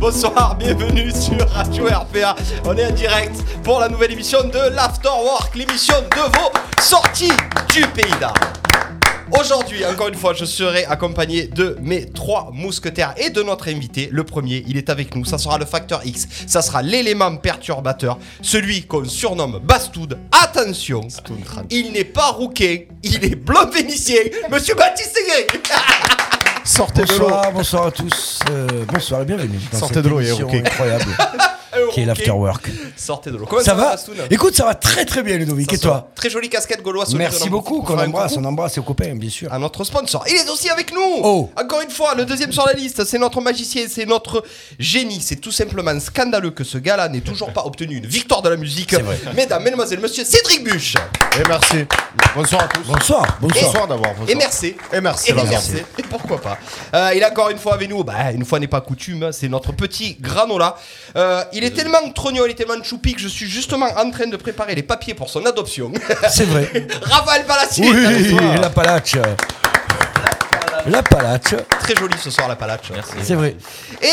bonsoir, bienvenue sur Radio RPA. On est en direct pour la nouvelle émission de l'Afterwork, l'émission de vos sorties du pays d'art. Aujourd'hui, encore une fois, je serai accompagné de mes trois mousquetaires et de notre invité. Le premier, il est avec nous, ça sera le facteur X, ça sera l'élément perturbateur, celui qu'on surnomme Bastoud. Attention, il n'est pas rouquin, il est blanc vénitien, monsieur Baptiste Seguin. Sortez de l'eau. Bonsoir, bonsoir à tous. Euh, bonsoir et bienvenue. dans Sortez cette de l'eau, émission Yaourké. incroyable qui est Ok. l'afterwork. Sortez de l'eau. Comment Ça va Bastoud Écoute, ça va très très bien, Ludovic. Ça Et sort. toi Très jolie casquette gauloise. solide, on Merci en beaucoup. profite pour Qu'on faire un embrasse, coucou on embrasse les copains, bien sûr. À notre sponsor. Il est aussi avec nous. Oh. Encore une fois, le deuxième sur la liste, c'est notre magicien, c'est notre génie. C'est tout simplement scandaleux que ce gars-là n'ait toujours pas obtenu une victoire de la musique. C'est vrai. Mesdames, mesdemoiselles, monsieur Cédric Buche. Et merci. Bonsoir à tous. Bonsoir, bonsoir. Bonsoir d'abord. bonsoir. Et merci. Et merci. Et Vincent. merci. Et pourquoi pas. Euh, il est encore une fois avec nous. Bah, une fois n'est pas coutume. hein, C'est notre petit granola. Euh, il est tellement trognon, il est tellement choupi que je suis justement en train de préparer les papiers pour son adoption. C'est vrai. Raphaël Palacier. Oui, la palache. La palache. Très joli ce soir la palache. C'est vrai. Et,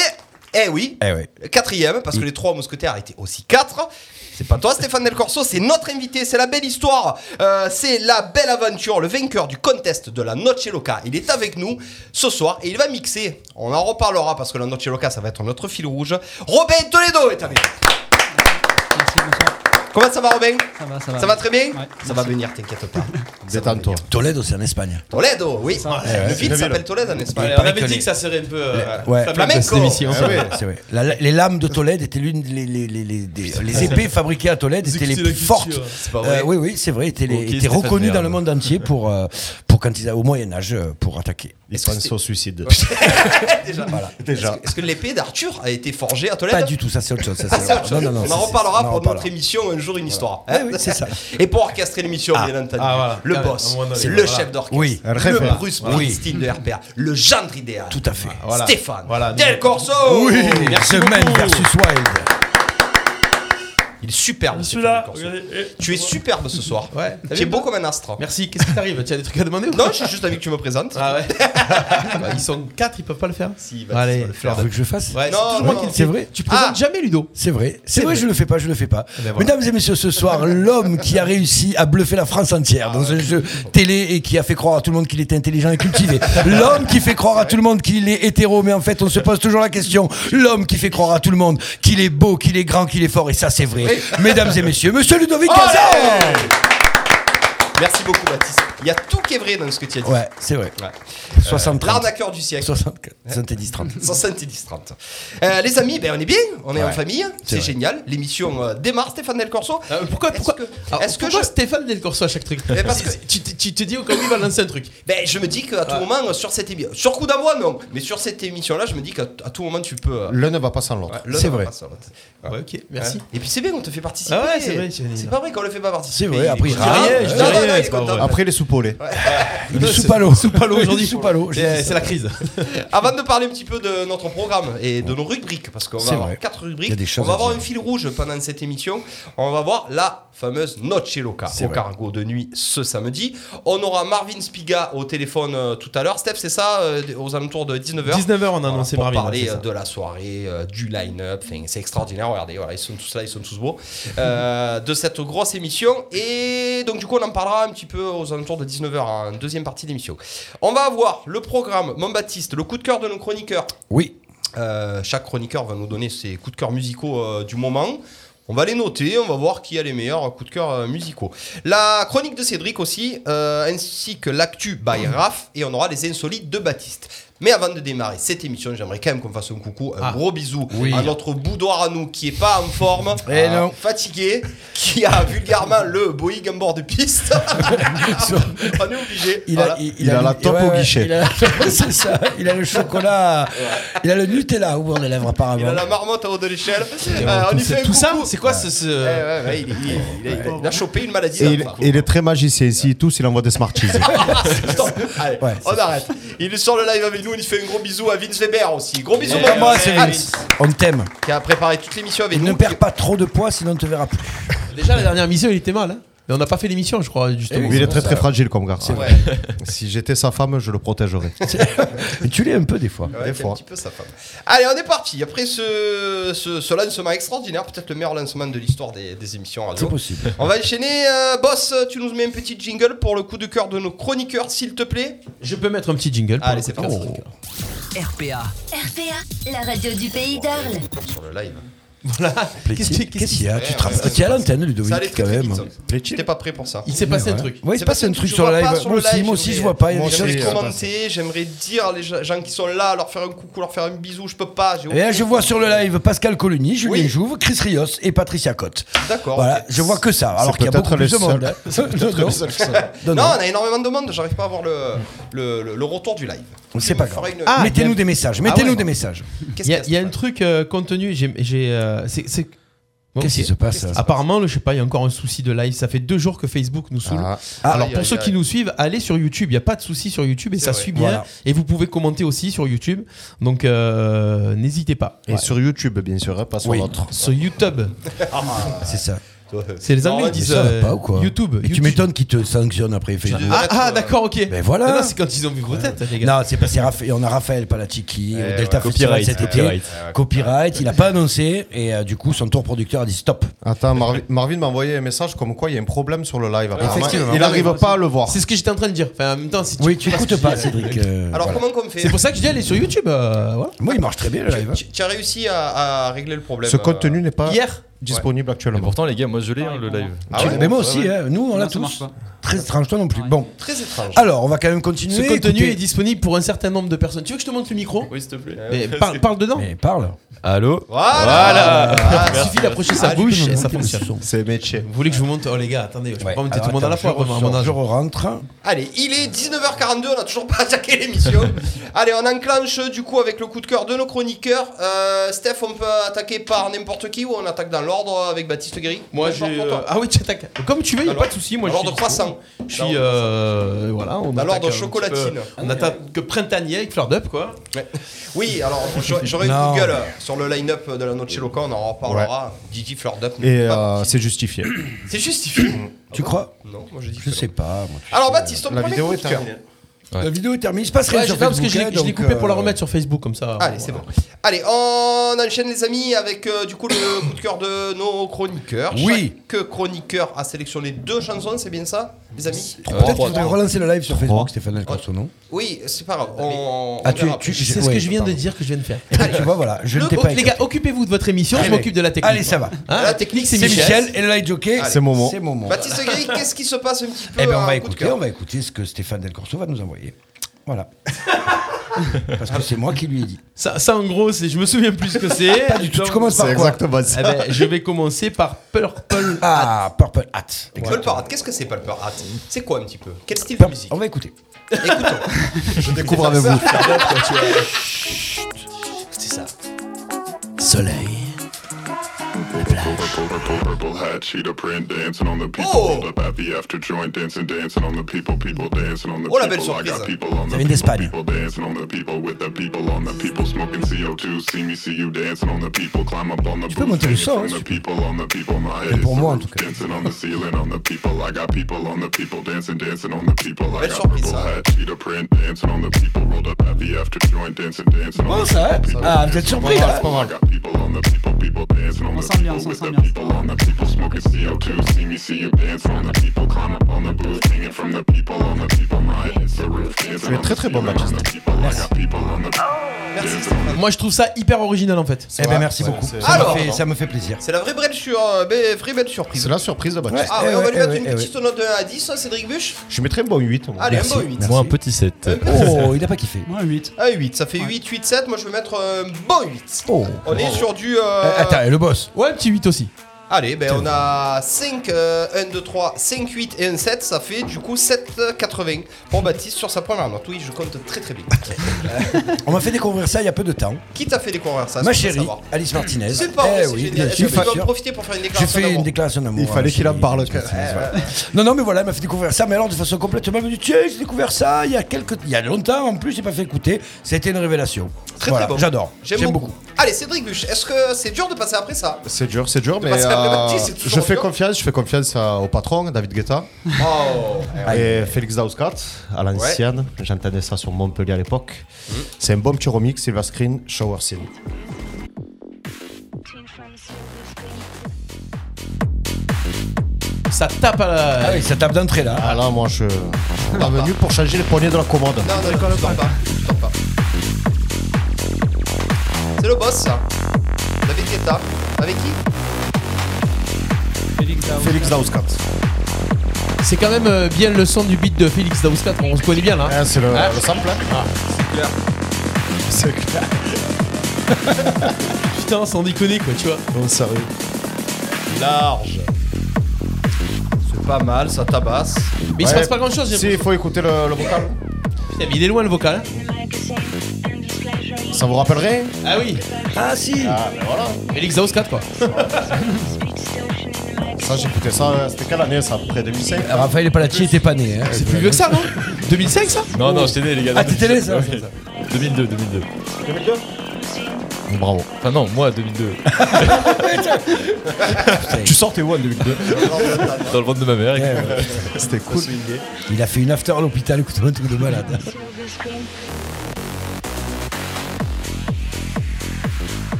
eh oui, Eh oui. quatrième, parce que les trois mousquetaires étaient aussi quatre. C'est pas toi Stéphane Del Corso, c'est notre invité, c'est la belle histoire, euh, c'est la belle aventure, le vainqueur du contest de la Noche Loca. Il est avec nous ce soir et il va mixer, on en reparlera parce que la Noche Loca ça va être notre fil rouge. Robin Toledo est avec nous. Merci, bonsoir. Comment ça va Robin Ça va, ça va. Ça va très bien Ouais, Ça merci. va venir, t'inquiète pas. Ça va Détends-toi. Toledo, c'est en Espagne. Toledo, oui. ouais, le c'est ville la s'appelle ville. Toledo en Il Espagne. Ouais, on paraît avait que dit les- que ça serait un peu euh, ouais. flamenco. Flamenco. émission. Ah ouais. C'est vrai. La, la- les lames de Tolède étaient l'une des les, les, les- les- les épées fabriquées à Tolède étaient les écoutez la plus fortes. culture. C'est pas vrai. Euh, oui, oui, c'est vrai. Étaient, les- Ok, étaient Stéphane reconnues Bern. dans le monde entier pour, euh, pour quand ils a- au Moyen Âge euh, pour attaquer. Ils sont sur suicide. Déjà. Est-ce Déjà. que- Est-ce que l'épée d'Arthur a été forgée à Tolède Pas du tout, ça c'est autre chose. ça, Ah, c'est autre chose. Non, non, non, on ça, en c'est- reparlera on en pour reparlera. notre Eh émission un jour une histoire. Oui, oui, c'est ça. Et pour orchestrer l'émission, bien entendu, Ah, voilà. le Ah, à boss, un moment donné, c'est le voilà. chef d'orchestre, Oui. Un le référent. Bruce Voilà. Springsteen de RPA, le gendre idéal, Tout à fait. Voilà. Stéphane Voilà. Del Corso. Oui, merci The Man beaucoup. versus Wild. Il est superbe. Je suis Stéphane là. Del Corso. regardez, eh. Tu es superbe ce soir. Ouais. Tu es beau comme un astre. Merci. Qu'est-ce qui t'arrive Tu as des trucs à demander ou Non, j'ai juste envie que tu me présentes. Ah ouais. Bah, ils sont quatre, ils peuvent pas le faire. Si, bah, vas-y, on Allez, va le Alors, faire. Ah, veux que je le fasse Ouais, c'est Non, toujours non, moi qui le non. C'est vrai. fais. Tu présentes Ah. jamais Ludo. C'est vrai, c'est vrai, Eh vrai. je le fais pas, je le fais pas. ben voilà. Mesdames et messieurs, ce soir, l'homme qui a réussi à bluffer la France entière dans un jeu télé et qui a fait croire à tout le monde qu'il était intelligent et cultivé. L'homme qui fait croire à tout le monde qu'il est hétéro, mais en fait, on se pose toujours la question. L'homme qui fait croire à tout le monde qu'il est beau, qu'il est grand, qu'il est fort, et ça, c'est vrai. Mesdames et messieurs, monsieur Ludovic Gazan Merci beaucoup, Baptiste. Il y a tout qui est vrai dans ce que tu as dit. Ouais, Euh, c'est vrai. Ouais. 60 30. L'arnaqueur du siècle. 64, 70 30. 70 30. Euh, les amis, ben on est bien, on est en famille, hein. c'est vrai. génial. L'émission euh, démarre, Stéphane Del Corso. Euh, pourquoi Est-ce pourquoi que- Alors, est-ce que pourquoi je- Stéphane Del Corso à chaque truc Mais parce que- tu, tu- tu te dis au cas où il va lancer un truc. Ben, je me dis qu'à tout Ouais. moment, euh, sur cette émission, sur coup d'envoi, non, mais sur cette émission-là, je me dis qu'à à tout moment, tu peux. euh, L'un ne va pas sans l'autre. ouais, l'un C'est ne va vrai. pas sans l'autre. Ouais, ok, merci. Et puis c'est bien, on te fait participer. Ah ouais, c'est vrai, j'ai- C'est pas vrai qu'on le fait pas participer. C'est vrai, après, il il est dit content. rien, je Ah, Non, dis non, rien, non, il est c'est pas content. vrai. Après les soupolés. Il est Ouais, sous c'est- palo. Sous palo aujourd'hui. Sous palo, je dis C'est ça. c'est la crise. Avant de parler un petit peu de notre programme et de nos rubriques, parce qu'on va C'est avoir vrai. quatre Il y rubriques, a des choses on va à avoir dire. un fil rouge pendant cette émission. On va voir la fameuse Noche Loca C'est au vrai. cargo de nuit ce samedi. On aura Marvin Spiga au téléphone euh, tout à l'heure. Steph, c'est ça, euh, aux alentours de 19h 19h, on a annoncé pour Marvin. hein, parler c'est euh, ça. de la soirée, euh, du line-up, Enfin, c'est extraordinaire. Regardez, voilà, ils sont tous là, ils sont tous beaux. Euh, de cette grosse émission. Et donc, du coup, on en parlera un petit peu aux alentours de 19h, en deuxième partie d'émission. On va avoir le programme Mon Baptiste, le coup de cœur de nos chroniqueurs. Oui, Euh, chaque chroniqueur va nous donner ses coups de cœur musicaux euh, du moment. On va les noter, on va voir qui a les meilleurs coups de cœur euh, musicaux. La chronique de Cédric aussi, euh, ainsi que l'actu by Raph, et on aura les insolites de Baptiste. Mais avant de démarrer cette émission, j'aimerais quand même qu'on fasse un coucou, un Ah. gros bisou Oui. à notre boudoir à nous qui est pas en forme, euh, Eh non. fatigué, qui a vulgairement le Boeing en bord de piste. on est obligé. Il, Voilà. a, il, Il a le- la top au guichet. il a la- c'est ça. Il a le chocolat. Il a le Nutella au bout des lèvres apparemment. Il a la marmotte en haut de l'échelle. Euh, on tout lui fait un tout ça, coucou. c'est quoi ce. ce- Ouais, Eh, ouais, Euh, ouais, il, est- il est- il est- il a chopé une maladie. Et là, il, par il est très magicien. S'il tousse, il envoie des smarties. contre. Stop. Allez, Ouais, on Oh, bah, arrête. Il est sur le live avec nous. Il fait un gros bisou à Vince Weber aussi. Gros bisou Comme moi, c'est Vince. Eh Vince. On t'aime. Qui a préparé toute l'émission avec Ne nous. perds pas trop de poids, sinon on ne te verra plus. Déjà, la dernière mission, il était mal. hein. Mais on n'a pas fait l'émission, je crois, justement. Il est très très fragile comme garçon. Ouais, Si j'étais sa femme, je le protégerais. Mais tu l'es un peu des fois. ouais, Des t'es un fois. petit peu sa femme. Allez, on est parti. Après ce, ce, ce lancement extraordinaire, peut-être le meilleur lancement de l'histoire des, des émissions radio. C'est possible. On va enchaîner. euh, boss, tu nous mets un petit jingle pour le coup de cœur de nos chroniqueurs, s'il te plaît. Je peux mettre un petit jingle. pour Allez, le c'est coup Oh. parti. de cœur. RPA. RPA, la radio du pays d'Arles. Sur le live. Qu'est-ce qui- qu'est-ce Qu'est-ce qu'il y a Ah, Tu te Ouais, ouais, rappelles- Tu es à l'antenne, Ludovic, Ça allait très, quand très même. vite, ça. J'étais pas prêt pour ça. Il s'est passé un truc. Ouais, il C'est se passe parce un que truc je sur vois le live. pas sur Moi le live, aussi, moi aussi, j'aurais- je vois pas. il y a Moi des gens J'aimerais aussi, qui- euh, commenter, j'aimerais dire à les gens gens qui sont là, leur faire un coucou, leur faire un bisou, je peux pas. j'ai Et là, je aucune- vois sur le live Pascal Colony, Julien Oui. Jouve, Chris Rios et Patricia Cotte. D'accord. Voilà, ok. je vois que ça. Alors C'est qu'il y a peut-être beaucoup le plus de seul. monde. hein. Non, Non, non. Non, on a énormément de demandes, j'arrive pas à avoir le, le, le- le retour du live. non, c'est pas grave. Faudrait une- Ah, Mettez-nous bien. des messages, mettez-nous ouais. des messages. Qu'est-ce Il y a, qu'il il y a un cette truc euh, compte tenu. J'ai, j'ai, euh, c'est, c'est- Bon, Qu'est-ce qui c'est- se passe là Apparemment, le- je sais pas, il y a encore un souci de live. Ça fait deux jours que Facebook nous saoule. Ah, Ah, Alors aïe, pour aïe, ceux qui aïe. nous suivent, allez sur YouTube. Il y a pas de souci sur YouTube et C'est ça vrai. suit bien. Voilà. Et vous pouvez commenter aussi sur YouTube. Donc euh, n'hésitez pas. et sur YouTube, bien sûr, hein, pas sur Oui. l'autre. Sur YouTube, Ah, C'est ça. c'est les Anglais Non, qui disent mais ça va euh, pas ou quoi YouTube. Et tu YouTube. m'étonnes qu'ils te sanctionnent après. Tu Facebook. devrais Ah, être, ah, euh, d'accord, ok. Mais voilà. Non, c'est quand ils ont vu vos têtes, les gars. Non, c'est pas c'est Raphaël. On a Raphaël Palachiki Eh au Delta ouais. Festival Copyright, cet été. copyright. Ah Copyright, il a pas annoncé et euh, du coup son tour producteur a dit stop. Attends, Marvi- Marvin m'a envoyé un message comme quoi il y a un problème sur le live. apparemment. Effectivement. Il n'arrive pas à le voir. C'est ce que j'étais en train de dire. Enfin, en même temps, si tu Oui, tu écoutes pas, c'est... Cédric. euh, Alors voilà. comment qu'on fait c'est pour ça que je dis allez sur YouTube. euh, voilà. Moi, il marche très bien le live. hein. Tu tu as réussi à, à régler le problème. Ce euh, contenu n'est pas Hier, disponible Mais actuellement. pourtant, les gars, moi je l'ai hein, le live. Ah Tu- ouais, mais moi ouais, aussi, ouais. hein, nous on l'a Non, ça marche tous. pas. Très étrange, toi non plus. Ouais. Bon, Très étrange. alors on va quand même continuer. ce contenu écoutez- est disponible pour un certain nombre de personnes. Tu veux que je te montre le micro Oui, s'il te plaît. Mais parle, parle dedans. Mais parle. Allô Voilà, Ah, il Ah, suffit d'approcher sa Ah, bouche Tu peux nous et ça monter le fonctionne. son. C'est métier. Vous voulez que je vous monte Oh les gars, attendez, je peux Ouais. pas monter Alors, tout le monde à la attends, fois. je vraiment, à ressors, mon âge. Je rentre. Allez, il est 19h42, on n'a toujours pas attaqué l'émission. Allez, on enclenche du coup avec le coup de cœur de nos chroniqueurs. Euh, Steph, on peut attaquer par n'importe qui ou on attaque dans l'ordre avec Baptiste Guéry Moi Peu importe j'ai. pour toi. euh, Ah oui, tu attaques. Comme tu veux, il a Alors, pas de souci. Moi je alors suis. de croissant. Je Alors suis. de euh, Voilà, on Alors attaque de un petit chocolatine. peu- On attaque que printanier avec fleur d'up quoi. Oui, alors j'aurais- j'aurais une Non. Google euh, sur le line-up de la Noche Loca, on en reparlera. Didi Fleur d'Up. Et euh, c'est justifié. C'est justifié. Ah Tu crois non, moi je dis. Je sais pas. moi, tu Alors sais. Baptiste, on La prend les vidéo coups est de cœur. terminée. Ouais. La vidéo est terminée. Il se passe rien Ouais, je sur sais pas, parce que Facebook, je hein, l'ai- je l'ai donc, coupé pour la euh, remettre sur Facebook comme ça. Allez, c'est bon. Allez, on enchaîne les amis avec euh, du coup le coup de cœur de nos chroniqueurs. Oui. Chaque chroniqueur a sélectionné deux chansons, c'est bien ça, les amis Euh, Peut-être qu'il faudrait relancer le live sur Trois. Facebook, Stéphane Alcorso, non Oui, c'est pas grave. On, Ah, on tu- verra tu- plus. C'est ce Ouais, que je viens de pardon. dire que je viens de faire. Tu vois, voilà, je ne Le- t'ai oh, pas les gars, occupez-vous de votre émission, je Allez. m'occupe de la technique. Allez, ça va. Hein, la technique, c'est Michel. et le live jockey. C'est Momo. C'est Momo. Baptiste Gris, qu'est-ce qui se passe un petit peu Eh ben, on hein, va coup de écouter, cœur on va écouter ce que Stéphane Del Corso va nous envoyer. Voilà. Parce que c'est moi qui lui ai dit. Ça, ça, en gros, c'est, je me souviens plus ce que c'est. Pas du tout. Tu commences par C'est quoi exactement ça. Eh ben, je vais commencer par Purple. Ah, Purple Hat. Pulper Art, qu'est-ce que c'est Pulper Art C'est quoi un petit peu Quel style de Purple- musique On va écouter. Écoutons. Je découvre avec vous. C'est ça. Purple, purple, purple hat, cheetah print, dancing on the people. Oh. Pulled up at the after joint, dancing, dancing on the people, people dancing on the Oh, la belle people. I surprise. got people on the viene de people, España. people dancing on the people with the people on the people, smoking CO2. See me, see you dancing on the people, climb up on the peux monter le dancing son, on hein, the si people, on the people, my head. Mais is pour the moi, en roof, tout cas. Dancing on the ceiling, on the people. I got people on the people, dancing, dancing on the people. I Belle got surprise, hein. purple ça. hat, cheetah print, dancing on the people. Rolled up at the after joint, dancing, dancing on Bon, the ça, hein people, people Ah, vous êtes surpris, là I got people on the people, people dancing on On the sent bien, people on with sent the bien. people on the people smoking CO2. See me, see you dance on the people, climb up on the booth, hanging from the people on the people. My head's the roof, dancing es on très, the très bon, ceiling, on the people. I got people on the Merci. dancing on Stéphane. Moi, je trouve ça hyper original en fait. Eh ben, merci beaucoup. Ça, Alors. me fait, ça me fait plaisir. C'est la vraie belle, sur, euh, be- vraie belle surprise. C'est la surprise de Baptiste. Ah Eh ouais, on va ouais, lui eh mettre ouais, une eh petite note de 1 à 10, hein, Cédric Buche Je mettrais un bon 8. moi. Allez, Merci. un beau 8. Moi un petit 7. Oh, il a pas kiffé. Moi, 8. Un 8, Ah, ça fait 8, 8, 7. Moi, je vais mettre un bon 8. Oh. On est sur du. euh, Euh, attends, et le boss Ouais, un petit 8 aussi. Allez, ben on a euh, 5, 1, 2, 3, 5, 8 et 1, 7. Ça fait du coup 7, 80 pour Baptiste sur sa première note. Oui, je compte très très bien. On m'a fait découvrir ça il y a peu de temps. Qui t'a fait découvrir ça Ma est-ce qu'on peut chérie, savoir Alice Martinez. C'est pas vrai, Eh c'est oui, génial. bien Tu sûr, vas bien en sûr. profiter pour faire une J'ai déclaration fait une d'amour. déclaration d'amour. Il fallait à qu'il en chérie. parle. Ouais, ouais. Non, non, mais voilà, elle m'a fait découvrir ça. Mais alors, de façon complètement, elle m'a dit Tiens, j'ai découvert ça il y a quelques, il y a longtemps. En plus, j'ai pas fait écouter. C'était une révélation. Très Voilà, très bon. j'adore. J'aime J'aime beaucoup. Allez, Cédric Buche, est-ce que c'est dur de passer après ça C'est dur, c'est dur, mais passer la euh, problématique, c'est toujours je fais dur. confiance, je fais confiance à- au patron, David Guetta, Oh et Félix Dauskat, à l'ancienne. J'entendais ça sur Montpellier à l'époque. C'est un bon petit remix, Silver Screen, Shower Scene. Ça tape à la. Ah oui, ça tape d'entrée là. Ah là, moi, je suis venu pour changer les poignées de la commode. Non, non, non, je dors pas. je dors pas. C'est le boss, ça. David Guetta. Avec qui Félix Daou. Félix Dauskat. C'est quand même euh, bien le son du beat de Félix Daouskat, on se connaît bien là. Hein, c'est le, le sample. hein. C'est clair. Putain, sans déconner quoi, tu vois. Oh, sérieux. Large. C'est pas mal, ça tabasse. Mais il se Ouais. passe pas grand chose, j'ai Si, il l'impression. faut écouter le, le vocal. Putain, mais il est loin le vocal. hein. Ça vous rappellerait Ah oui, Ah si Félix Daouskat quoi. Ça, j'écoutais ça, euh, c'était quelle année ça À peu près 2005 Ah, Raphaël Palacci était pas né. hein. C'est plus vieux que ça non 2005 ça Non, non, j'étais né, les gars. Ah, t'étais né, ça, Oui. 2002, 2002. Bravo. Enfin, non, moi, 2002. Tu sortais où en 2002 Dans le ventre de ma mère. C'était cool. Il a fait une after à l'hôpital, écoute-moi un truc de malade.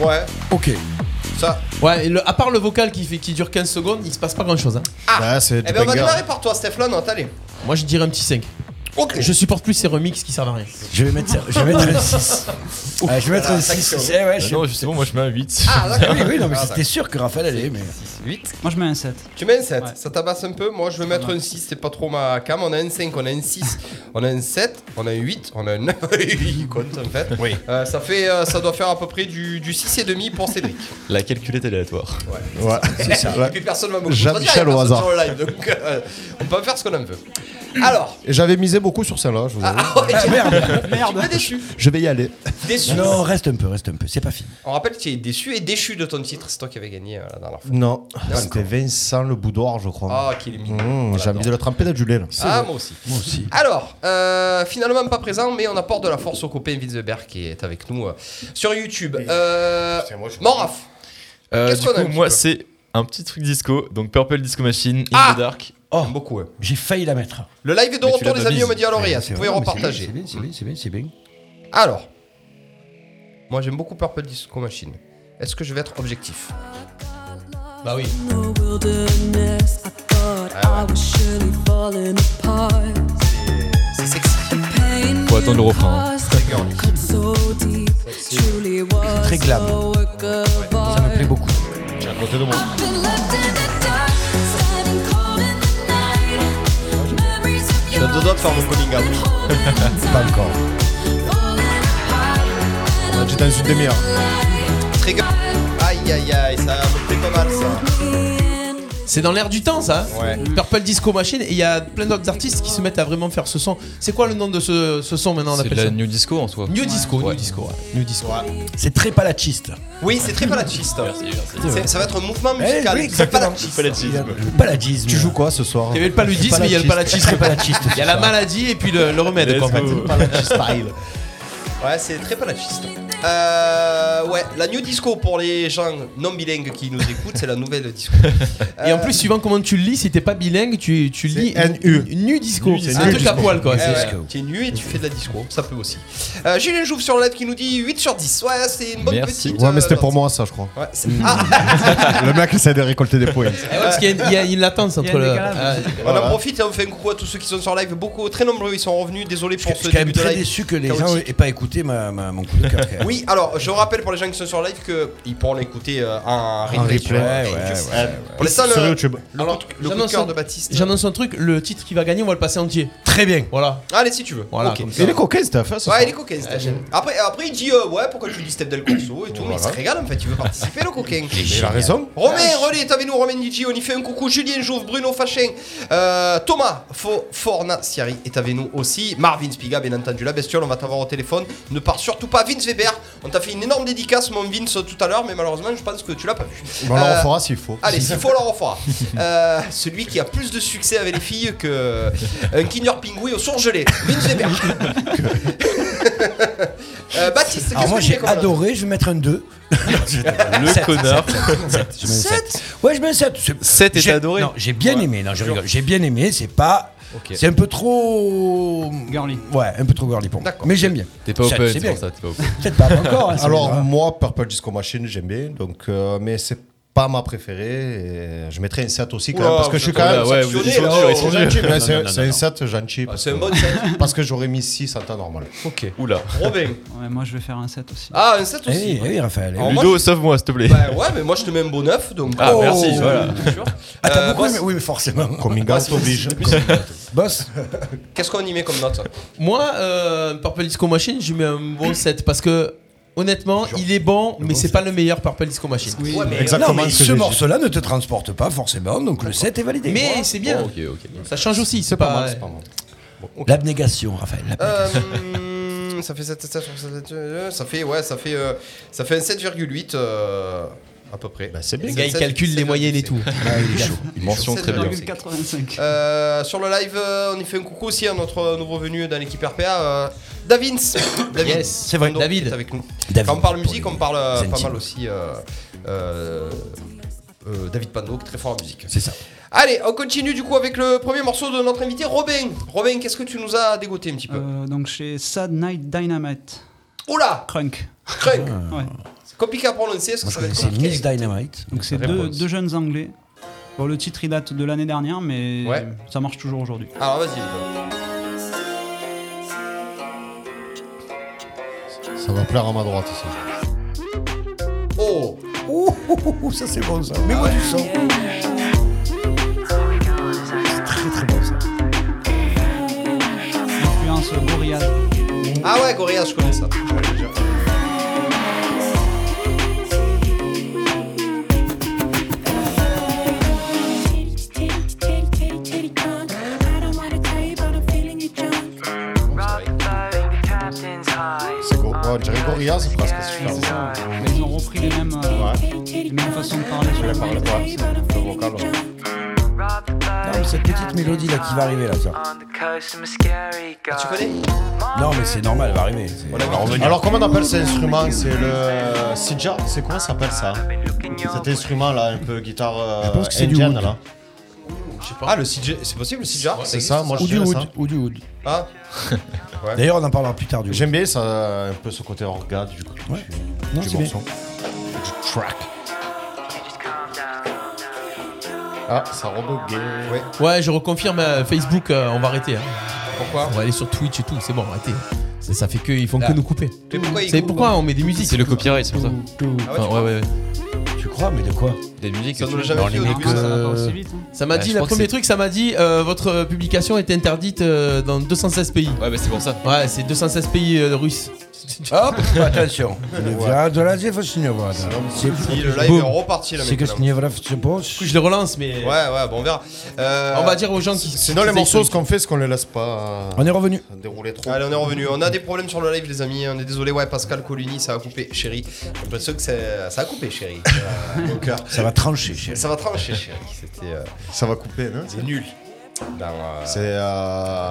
Ouais, Ok. ça. Ouais, et le- à part le vocal qui, fait, qui dure 15 secondes, il se passe pas grand chose. Hein. Ouais, Bah, Ah, c'est Eh ben, du on va banger. démarrer par toi, Steph Lanant, allez. Moi je dirais un petit 5. Ok. Je supporte plus ces remix qui servent à rien. Je vais mettre, ça- je vais mettre un 6. je vais mettre un 6. Ouais, ouais, je- Non, je sais pas, moi, je mets un 8. Ah, Ah d'accord. oui, oui, non, mais Ah, c'était sûr que Raphaël allait, mais. Moi je mets un 7. Tu mets un 7, Ouais. ça tabasse un peu. Moi, je vais mettre un 6, c'est pas trop ma cam. On a un 5, on a un 6, on a un 7, on a un 8, on a un 9. Il compte en fait. Oui. Euh, ça, fait euh, ça doit faire à peu près du, du 6,5 pour Cédric. La calculette aléatoire. Ouais, c'est ça. Et puis personne va me Jean-Michel contredire, il y a au personne hasard. sur le live, donc, euh, on peut faire ce qu'on en veut. Alors, Et J'avais misé beaucoup sur celle-là, je Ah. vous avoue. merde, Ah, Merde. déçu. Je vais y aller. Déçu. Non, reste un peu, reste un peu, c'est pas fini. On rappelle que tu es déçu et déchu de ton titre. C'est toi qui avais gagné euh, la dernière fois. Non, Non, c'était Vincent le Boudoir, je crois. Ah, qu'il est mignon. Mmh, On J'ai envie de le tremper dans du lait, là. Ah, moi aussi. Moi aussi. Alors, euh, finalement pas présent, mais on apporte de la force au copain Wildeberg qui est avec nous euh, sur YouTube. Euh, Putain, moi, je suis- Moraf, Euh, Qu'est-ce du qu'on a un coup, petit moi, peu c'est un petit truc disco. Donc, Purple Disco Machine, In Ah the Dark. Oh, j'aime beaucoup. hein. j'ai failli la mettre. Le live est de Mais tu retour, l'as les de amis, mise. on me dit à l'oreille. Eh, C'est Vous vrai, pouvez mais repartager. C'est bien, c'est bien, c'est bien, c'est bien. Alors, moi j'aime beaucoup Purple Disco Machine. Est-ce que je vais être objectif Bah oui. Ah C'est sexy. Faut attendre le refrain. hein. C'est très glam. Ça me plaît beaucoup. J'ai à côté de moi. J'ai deux doigts de faire mon coming out. Pas encore. On a dit dans une demi-heure. Trigger. Aïe aïe aïe, ça me plaît pas mal ça. C'est dans l'air du temps ça. hein. Ouais. Purple Disco Machine et il y a plein d'autres artistes qui se mettent à vraiment faire ce son. C'est quoi le nom de ce, ce son maintenant on C'est de appelle la ça New Disco en soi. New Disco, Ouais. New Disco, ouais. New Disco. C'est très palachiste. Oui, c'est très palachiste. C'est- Ça va être un mouvement musical. Eh, oui, Eh c'est exactement. palachiste. Le palachisme. Tu joues quoi ce soir Il y avait le paludisme, il y a le palachisme. Il y a la maladie et puis le, le remède. Let's Quoi, en fait. go. style. Ouais, c'est très palachiste. Euh, ouais, la new disco pour les gens non bilingues qui nous écoutent, c'est la nouvelle disco. Et en plus, suivant comment tu le lis, si t'es pas bilingue, tu, tu lis C'est NU. Nu disco. Nu C'est disco. un truc à poil quoi. Eh c'est- ouais, tu es nu et tu fais de la disco, ça peut aussi. Euh, Julien Jouve sur le live qui nous dit 8 sur 10. Ouais, c'est une bonne Merci. petite. Ouais, mais c'était euh, pour moi ça, je crois. Ouais, c'est- Ah, Le mec essaie de récolter des points. Eh ouais, parce qu'il y a, il y a une latence Il y entre a un le. décalage. euh, on en Voilà. profite et on fait un coucou à tous ceux qui sont sur live. Beaucoup, très nombreux, ils sont revenus. Désolé Je pour ce suis quand début même de très live. déçu que les gens chaotique. aient pas écouté ma, ma- mon coup de cœur. quand même. Oui, alors je rappelle pour les gens qui sont sur live qu'ils pourront l'écouter euh, en replay. replay. sur- Ouais, ouais, sur YouTube. ouais. Pour l'instant, Sur le, YouTube. le, Alors, coup de- le coup de j'annonce cœur un- de Baptiste. J'annonce un truc, le titre qui va gagner, on va le passer entier. Très bien. Voilà. Allez, si tu veux. Voilà, Ok. comme ça. Il est coquin cette affaire ce Ouais, soir. il est coquin, cette chaîne. Après, après, il dit euh, Ouais, pourquoi tu dis Step Del Corso et tout, mais il se régale en fait, il veut participer, le coquin. Il a raison. Romain, Relais est avec nous, Romain DJ, on y fait un coucou. Julien Jouve, Bruno Fachin, euh, Thomas Fo- Forna Siari est avec nous aussi. Marvin Spiga, bien entendu, la bestiole, on va t'avoir au téléphone. Ne pars surtout pas, Vince Weber. On t'a fait une énorme dédicace, mon Vince, tout à l'heure, mais malheureusement, je pense que tu l'as pas vu. Bon, on Euh, le refera s'il faut. Allez, s'il faut, on le refera. Euh, celui qui a plus de succès avec les filles euh, que un Kinder Pingouin au surgelé. Vince Weber. Euh, Baptiste, Alors qu'est-ce moi que tu j'ai fais comme note adoré, je vais mettre un 2. Le connard. Je mets un 7. Ouais, je mets un 7. Sept est j'ai- adoré. Non, j'ai bien aimé, non, je rigole. J'ai bien aimé, c'est pas. C'est un peu trop. Girly. Ouais, un peu trop girly pour moi. D'accord. Mais j'aime bien. T'es pas Sept, open, c'est c'est bien. pour ça. T'es pas open. Peut-être pas encore. hein, c'est Alors bien. moi, Purple Disco Machine, j'aime bien, donc, euh, mais c'est pas ma préférée. et je mettrais un 7 aussi quand Oula, même, hein, parce que je suis vous êtes- quand même... oula, ouais, c'est- vous êtes- c'est ils sont gentil, durs, ils sont gentil, durs. mais Non, c'est- non, non, C'est non. un 7 gentil, Ah, parce C'est un que- bon 7. parce que j'aurais mis 6 en temps normal. Ok. Oula. Robin. Ouais, moi je vais faire un 7 aussi. Ah, un 7 Eh aussi. oui, eh oui, Raphaël. eh oui. Alors, moi, Ludo, sauve-moi, s'il te plaît. Bah ouais, mais moi je te mets un beau 9, donc. Ah, Oh, merci, euh, voilà. bien sûr. Ah, t'as Euh, beaucoup boss, aimé Oui, mais forcément. Ah, Coming out oblige. Boss Qu'est-ce qu'on y met comme note Moi, euh, Purple Disco Machine, je lui mets un bon 7 parce que honnêtement, il est bon, mais c'est pas le meilleur Purple Disco Machine. Ouais, mais- Exactement Non, mais ce que ce j'ai dit. morceau-là ne te transporte pas forcément, donc le 7 est validé. Mais c'est bien. Ok, ok. Ça change aussi, c'est Pas pas. mal, c'est pas mal. L'abnégation, Raphaël. l'abnégation. Euh, ça fait 7, 7, 7, 7, 7, euh, ça fait ouais, ça fait euh, ça fait un 7,8 euh, à peu près. Bah, c'est bien. Les gars, ils calculent les moyennes et tout. Mention très bien. 85. Euh, sur le live, euh, on y fait un coucou aussi à notre nouveau venu dans l'équipe RPA, euh, Davins. Davins. Yes, c'est vrai, Fernando, qui David. est avec nous. David, Quand on parle pour musique, les- on parle euh, les pas intimes. mal aussi. euh, euh, euh, David Pando, qui est très fort en musique. C'est ça. Allez, on continue du coup avec le premier morceau de notre invité, Robin. Robin, qu'est-ce que tu nous as dégoté un petit peu Euh, donc chez Sad Night Dynamite. Oula Crunk. Crunk Ah. Ouais. C'est compliqué à prononcer, est-ce que Moi, je ça va être connaissais compliqué Miss Dynamite. Donc c'est deux, deux jeunes anglais. Bon, le titre il date de l'année dernière, mais Ouais. ça marche toujours aujourd'hui. Alors vas-y, Ludo. Ça va plaire à ma droite. Ça. Oh Ouh, ouh, ouh, ouh, ça c'est bon ça. Mais moi du son. Influence Gorillaz. Ah ouais, Gorillaz, je connais ça. C'est go- ouais, on dirait Gorillaz presque. c'est super. Mais ils ont repris les mêmes, euh, les mêmes façons de parler sur Je le vais parler live. pas. Le vocal. ouais. Non, mais cette petite mélodie là qui va arriver là, ça. Ah, tu connais Non, mais c'est normal, elle va arriver. c'est- l'a vu. Alors, revenir. Alors, comment on appelle cet instrument C'est le. Sidja C'est comment ça s'appelle ça Cet instrument là, un peu guitare euh, Je pense que c'est du indienne wood. là. Ah, le CJ, c'est possible le CJ C'est ça, moi je ou du dirais wood, ça. ou du wood. Ah, D'ailleurs, on en parlera plus tard du wood. J'aime bien ça, un peu ce côté orga du, coup, Ouais. du, Non, du Ah, c'est morceau. Du track. Ah, ça rebougue. Ouais. Ouais, je reconfirme euh, Facebook, euh, on va arrêter. hein. pourquoi On va aller sur Twitch et tout, c'est bon, arrêtez. Ça, ça fait que ils font Là. que nous couper. Mais pourquoi il C'est coupe pourquoi on met des musiques C'est le copyright, c'est pour ça. Ah ouais, Enfin, tu- ouais, ouais, ouais. Tu crois, mais de quoi Des musiques Ça, on que tu l'a mets jamais dans fait les au mecs. euh, début, Ça ça. va pas aussi vite. hein. Ça m'a Ouais, dit, Bah, je le crois que premier c'est- truc, ça m'a dit, euh, votre publication est interdite euh, dans 216 pays. Ouais, bah c'est pour ça. Ouais, c'est 216 pays euh, russes. Hop, attention. Il vient de la Zéphosniova. C'est Si, le live Boum. est reparti là C'est que maintenant. Snievra se pose. Du coup, je les relance, Ouais, mais ouais, bon, on verra. Euh, on va dire aux gens qui. Sinon, les qui- morceaux, ce qu'on fait, c'est qu'on les laisse pas On est revenu. euh, dérouler trop. Allez, on est revenu. On a des problèmes sur le live, les amis. On est désolé. Ouais, Pascal Coluni, ça a coupé, chérie. J'ai l'impression que c'est- ça a coupé, chérie. Euh, mon cœur. Ça va trancher, chérie. Ça va trancher, chérie. C'était euh, Ça va couper, non c'est nul. Non, euh, C'est euh,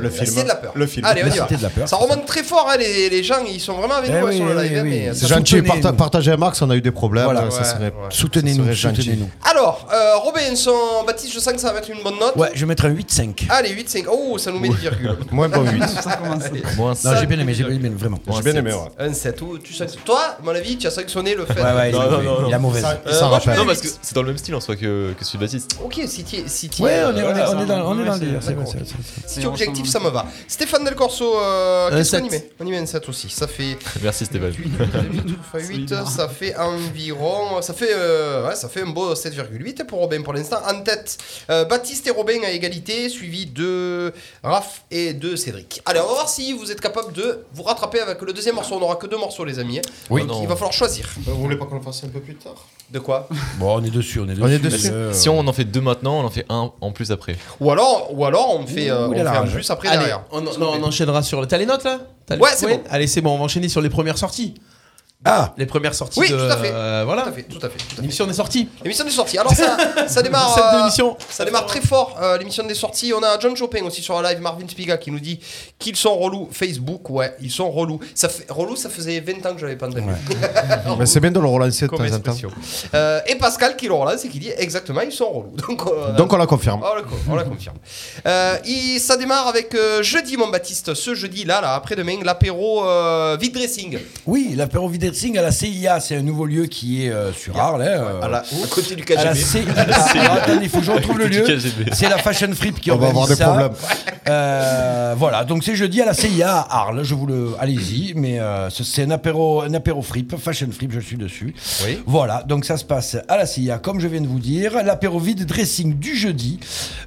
le film. C'était de la peur. Le film. Allez, on y va. C'était de la peur. Ça remonte très fort, hein, les, les gens, ils sont vraiment avec Eh nous hein, oui, sur le eh live. hein, oui, mais oui. ça C'est Ça gentil, soutenez-nous. parta- partagez à Max, on a eu des problèmes. euh, Voilà. ça Ouais, serait, ouais. ça Soutenez-nous, serait gentil. soutenez-nous. Alors, euh, Robinson, Baptiste, je sens que ça va être une bonne note. Ouais, je vais mettre un 8-5. Allez, 8, 5. Oh, ça nous met des virgules. Moins bon 8. Ça commence. Moins Non, ça. j'ai bien aimé, j'ai bien aimé, vraiment. J'ai bien aimé, ouais. Un 7. Oh, tu sens... Toi, à mon avis, tu as sanctionné le fait. Ouais, ouais, il est Non, non, mauvais, non, il a mauvaise. Ça, il Euh, s'en moi, je rappelle. Non, parce que c'est dans le même style en soi que, que celui de Baptiste. Ok, si t'y si t'y- Ouais, euh, on est, on est, voilà, on est dans, on est dans Ouais, le délire, c'est- c'est vrai, d'accord, c'est vrai, c'est vrai. Si t'es objectif, ça me va. Stéphane Del Corso, euh, Un qu'est-ce qu'on y sept. met On y met un 7 aussi. Ça fait Merci Stéphane. 8, ça fait environ. Ça fait, euh, ouais, ça fait un beau 7,8 pour Robin pour l'instant. En tête, euh, Baptiste et Robin à égalité, suivi de Raph et de Cédric. Allez, on va voir si vous êtes capable de vous rattraper avec le deuxième morceau. On n'aura que deux morceaux, les amis. Oui. Donc, Non. il va falloir choisir. Ah Bah, Vous voulez pas qu'on le fasse un peu plus tard De quoi Bon, on est dessus, on est dessus. On est dessus. euh, Si on en fait deux maintenant, on en fait un en plus après. Ou alors, ou alors on fait, euh, Ouh, on il a fait la un rage. plus après Allez, Oh derrière. on, non, on enchaînera sur le. T'as les notes là T'as les- Ouais, c'est bon. Allez, c'est bon, on va enchaîner sur les premières sorties. Ah, Les premières sorties Oui, de. tout à fait. euh, voilà. Tout à fait, tout à fait. tout à fait. L'émission des sorties. L'émission des sorties. Alors ça, ça démarre. Cette euh, émission. Ça démarre très fort, euh, l'émission des sorties. On a John Chopin aussi sur la live, Marvin Spiga qui nous dit qu'ils sont relous. Facebook, ouais, ils sont relous. Ça fait, relou, ça faisait 20 ans que je l'avais pas entendu. Mais c'est bien de le relancer de Comme temps en temps. expression. Euh, et Pascal qui le relance et qui dit exactement, ils sont relous. Donc, euh, Donc on la confirme. on la, co- on la confirme. Euh, il- ça démarre avec euh, jeudi, mon Baptiste. Ce jeudi, là, là après-demain, l'apéro euh, vide dressing. oui, l'apéro Videlsing à la CIA, c'est un nouveau lieu qui est euh, sur Arles. hein, euh, À, la- à côté du à la KGB. CIA. Alors, attendez, il faut que je retrouve le lieu. KGB. C'est la Fashion Frip qui On va organise avoir des ça. problèmes. Euh, voilà, donc c'est jeudi à la CIA à Arles. Je vous le, allez-y, mais euh, ce- c'est un apéro, un apéro Frip, Fashion Frip, je suis dessus. Oui. Voilà, donc ça se passe à la CIA, comme je viens de vous dire. L'apéro vide dressing du jeudi,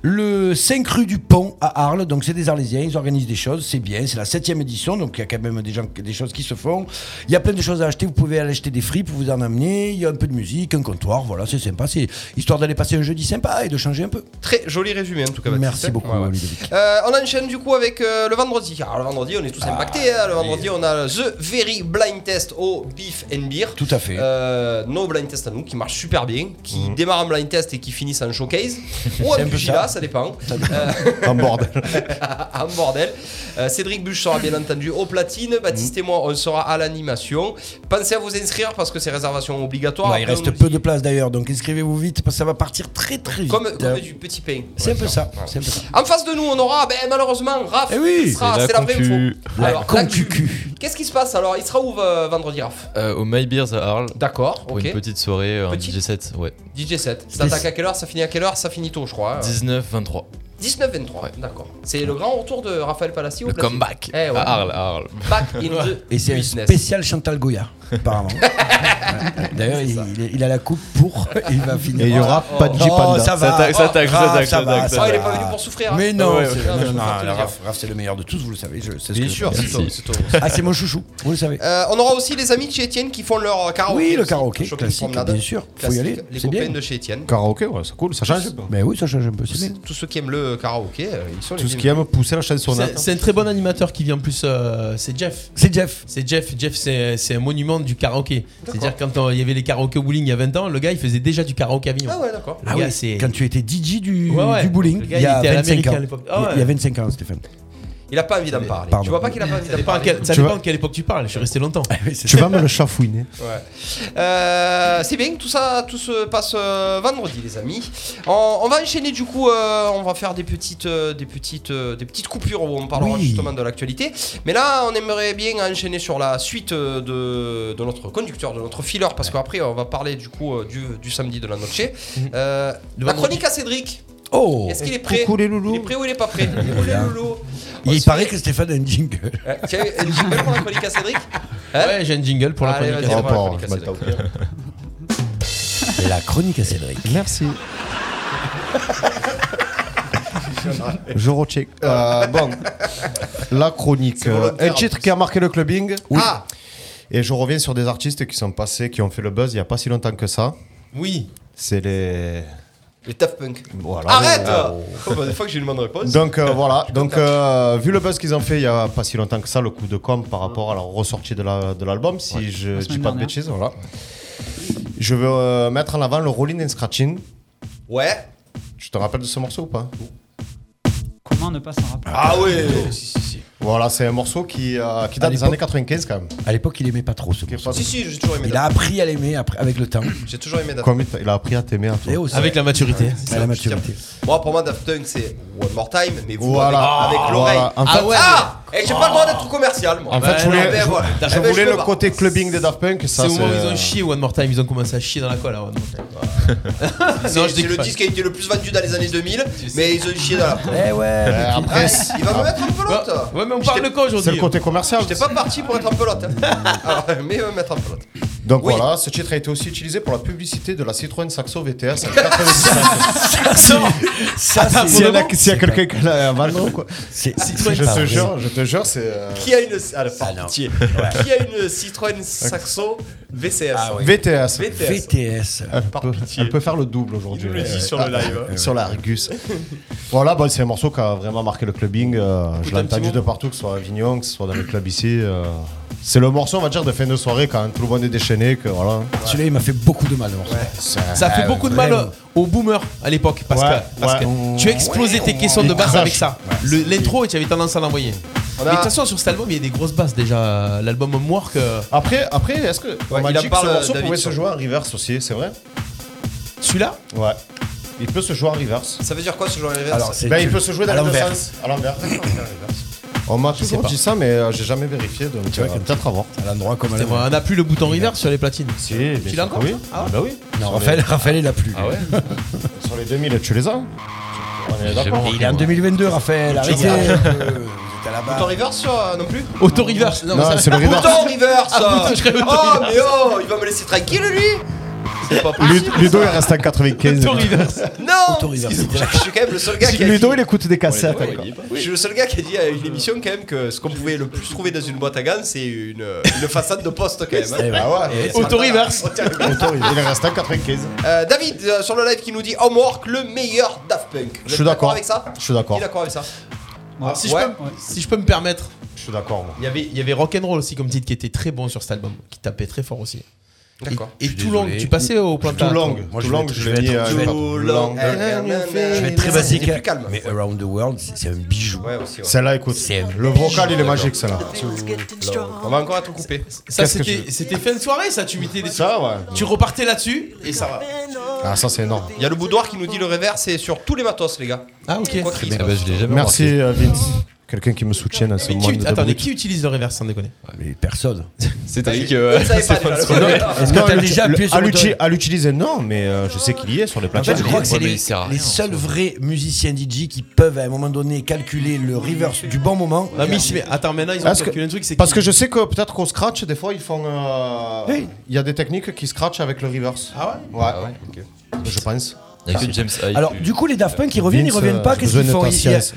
le 5 rue du Pont à Arles. Donc c'est des Arlésiens, ils organisent des choses, c'est bien. C'est la 7 édition, donc il y a quand même des, gens, des choses qui se font. Il y a plein de choses à acheter, vous pouvez aller acheter des fripes, vous en amener. Il y a un peu de musique, un comptoir, voilà, c'est sympa. C'est histoire d'aller passer un jeudi sympa et de changer un peu. Très joli résumé, en tout cas. Baptiste. Merci beaucoup, Ouais, ouais. Ludovic. Euh, on enchaîne du coup avec euh, le vendredi. Alors le vendredi, on est Ah, tous impactés. hein. Le vendredi, on a The Very Blind Test au Beef and Beer. Tout à fait. Mhm. Euh, nos blind tests à nous qui marchent super bien, qui démarrent en blind test et qui finissent en showcase ou en un peu pugilat, ça. ça. Ah, dépend. En bordel. en bordel. Euh, Cédric Buche sera bien entendu au platine. Baptiste Mhm. et moi, on sera à l'animation. Pensez à vous inscrire parce que c'est réservation obligatoire. Ouais, Bah, il Après, on reste nous peu dit- de place d'ailleurs, donc inscrivez-vous vite parce que ça va partir très très vite. Comme, comme du petit pain. C'est un peu Ouais, ça. C'est un peu ça. En face de nous, on aura ben, malheureusement Raph. Eh oui, qui sera, c'est la c'est la vraie concu. info. La Alors, concu. concu. Qu'est-ce qui se passe alors Il sera où euh, vendredi, Raph Euh, au My Beers à Arles. D'accord, Pour ok. une petite soirée, euh, un Petite. DJ set, ouais. DJ 7. Ça attaque à quelle heure Ça finit à quelle heure Ça finit tôt, je crois. hein. 19-23. 19-23, d'accord. C'est le grand retour de Raphaël Palassi au Le platine. comeback. Eh ouais. À Arles, à Arles. Back in the Et c'est un business. spécial Chantal Goya, apparemment. Ouais. D'ailleurs, il, il est- il a la coupe pour. Il va finir. Et il y aura Oh. pas de Oh, J-Panda. ça va. attaque, ça Oh, attaque, ça Raph, attaque, ça ça va, attaque, ça ça Oh, il est va. pas venu pour souffrir. hein. Mais non, Ouais, c'est- ouais, non, je non, peux pas te le non, dire. Raph, Raph, c'est le meilleur de tous, vous le savez. Je, c'est ce Bien que je sûr, veux c'est dire. toi, c'est toi. Ah, c'est mon chouchou, vous le savez. Euh, on aura aussi les amis de chez Étienne qui font leur euh, karaoké. Oui, le aussi. karaoké, Shopping classique, promenade. bien sûr. Faut y Classique. aller, Les c'est copains bien. de chez Étienne. Karaoké, ouais, c'est cool, ça change. Mais oui, ça change un peu, c'est bien. Tous ceux qui aiment le karaoké, euh, ils sont les Tout ce bienvenus. qui aime pousser la chansonnette. C'est c'est un très bon animateur qui vient en plus. euh, c'est Jeff. C'est Jeff. C'est Jeff. Jeff, c'est c'est un monument du karaoké. C'est-à-dire quand euh, il y avait les karaokés au bowling il y a 20 ans, le gars il faisait déjà du karaoké à Avignon. Ah ouais, d'accord. Le gars, c'est- Quand tu étais DJ du, Ouais, ouais. du bowling, Le il gars, y a il était à 25 l'Amérique ans. à l'époque. Ah ouais. Il y a 25 ans, Stéphane. Il a pas envie d'en parler. Pardon. Tu vois pas qu'il a pas envie Ça d'en dépend, à parler. Ah, quel- ça Tu dépend vois- de quelle époque tu parles, je suis resté longtemps. Tu vas me le chafouiner. Ouais. Euh, c'est bien, tout ça, tout se passe euh, vendredi, les amis. On, on va enchaîner du coup, euh, on va faire des petites, euh, des petites, euh, des petites coupures où on parlera Oui. justement de l'actualité. Mais là, on aimerait bien enchaîner sur la suite euh, de, de notre conducteur, de notre fileur, parce qu'après, on va parler du coup euh, du, du samedi de la noche. Euh, Le la vendredi. chronique à Cédric. Oh Est-ce qu'il est prêt coucou les loulous. Il est prêt ou il est pas prêt Coucou les là. loulous. On Il se paraît fait- que Stéphane a une jingle. Ouais, Tiens, une jingle pour la chronique à Cédric Hein Ouais, j'ai un jingle pour la Allez, chronique. vas-y, on Oh, va la bon, chronique à je m'attends Cédric. La chronique à Cédric. Merci. Je recheck. Euh, bon, la chronique. C'est volontaire, Euh, un titre qui a marqué le clubbing. Ah, Et je reviens sur des artistes qui sont passés, qui ont fait le buzz il n'y a pas si longtemps que ça. Oui. C'est les. les Daft Punk. Voilà. Arrête Euh, Oh, bah, Des fois que j'ai une bonne réponse. Donc euh, voilà, donc euh, vu le buzz qu'ils ont fait il y a pas si longtemps que ça, le coup de com par rapport à la ressortie de la- de l'album, si je La dis pas semaine de dernière. bêtises, voilà. Je veux euh, mettre en avant le Rolling and Scratching. Ouais. Tu te rappelles de ce morceau ou pas Comment ne pas s'en rappeler Ah ouais Voilà, c'est un morceau qui, euh, qui À date des l'époque- années 95 quand même. À l'époque, il aimait pas trop ce Qui est morceau. pas- Si, si, j'ai toujours aimé Il Daft a appris à l'aimer après- avec le temps. Punk. J'ai toujours aimé Daft Punk. Comme il t'a- il a appris à t'aimer à toi. Et aussi, Avec la maturité. à la maturité. Moi, pour moi, Daft Punk, c'est One More Time, mais vous, Voilà. avec, avec Ah, l'oreille. voilà. En Ah fait- ouais Ah Et j'ai pas le droit d'être commercial, moi. En fait, Bah, je voulais, non, mais je- voilà. je Eh ben, voulais je le pars. côté clubbing des Daft Punk. C'est Ça, au moment où ils ont c'est... euh, chié One More Time, ils ont commencé à chier dans la colle à One More Time. C'est- non, je c'est déconne le pas. disque qui a été le plus vendu dans les années 2000, mais ils ont chié dans la peau. Eh ouais. Euh, Ah, après, Il va me mettre en Ah, pelote Ouais, bah, mais on parle de quoi c'est aujourd'hui le côté commercial. J'étais pas parti pour être en pelote. hein. Ah ouais, mais il va me mettre en pelote. Donc Oui. voilà, ce titre a été aussi utilisé pour la publicité de la Citroën Saxo VTS en 95. Ça, c'est. S'il y en a- s'il y a quelqu'un qui l'a abandonné, quoi. C'est- c'est Je pas te vrai. jure, je te jure, c'est. euh, Qui a une. Ah, la non. Qui a une Citroën Saxo VCS. Ah, VTS. VTS. VTS. Elle Par peut, pitié. elle peut faire le double Il aujourd'hui. nous le dit Ouais. sur le live. hein. Sur la Argus. voilà, bon, c'est un morceau qui a vraiment marqué le clubbing. euh, je l'ai un petit entendu mot. de partout, que ce soit à Avignon, que ce soit dans les clubs ici. euh, c'est le morceau, on va dire, de fin de soirée quand tout le monde est déchaîné. Que, voilà, hein. Celui-là, il m'a fait beaucoup de mal. le morceau. Ça fait beaucoup de mal vraiment. aux boomers à l'époque, parce Ah, Ouais, que, parce que ouais. tu explosais tes questions de Il basse crache. avec ça. Le- L'intro, tu avais tendance à l'envoyer. Mais de toute façon, sur cet album, il y a des grosses basses déjà. L'album Homework, euh, Après, après est-ce que. on m'a il en dit que ce parle, morceau David pouvait sur- se jouer en reverse aussi, c'est vrai celui-là, Ouais. Il peut se jouer en reverse. Ça veut dire quoi ce genre de reverse Alors, c'est Ben, tu- il peut se jouer dans à les deux l'envers. sens. À l'envers. On m'a toujours pas. dit ça, mais euh, j'ai jamais vérifié. Donc, euh, tu vas peut-être avoir. à l'endroit comme à C'est vrai, l'endroit. on n'a plus le bouton reverse sur les platines. Si, bien Tu sûr l'as que encore Oui. Ah ouais bah oui. Non, Sur Raphaël, Raphaël, il l'a plus. Ah ouais les- Sur les 2000, tu les as hein. On est d'accord. Il est en 2022, Raphaël. Arrêtez. Euh, Vous êtes à la Bouton barre. reverse euh, non plus Auto reverse. Non, Non, ça- c'est le reverse. Bouton reverse Ah, bouton reverse. Oh mais oh, il va me laisser tranquille lui C'est pas possible Ludo, il reste à 95. Auto reverse. Ah, Non reverse. Excusez-moi, Je suis quand même le seul gars qui a dit... Ludo, il écoute des cassettes. encore. Je suis le seul gars qui a dit à une émission quand même que ce qu'on pouvait le plus trouver dans une boîte à gants, c'est une, une façade de poste quand même. hein. Eh ben, Ah ouais. Auto reverse. On tient le coup. Ludo, Il reste à 95. Euh, David euh, sur le live qui nous dit Homework le meilleur Daft Punk. Vous Je êtes suis d'accord. avec ça Je suis d'accord. Qui est d'accord avec ça Alors, Ah, si, Ouais. je peux, me- si je peux me permettre, Je suis d'accord. moi. il y avait, il y avait Rock'n'Roll aussi comme titre qui était très bon sur cet album, qui tapait très fort aussi. D'accord. Et, et suis tout long, désolé. tu passais au plan Too long. Moi, Too je vais long, être- je je l'ai vais mis. être- euh, je vais être- Too long. Eh, long. Je vais être très Ça, basique. c'était Euh, plus calme. Mais euh, Around the World, c'est c'est un bijou. Ouais, aussi, ouais. Celle-là, écoute. Le vocal, il est magique, celle-là. On va encore être coupé. Ça, Qu'est-ce que c'était je- c'était fin de soirée, ça. Tu mettais des Ça, ouais. Tu repartais là-dessus et ça va. Ah, ça, c'est énorme. Il y a le boudoir qui nous dit le revers, c'est sur tous les matos, les gars. Ah, ok. Quoi qu'il Ah bah, je l'ai jamais Merci, remarqué. euh, Vince. Quelqu'un qui me soutienne à ce Mais moment qui, de attendez, brut. qui utilise le reverse sans déconner Mais personne. C'est-à-dire Vous que. ne savez Ah, euh, pas, déjà, le boudoir. Est-ce que Non, t'as elle déjà l'uti- appuyé le- sur à le l'uti- bouton À l'utiliser, non, mais euh, je sais qu'il y est sur les En fait, plateformes. je crois que c'est Ouais, mais les, il sert à les rien, seuls vrais musiciens DJ qui peuvent à un moment donné calculer le reverse du bon moment. Non, mais, ils- mais attends, maintenant ils ont Parce que- calculé un truc, c'est Parce que qu'ils- je sais que peut-être qu'au scratch, des fois, ils font. euh, Il y a des techniques qui scratchent avec le reverse. Ah Ouais, je pense. Il y Ah. a que James Hyde. Alors, du coup, les Daft Punk, ils reviennent, ils Vince, reviennent euh, pas. j'ai Qu'est-ce qu'ils besoin font de Il y a- patience.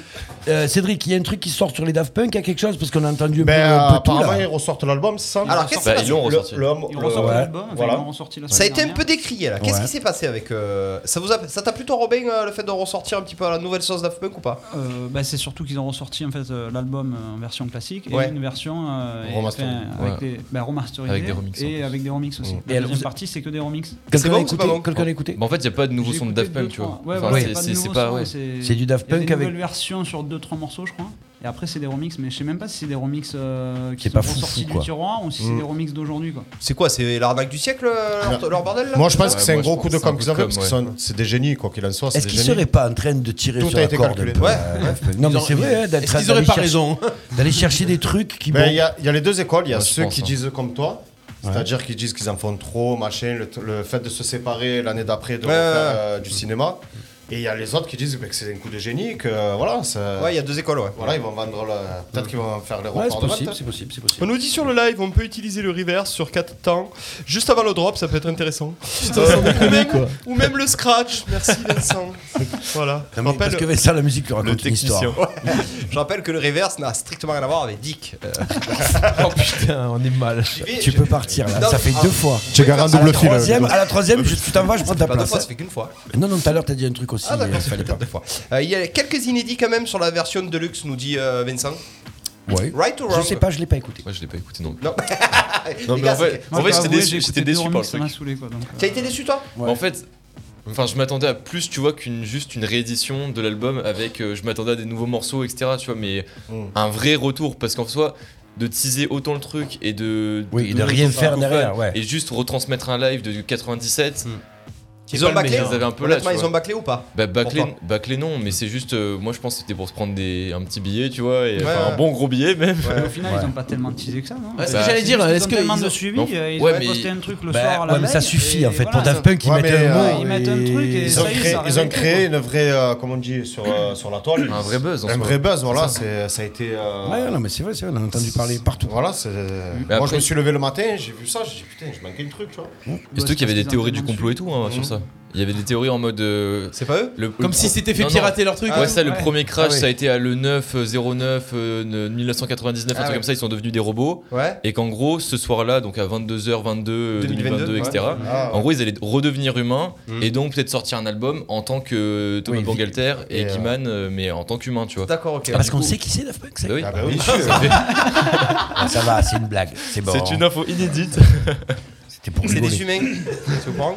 euh, Cédric, il y a un truc qui sort sur les Daft Punk, il y a quelque chose Parce qu'on a entendu un peu, Ben, un peu tout apparemment, ils là. ressortent l'album sans. Alors, qu'est-ce qui s'est Bah, passé ils l'ont Le- ressorti. le- Ils le- ressorti ouais, l'album, enfin, Euh, voilà. ils l'ont ressorti la Ça a semaine été un peu dernière. décrié là. Qu'est-ce Ouais. qui s'est passé avec euh, ça vous a... ça t'a plutôt Robin euh, le fait de ressortir un petit peu à la nouvelle sauce Daft Punk ou pas Euh, bah, c'est surtout qu'ils ont ressorti en fait euh, l'album euh, en version classique et Ouais. une version euh, et- Remasterisée. enfin, avec, des, bah, remasterisée Avec des remixes, en et plus. avec des remixes aussi. Et La alors, deuxième vous- partie c'est que des remixes. C'est Quelqu'un bon l'a ou c'est écouté, pas bon Quelqu'un l'a écouté Mais en fait, il n'y a pas de nouveau J'ai son de écouté Daft Punk, deux, tu vois. trois. Ouais, Enfin, voilà, c'est- c'est pas de c'est- c'est nouveaux pas. sons, ouais. c'est- C'est du Daft il y a des Punk avec- nouvelles versions sur 2-3 morceaux, je crois. Et après, c'est des remixes, mais je sais même pas si c'est des remixes euh, qui C'est sont pas foufou, ressortis du quoi. tiroir ou si c'est des remixes d'aujourd'hui. Quoi. C'est quoi C'est l'arnaque du siècle euh, leur, leur bordel là Moi, je pense Ouais, que c'est un moi, je gros pense coup de que c'est un com' qu'ils ont fait, coup de parce com', que ouais. c'est un- c'est des génies, quoi qu'il en soit. Est-ce c'est des qu'ils génies. seraient pas en train de tirer Tout sur a la été corde calculé. un peu, Ouais, euh, Daft Punk Non, mais c'est vrai, hein, d'être Est-ce en train qu'ils auraient d'aller pas chercher- raison d'aller chercher des trucs qui. Ben, bon, Il y, a- il y a les deux écoles, il y a Ouais, je ceux pense, qui hein. disent comme toi, c'est-à-dire qui disent qu'ils en font trop, machin, le, t- le fait de se séparer l'année d'après de Ouais, refaire, ouais, ouais. euh, du cinéma. Et il y a les autres qui disent ben, que c'est un coup de génie, que euh, voilà, ça- Ouais, il y a deux écoles, ouais. voilà ils vont vendre le- Peut-être qu'ils vont faire les ouais, reports c'est de possible, vente. c'est possible, c'est On possible. nous dit sur le live, on peut utiliser le reverse sur 4 temps, juste avant le drop, ça peut être intéressant. ou, même, le scratch, merci Vincent. voilà. Non, mais Parce que Vincent, la musique lui raconte une histoire. Je rappelle que le reverse n'a strictement rien à voir avec Dick. Euh, Oh putain, on est mal. j'y vais, Tu je- peux partir là, Non, ça fait ah, deux fois. Tu garant À la double fil. troisième, à la troisième, je- tu t'en vas, je prends ta Pas deux fois, place. ça fait qu'une fois. Euh, Non, non, tout à l'heure, t'as dit un truc aussi. Ah euh, d'accord, c'est fallait peut-être pas. deux fois. Euh, Il y a quelques inédits quand même sur la version Deluxe, nous dit euh, Vincent. euh, Ouais. Right or wrong Je sais pas, je l'ai pas écouté. Moi, je l'ai pas écouté non plus. Non. Non, Les mais gars, en c'est- fait, en Ouais, fait, j'étais avoué, j'ai déçu, écouté j'étais deux déçu par le remixes, Ça truc. m'a saoulé. Quoi, donc, euh, T'as été déçu toi En fait, enfin, je m'attendais à plus, tu vois, qu'une juste une réédition de l'album avec. euh, je m'attendais à des nouveaux morceaux, etc. Tu vois, mais Mm. un vrai retour parce qu'en soi. De teaser autant le truc et de. Oui, et de donner rien autant faire aux fans derrière, ouais. Et juste retransmettre un live de 97. Ils ont pas le bâclé hein. meilleur. Ils avaient un peu là, Honnêtement, tu ils vois. ont bâclé ou pas Bah, bâclé, Pour bâclé, non, mais c'est juste. euh, moi, je pense que c'était pour se prendre des, un petit billet, tu vois. Et, Ouais, enfin, ouais. Un bon gros billet, même. Bah, Au final, ils ont pas tellement teasé que ça. Non Ouais, c'est ce que j'allais dire, Ils est-ce ont que tellement ils de ont- suivi, Non. euh, ils Ouais, ont mais- posté un truc le Bah, soir. la ouais, mais ça veille, suffit et en fait pour voilà, Daft ça- Punk ils Ouais, mettent mais, un euh, mot ils mettent un truc et Ils ça ont y est, créé, ça ils ont arrête, créé une vraie, euh, comment on dit, sur, euh, sur la toile. Un vrai buzz, en Un soi. vrai buzz, voilà, c'est- ça a été. euh, Ouais non mais c'est vrai c'est vrai on a entendu parler partout Voilà, c'est. Moi, après- je me suis levé le matin, j'ai vu ça, j'ai dit putain, je manquais le truc, tu vois. Et surtout qu'il y parce avait des qu'ils ont théories du tellement complot et tout hein, sur ça. Mhm. Il y avait des théories en mode. euh, C'est pas eux le, Comme le si pro- s'était fait Non, non. pirater leur truc. Ouais, ça, le premier crash, Ah oui. ça a été à le 9, euh, 09, euh, ne- 1999, Ah un truc ouais. comme ça, ils sont devenus des robots. Ouais. Et qu'en gros, ce soir-là, donc à 22h22, 2022, 2022, etc., ouais. Ah, en gros, ils allaient redevenir humains Mm. et donc peut-être sortir un album en tant que euh, Thomas Oui, Bangalter et, et, euh, Guiman, euh, mais en tant qu'humain, tu vois. D'accord, ok. Parce qu'on sait qui c'est Daft Punk, ça. Bah oui. Ah bah oui. Ah, ça va, c'est une blague. C'est bon. C'est une info inédite. C'était pour C'est rigoler. des humains. tu comprends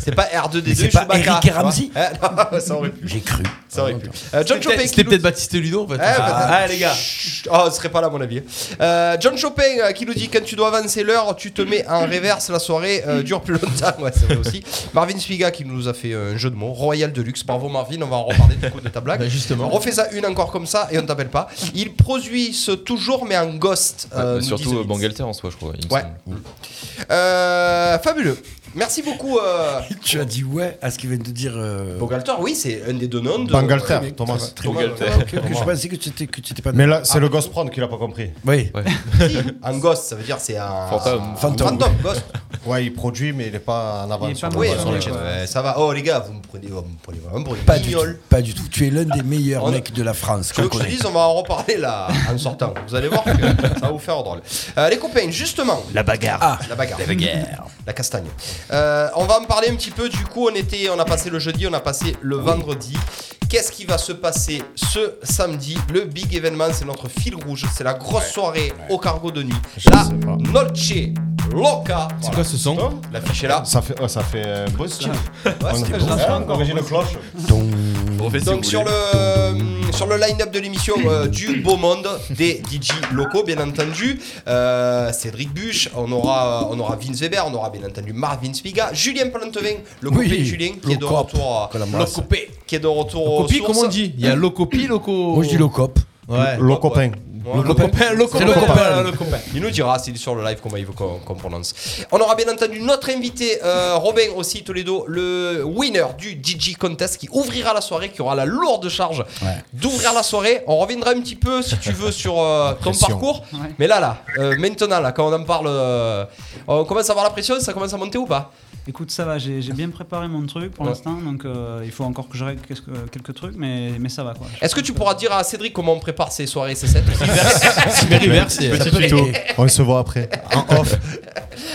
C'est pas R2D2, Mais c'est pas Chewbacca, Eric et Ah, tu vois. Ramsey Eh, non, ça aurait pu. J'ai cru. Ça aurait pu. Euh, John Chopin. C'était qui c'était nous- peut-être Baptiste Ludo en fait. Eh, bah, ah, les gars, Chut. oh, ce serait pas là à mon avis. Euh, John Chopin euh, qui nous dit quand tu dois avancer l'heure, tu te mets en reverse, la soirée Mm. euh, dure plus longtemps. Ouais, c'est vrai aussi. Marvin Spiga qui nous a fait euh, un jeu de mots, Royal Deluxe. Bravo Marvin, on va en reparler du coup de ta blague. Bah, justement. On refait ça une encore comme ça et on t'appelle pas. Ils produisent toujours mais en ghost. euh, Ouais, nous surtout disent- euh, Bangalter en soi, je crois. il me Ouais. semble. Euh, fabuleux. Merci beaucoup. Euh, Tu as dit ouais à ce qu'il vient de dire. euh, Bangalter, oui, c'est un des deux noms de. Bangalter, Thomas. Très bien. Bangalter. Ah, ok, ok, je pensais que tu étais, que tu étais pas. Mais là, c'est le Ghost Prod qui l'a pas compris. Oui. Si, un ghost, ça veut dire c'est un. Fantôme. Fantôme. Fantôme. ghost. Ouais, il produit, mais il est pas en Il avant est sur pas le- Oui, Ouais, sur ouais, le ouais, chat. ouais, ça va. Oh les gars, vous me prenez, vous me prenez vraiment pour les Pas du tout. Pas du tout. Tu es l'un des meilleurs On- mecs de la France. Tu veux qu'on que je te connaît. dise, on va en reparler là en sortant. Vous allez voir que ça va vous faire drôle. Euh, les copains, justement. La bagarre. Ah. la bagarre. La castagne. Euh, on va en parler un petit peu. Du coup, on, était, on a passé le jeudi, on a passé le vendredi. Qu'est-ce qui va se passer ce samedi Le big événement, c'est notre fil rouge. C'est la grosse soirée au cargo de nuit. la Noche Loca. C'est quoi ce son L'affiche est là. Ça fait, ouais, ça fait euh, beau style. Ouais, On c'est est bon. beau. Hein, Origine cloche. Bon, en fait, si Donc vous sur voulez. le, euh, sur le line-up de l'émission euh, du beau monde, des DJ locaux bien entendu, euh, Cédric Buche, on aura, on aura Vince Weber, on aura bien entendu Marvin Spiga, Julien Plantevin, le Oui, coupé de Julien qui le est de cop. retour, euh, Qu'on l'embrasse. Locopé. qui est de retour aux Locopie, sources. comment on dit Il y a Locopie, Loco. Moi je dis Locop. Ouais. Le copain. Ouais, Le copain, le le copain, copain. le copain. Il nous dira s'il est sur le live comment il veut qu'on qu'on prononce. On aura bien entendu notre invité euh, Robin aussi Toledo, le winner du DJ contest qui ouvrira la soirée, qui aura la lourde charge d'ouvrir la soirée. On reviendra un petit peu si tu veux sur euh, ton pression. parcours. Ouais. Mais là là, euh, maintenant là, quand on en parle, euh, on commence à voir la pression, ça commence à monter ou pas Écoute, ça va, j'ai j'ai bien préparé mon truc pour Ouais. l'instant, donc euh, il faut encore que je règle quelques, quelques trucs, mais, mais ça va quoi. Est-ce que tu pourras dire à Cédric comment on prépare ces soirées C7 aussi Petit tuto. On se voit après. En off.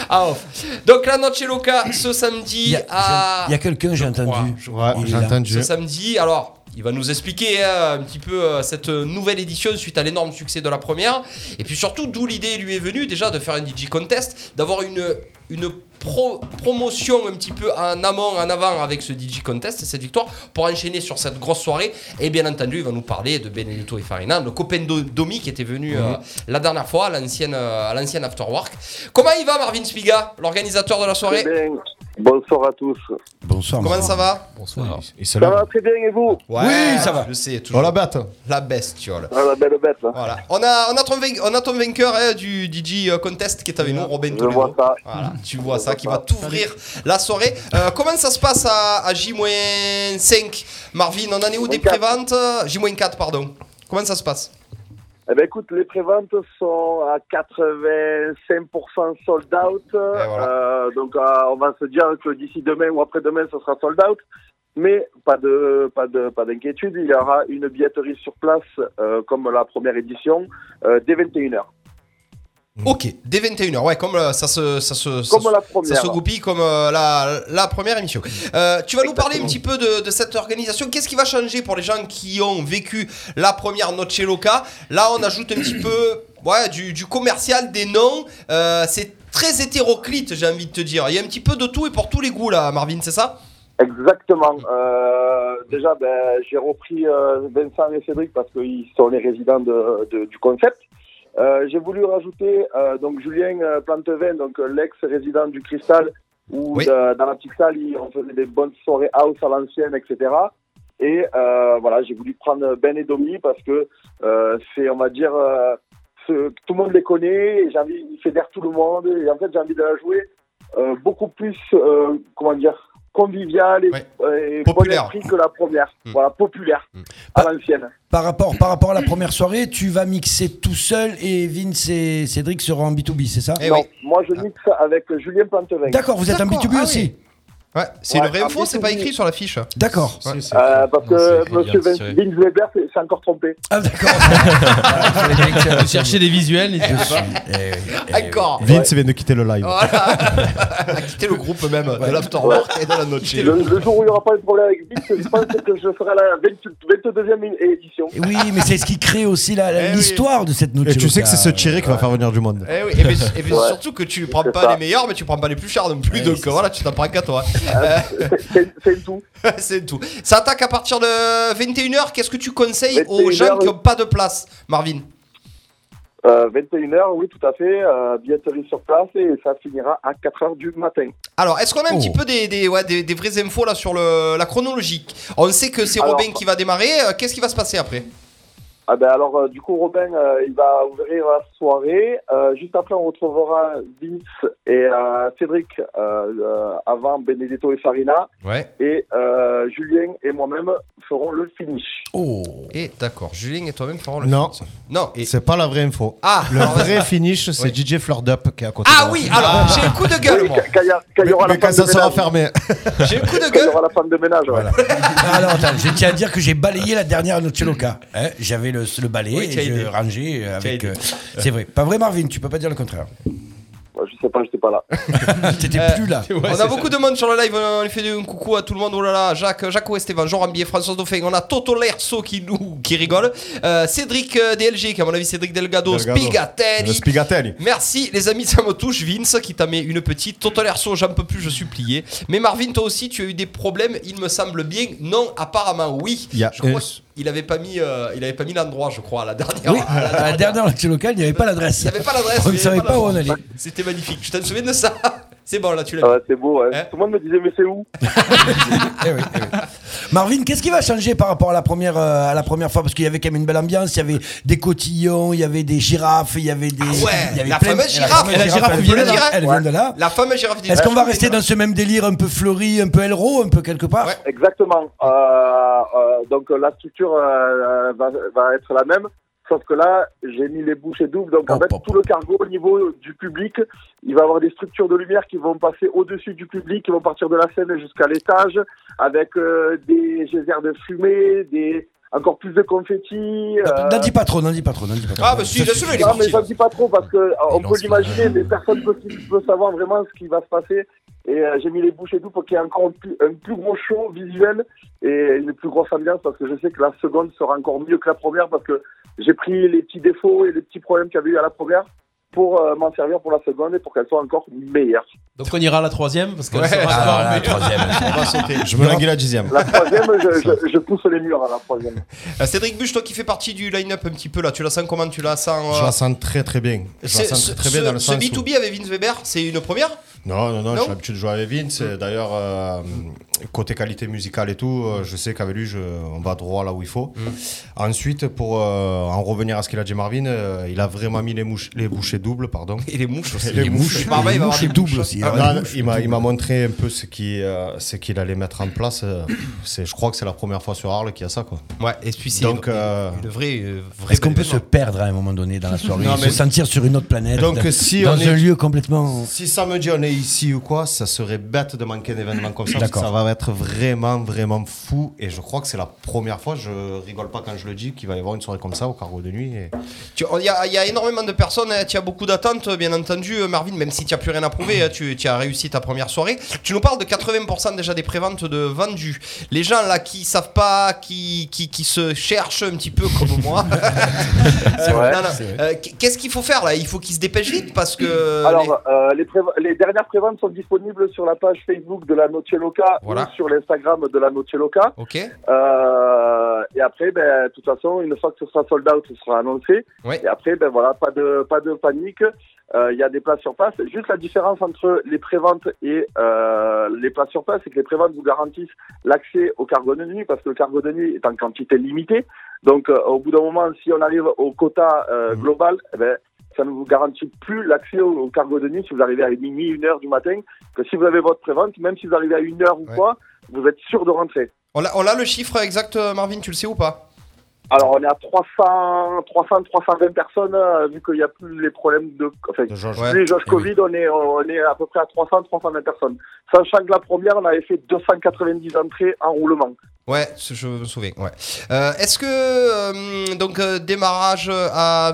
Ah off. Donc la Noche Loca ce samedi Il y a, à j'ai- il y a quelqu'un, j'ai entendu. Ouais, Il est j'ai là. entendu. ce samedi. Alors, il va nous expliquer hein, un petit peu euh, cette nouvelle édition suite à l'énorme succès de la première. Et puis surtout, d'où l'idée lui est venue déjà de faire un DJ contest, d'avoir une, une pro- promotion un petit peu en amont, en avant avec ce DJ contest, cette victoire, pour enchaîner sur cette grosse soirée. Et bien entendu, il va nous parler de Benedetto et Farina, le copain de Domi qui était venu euh, la dernière fois à l'ancienne euh, à l'ancienne Afterwork. Comment il va Marvin Spiga, l'organisateur de la Très soirée bien. Bonsoir à tous. Bonsoir. Comment Marc. ça va Bonsoir. Il se Ça lève. va très bien et vous Ouais, ça va. Je sais, toujours Oh la bête. la bestiole. Ah, La belle bête. là. Voilà. On a, on a ton, vain- on a ton vainqueur hein, du DJ euh, contest qui est avec nous, Robin Je Toledo. vois ça. Voilà, tu vois ça, vois qui ça. va t'ouvrir la soirée. Euh, comment ça se passe à, à J-5 Marvin, on en est où des J-4. préventes J-4, pardon. Comment ça se passe Eh ben écoute, les préventes sont à 85% sold out. Euh, donc euh, on va se dire que d'ici demain ou après-demain, ce sera sold out. Mais pas de pas de pas d'inquiétude, il y aura une billetterie sur place euh, comme la première édition euh, dès 21h. Ok, dès 21h, ouais, comme euh, ça se. Ça se ça se- Comme la ça première. se goupille comme euh, la, la première émission. Euh, tu vas nous parler un Exactement. petit peu de, de cette organisation. Qu'est-ce qui va changer pour les gens qui ont vécu la première Noche Loca Là, on ajoute un petit peu ouais, du, du commercial, des noms. Euh, c'est très hétéroclite, j'ai envie de te dire. Il y a un petit peu de tout et pour tous les goûts, là, Marvin, c'est ça Exactement. Euh, déjà, ben, j'ai repris euh, Vincent et Cédric parce qu'ils sont les résidents de, de- du concept. Euh, j'ai voulu rajouter euh, donc Julien euh, Plantevin, donc euh, l'ex-résident du Cristal, où Oui. euh, dans la petite salle, il- on faisait des bonnes soirées house à l'ancienne, etc. Et euh, voilà, j'ai voulu prendre Ben et Domi parce que euh, c'est, on va dire, euh, ce- tout le monde les connaît. et J'ai envie, ils fédèrent tout le monde. Et en fait, j'ai envie de la jouer euh, beaucoup plus, euh, comment dire, conviviale et, Ouais. euh, et Populaire. bon esprit que la première. Mm. Voilà, populaire, Mm. à l'ancienne. Par rapport, par rapport à la première soirée, tu vas mixer tout seul et Vince et Cédric seront en B2B, c'est ça Eh non, oui. moi je mixe avec Julien Plantevin. D'accord, vous êtes en D'accord, B2B ah aussi. oui. Ouais, c'est Ouais, une vraie info, après, c'est tout pas dit. écrit sur la fiche. D'accord. Si, Ah, c'est- Euh, parce Non, que c'est écrit, monsieur bien Vin- tiré. Vince Weber s'est s'est encore trompé. Ah, d'accord. Ah, Vous cherchez des visuels, n'hésitez pas. Eh D'accord. Vince vient de quitter le live. Voilà. a quitté le groupe même de l'Afterwork et de la Noche. Le, le jour où il n'y aura pas de problème avec Vince, je pense que je ferai la 20 22e é- édition. Et oui, mais c'est ce qui crée aussi la- la- Eh oui. l'histoire de cette note. Et tu sais que c'est ce tiré qui va faire venir du monde. Eh oui, et puis, et puis Ouais. surtout que tu prends C'est pas ça. les meilleurs, mais tu prends pas les plus chers non plus. Ouais, donc c'est voilà, tu t'en prends qu'à toi. Ah Euh, C'est c'est tout. c'est tout. Ça attaque à partir de 21h. Qu'est-ce que tu conseilles aux 21h, gens qui oui. ont pas de place, Marvin Euh, 21h, oui, tout à fait. Euh, billetterie sur place et ça finira à 4h du matin. Alors, est-ce qu'on a un Oh. petit peu des, des, ouais, des, des vraies infos là sur le, la chronologie On sait que c'est Alors- Robin qui va démarrer. euh, Qu'est-ce qui va se passer après Ah ben alors, euh, du coup, Robin, euh, il va ouvrir la soirée. Euh, juste après, on retrouvera Vince et euh, Cédric, euh, euh, avant Benedetto et Farina. Ouais. Et euh, Julien et moi-même ferons le finish. Oh. Et d'accord, Julien et toi-même feront le Non. Non. Et... C'est pas la vraie info. Ah, Le alors- vrai finish, c'est DJ Fleur d'Up qui est à côté. ah de moi. oui, alors j'ai le coup de gueule, Oui, moi. quand- quand il y a- quand il y Mais, aura mais la quand femme ça de sera ménage. fermé. J'ai le coup de Quand il y gueule. aura la femme de ménage, ouais. Alors, Ah, attends, je tiens à dire que j'ai balayé la dernière noche loca. Hein, J'avais le, le balai Oui, tu as et je aidé. rangeais euh, avec. aidé. euh, c'est vrai. Pas vrai, Marvin, tu peux pas dire le contraire. Ouais, Je sais pas, j'étais pas là. T'étais Euh, plus là. on a beaucoup de monde sur le live, on lui fait un coucou à tout le monde, oh là là, Jacques, Jacques Esteban, Jean Rambier, François Dauphin, on a Toto Lerso qui nous qui rigole, Euh, Cédric euh, DLG, qui à mon avis Cédric Delgado, Delgado. Le Spigatelli. Spigatelli. Merci les amis, ça me touche, Vince qui t'a mis une petite, Toto Lerso, j'en peux plus, je suis plié. Mais Marvin, toi aussi, tu as eu des problèmes, il me semble bien, non, apparemment oui. Il y a je crois un- qu'il avait pas mis, euh, il avait pas mis l'endroit, je crois, à la dernière. Oui, à la à la dernière noche locale, il n'y avait pas l'adresse. Il n'y avait pas l'adresse. On mais ne il y savait avait pas où on l'endroit. allait. C'était magnifique. Je t'en souviens de ça C'est bon, là, tu l'as Ah ouais, c'est beau, ouais. Hein Tout le monde me disait, mais c'est où Eh oui, eh oui. Marvin, qu'est-ce qui va changer par rapport à la première, euh, à la première fois Parce qu'il y avait quand même une belle ambiance, il y avait des cotillons, il y avait des girafes, il y avait des. Ah ouais, il y avait la plein- fameuse et girafe. fameuse La girafe elle vient vient de de là. là. Elle vient de là. La fameuse girafe du Est-ce qu'on va Nord. rester dans ce même délire un peu fleuri, un peu Elro, un peu quelque part Ouais. Exactement. Euh, euh, donc euh, la structure euh, va, va être la même, sauf que là, j'ai mis les bouchées doubles. Donc en Oh, fait, pop, tout le cargo au niveau du public, il va y avoir des structures de lumière qui vont passer au-dessus du public, qui vont partir de la scène jusqu'à l'étage, avec euh, des geysers de fumée, des encore plus de confettis. euh, N'en dis pas trop, n'en dis pas trop, n'en dis pas trop. Ah, bah si, Ça laisse-le, suffit. il est non, mais parti. j'en dis pas trop parce que euh, on peut lance-le. l'imaginer, mais personne peut, peut savoir vraiment ce qui va se passer. Et euh, j'ai mis les bouchées doubles pour qu'il y ait encore un plus, un plus gros show visuel et une plus grosse ambiance parce que je sais que la seconde sera encore mieux que la première parce que j'ai pris les petits défauts et les petits problèmes qu'il y avait eu à la première pour euh, m'en servir pour la seconde et pour qu'elle soit encore meilleure. Donc on ira à la troisième parce qu'elle Ouais. sera Ah, encore Ah, la meilleure. troisième. Je me languis la dixième. La troisième, je, je- je pousse les murs à la troisième. Euh, Cédric Buche, toi qui fais partie du line-up un petit peu là, tu la sens comment Tu la sens. Je euh, la sens très très bien. Je la c'est- sens ce, très, très bien dans le ce- sens ce où- B2B avec Vince Weber, c'est une première Non, non, Non non, Mm. j'ai l'habitude de jouer avec Vince. Et D'ailleurs, euh, côté qualité musicale et tout, euh, je sais qu'avec lui, je- on va droit là où il faut. Mm. Ensuite, pour euh, en revenir à ce qu'il a dit Marvin, euh, il a vraiment mis les, mouches, les bouchées doubles. Pardon. Et les mouches aussi. Les mouches. Je parle pas, il va avoir des double mouches. aussi. Ah, hein. non, il m'a- il m'a montré un peu ce qu'il euh, ce qu'il allait mettre en place. euh, c'est- Je crois que c'est la première fois sur Arles qu'il y a ça. Quoi. Ouais, et puis c'est Donc, une- euh, une vraie. euh, vraie Est-ce qu'on peut belle se événement. perdre à un moment donné dans la soirée, Non, mais- se sentir sur une autre planète, Donc, dans, si dans on un est- lieu complètement. Si samedi on est ici ou quoi, ça serait bête de manquer un événement comme ça. parce que D'accord. Ça va être vraiment, vraiment fou. Et je crois que c'est la première fois, je rigole pas quand je le dis, qu'il va y avoir une soirée comme ça au cargo de nuit. Et... Tu- Il y, a- il y a énormément de personnes, hein, tu as beaucoup d'attentes, bien entendu, euh, Marvin, même si tu n'as plus rien à prouver, hein, tu, tu as réussi ta première soirée. Tu nous parles de 80% déjà des préventes de vendus. Les gens là qui savent pas, qui, qui, qui se cherchent un petit peu comme moi. vrai, Non, non. Euh, Qu'est-ce qu'il faut faire là Il faut qu'ils se dépêchent vite parce que. les- Alors, euh, les, prév- les dernières préventes sont disponibles sur la page Facebook de la Noche Loca Voilà. ou sur l'Instagram de la Noche Loca. Ok. Euh, et après, ben, de toute façon, une fois que ce sera sold out, ce sera annoncé. Ouais. Et après, ben voilà, pas de, pas de panique. Euh, Il y a des places sur place. Juste la différence entre les préventes et euh, les places sur place, c'est que les préventes vous garantissent l'accès au cargo de nuit parce que le cargo de nuit est en quantité limitée. Donc, euh, au bout d'un moment, si on arrive au quota euh, Mhm. global, eh ben, ça ne vous garantit plus l'accès au, au cargo de nuit si vous arrivez à minuit, une heure du matin. Que si vous avez votre prévente, même si vous arrivez à une heure ou Ouais. quoi, vous êtes sûr de rentrer. On a, on a le chiffre exact, euh, Marvin, tu le sais ou pas Alors, on est à 300, 300 320 personnes, euh, vu qu'il n'y a plus les problèmes de. Enfin, de Georges. plus les jauges Eh Covid, on, est, euh, on est à peu près à 300, 320 personnes. Sachant que la première, on avait fait 290 entrées en roulement. Ouais, ce- je me souviens. Ouais. Euh, Est-ce que euh, donc euh, démarrage à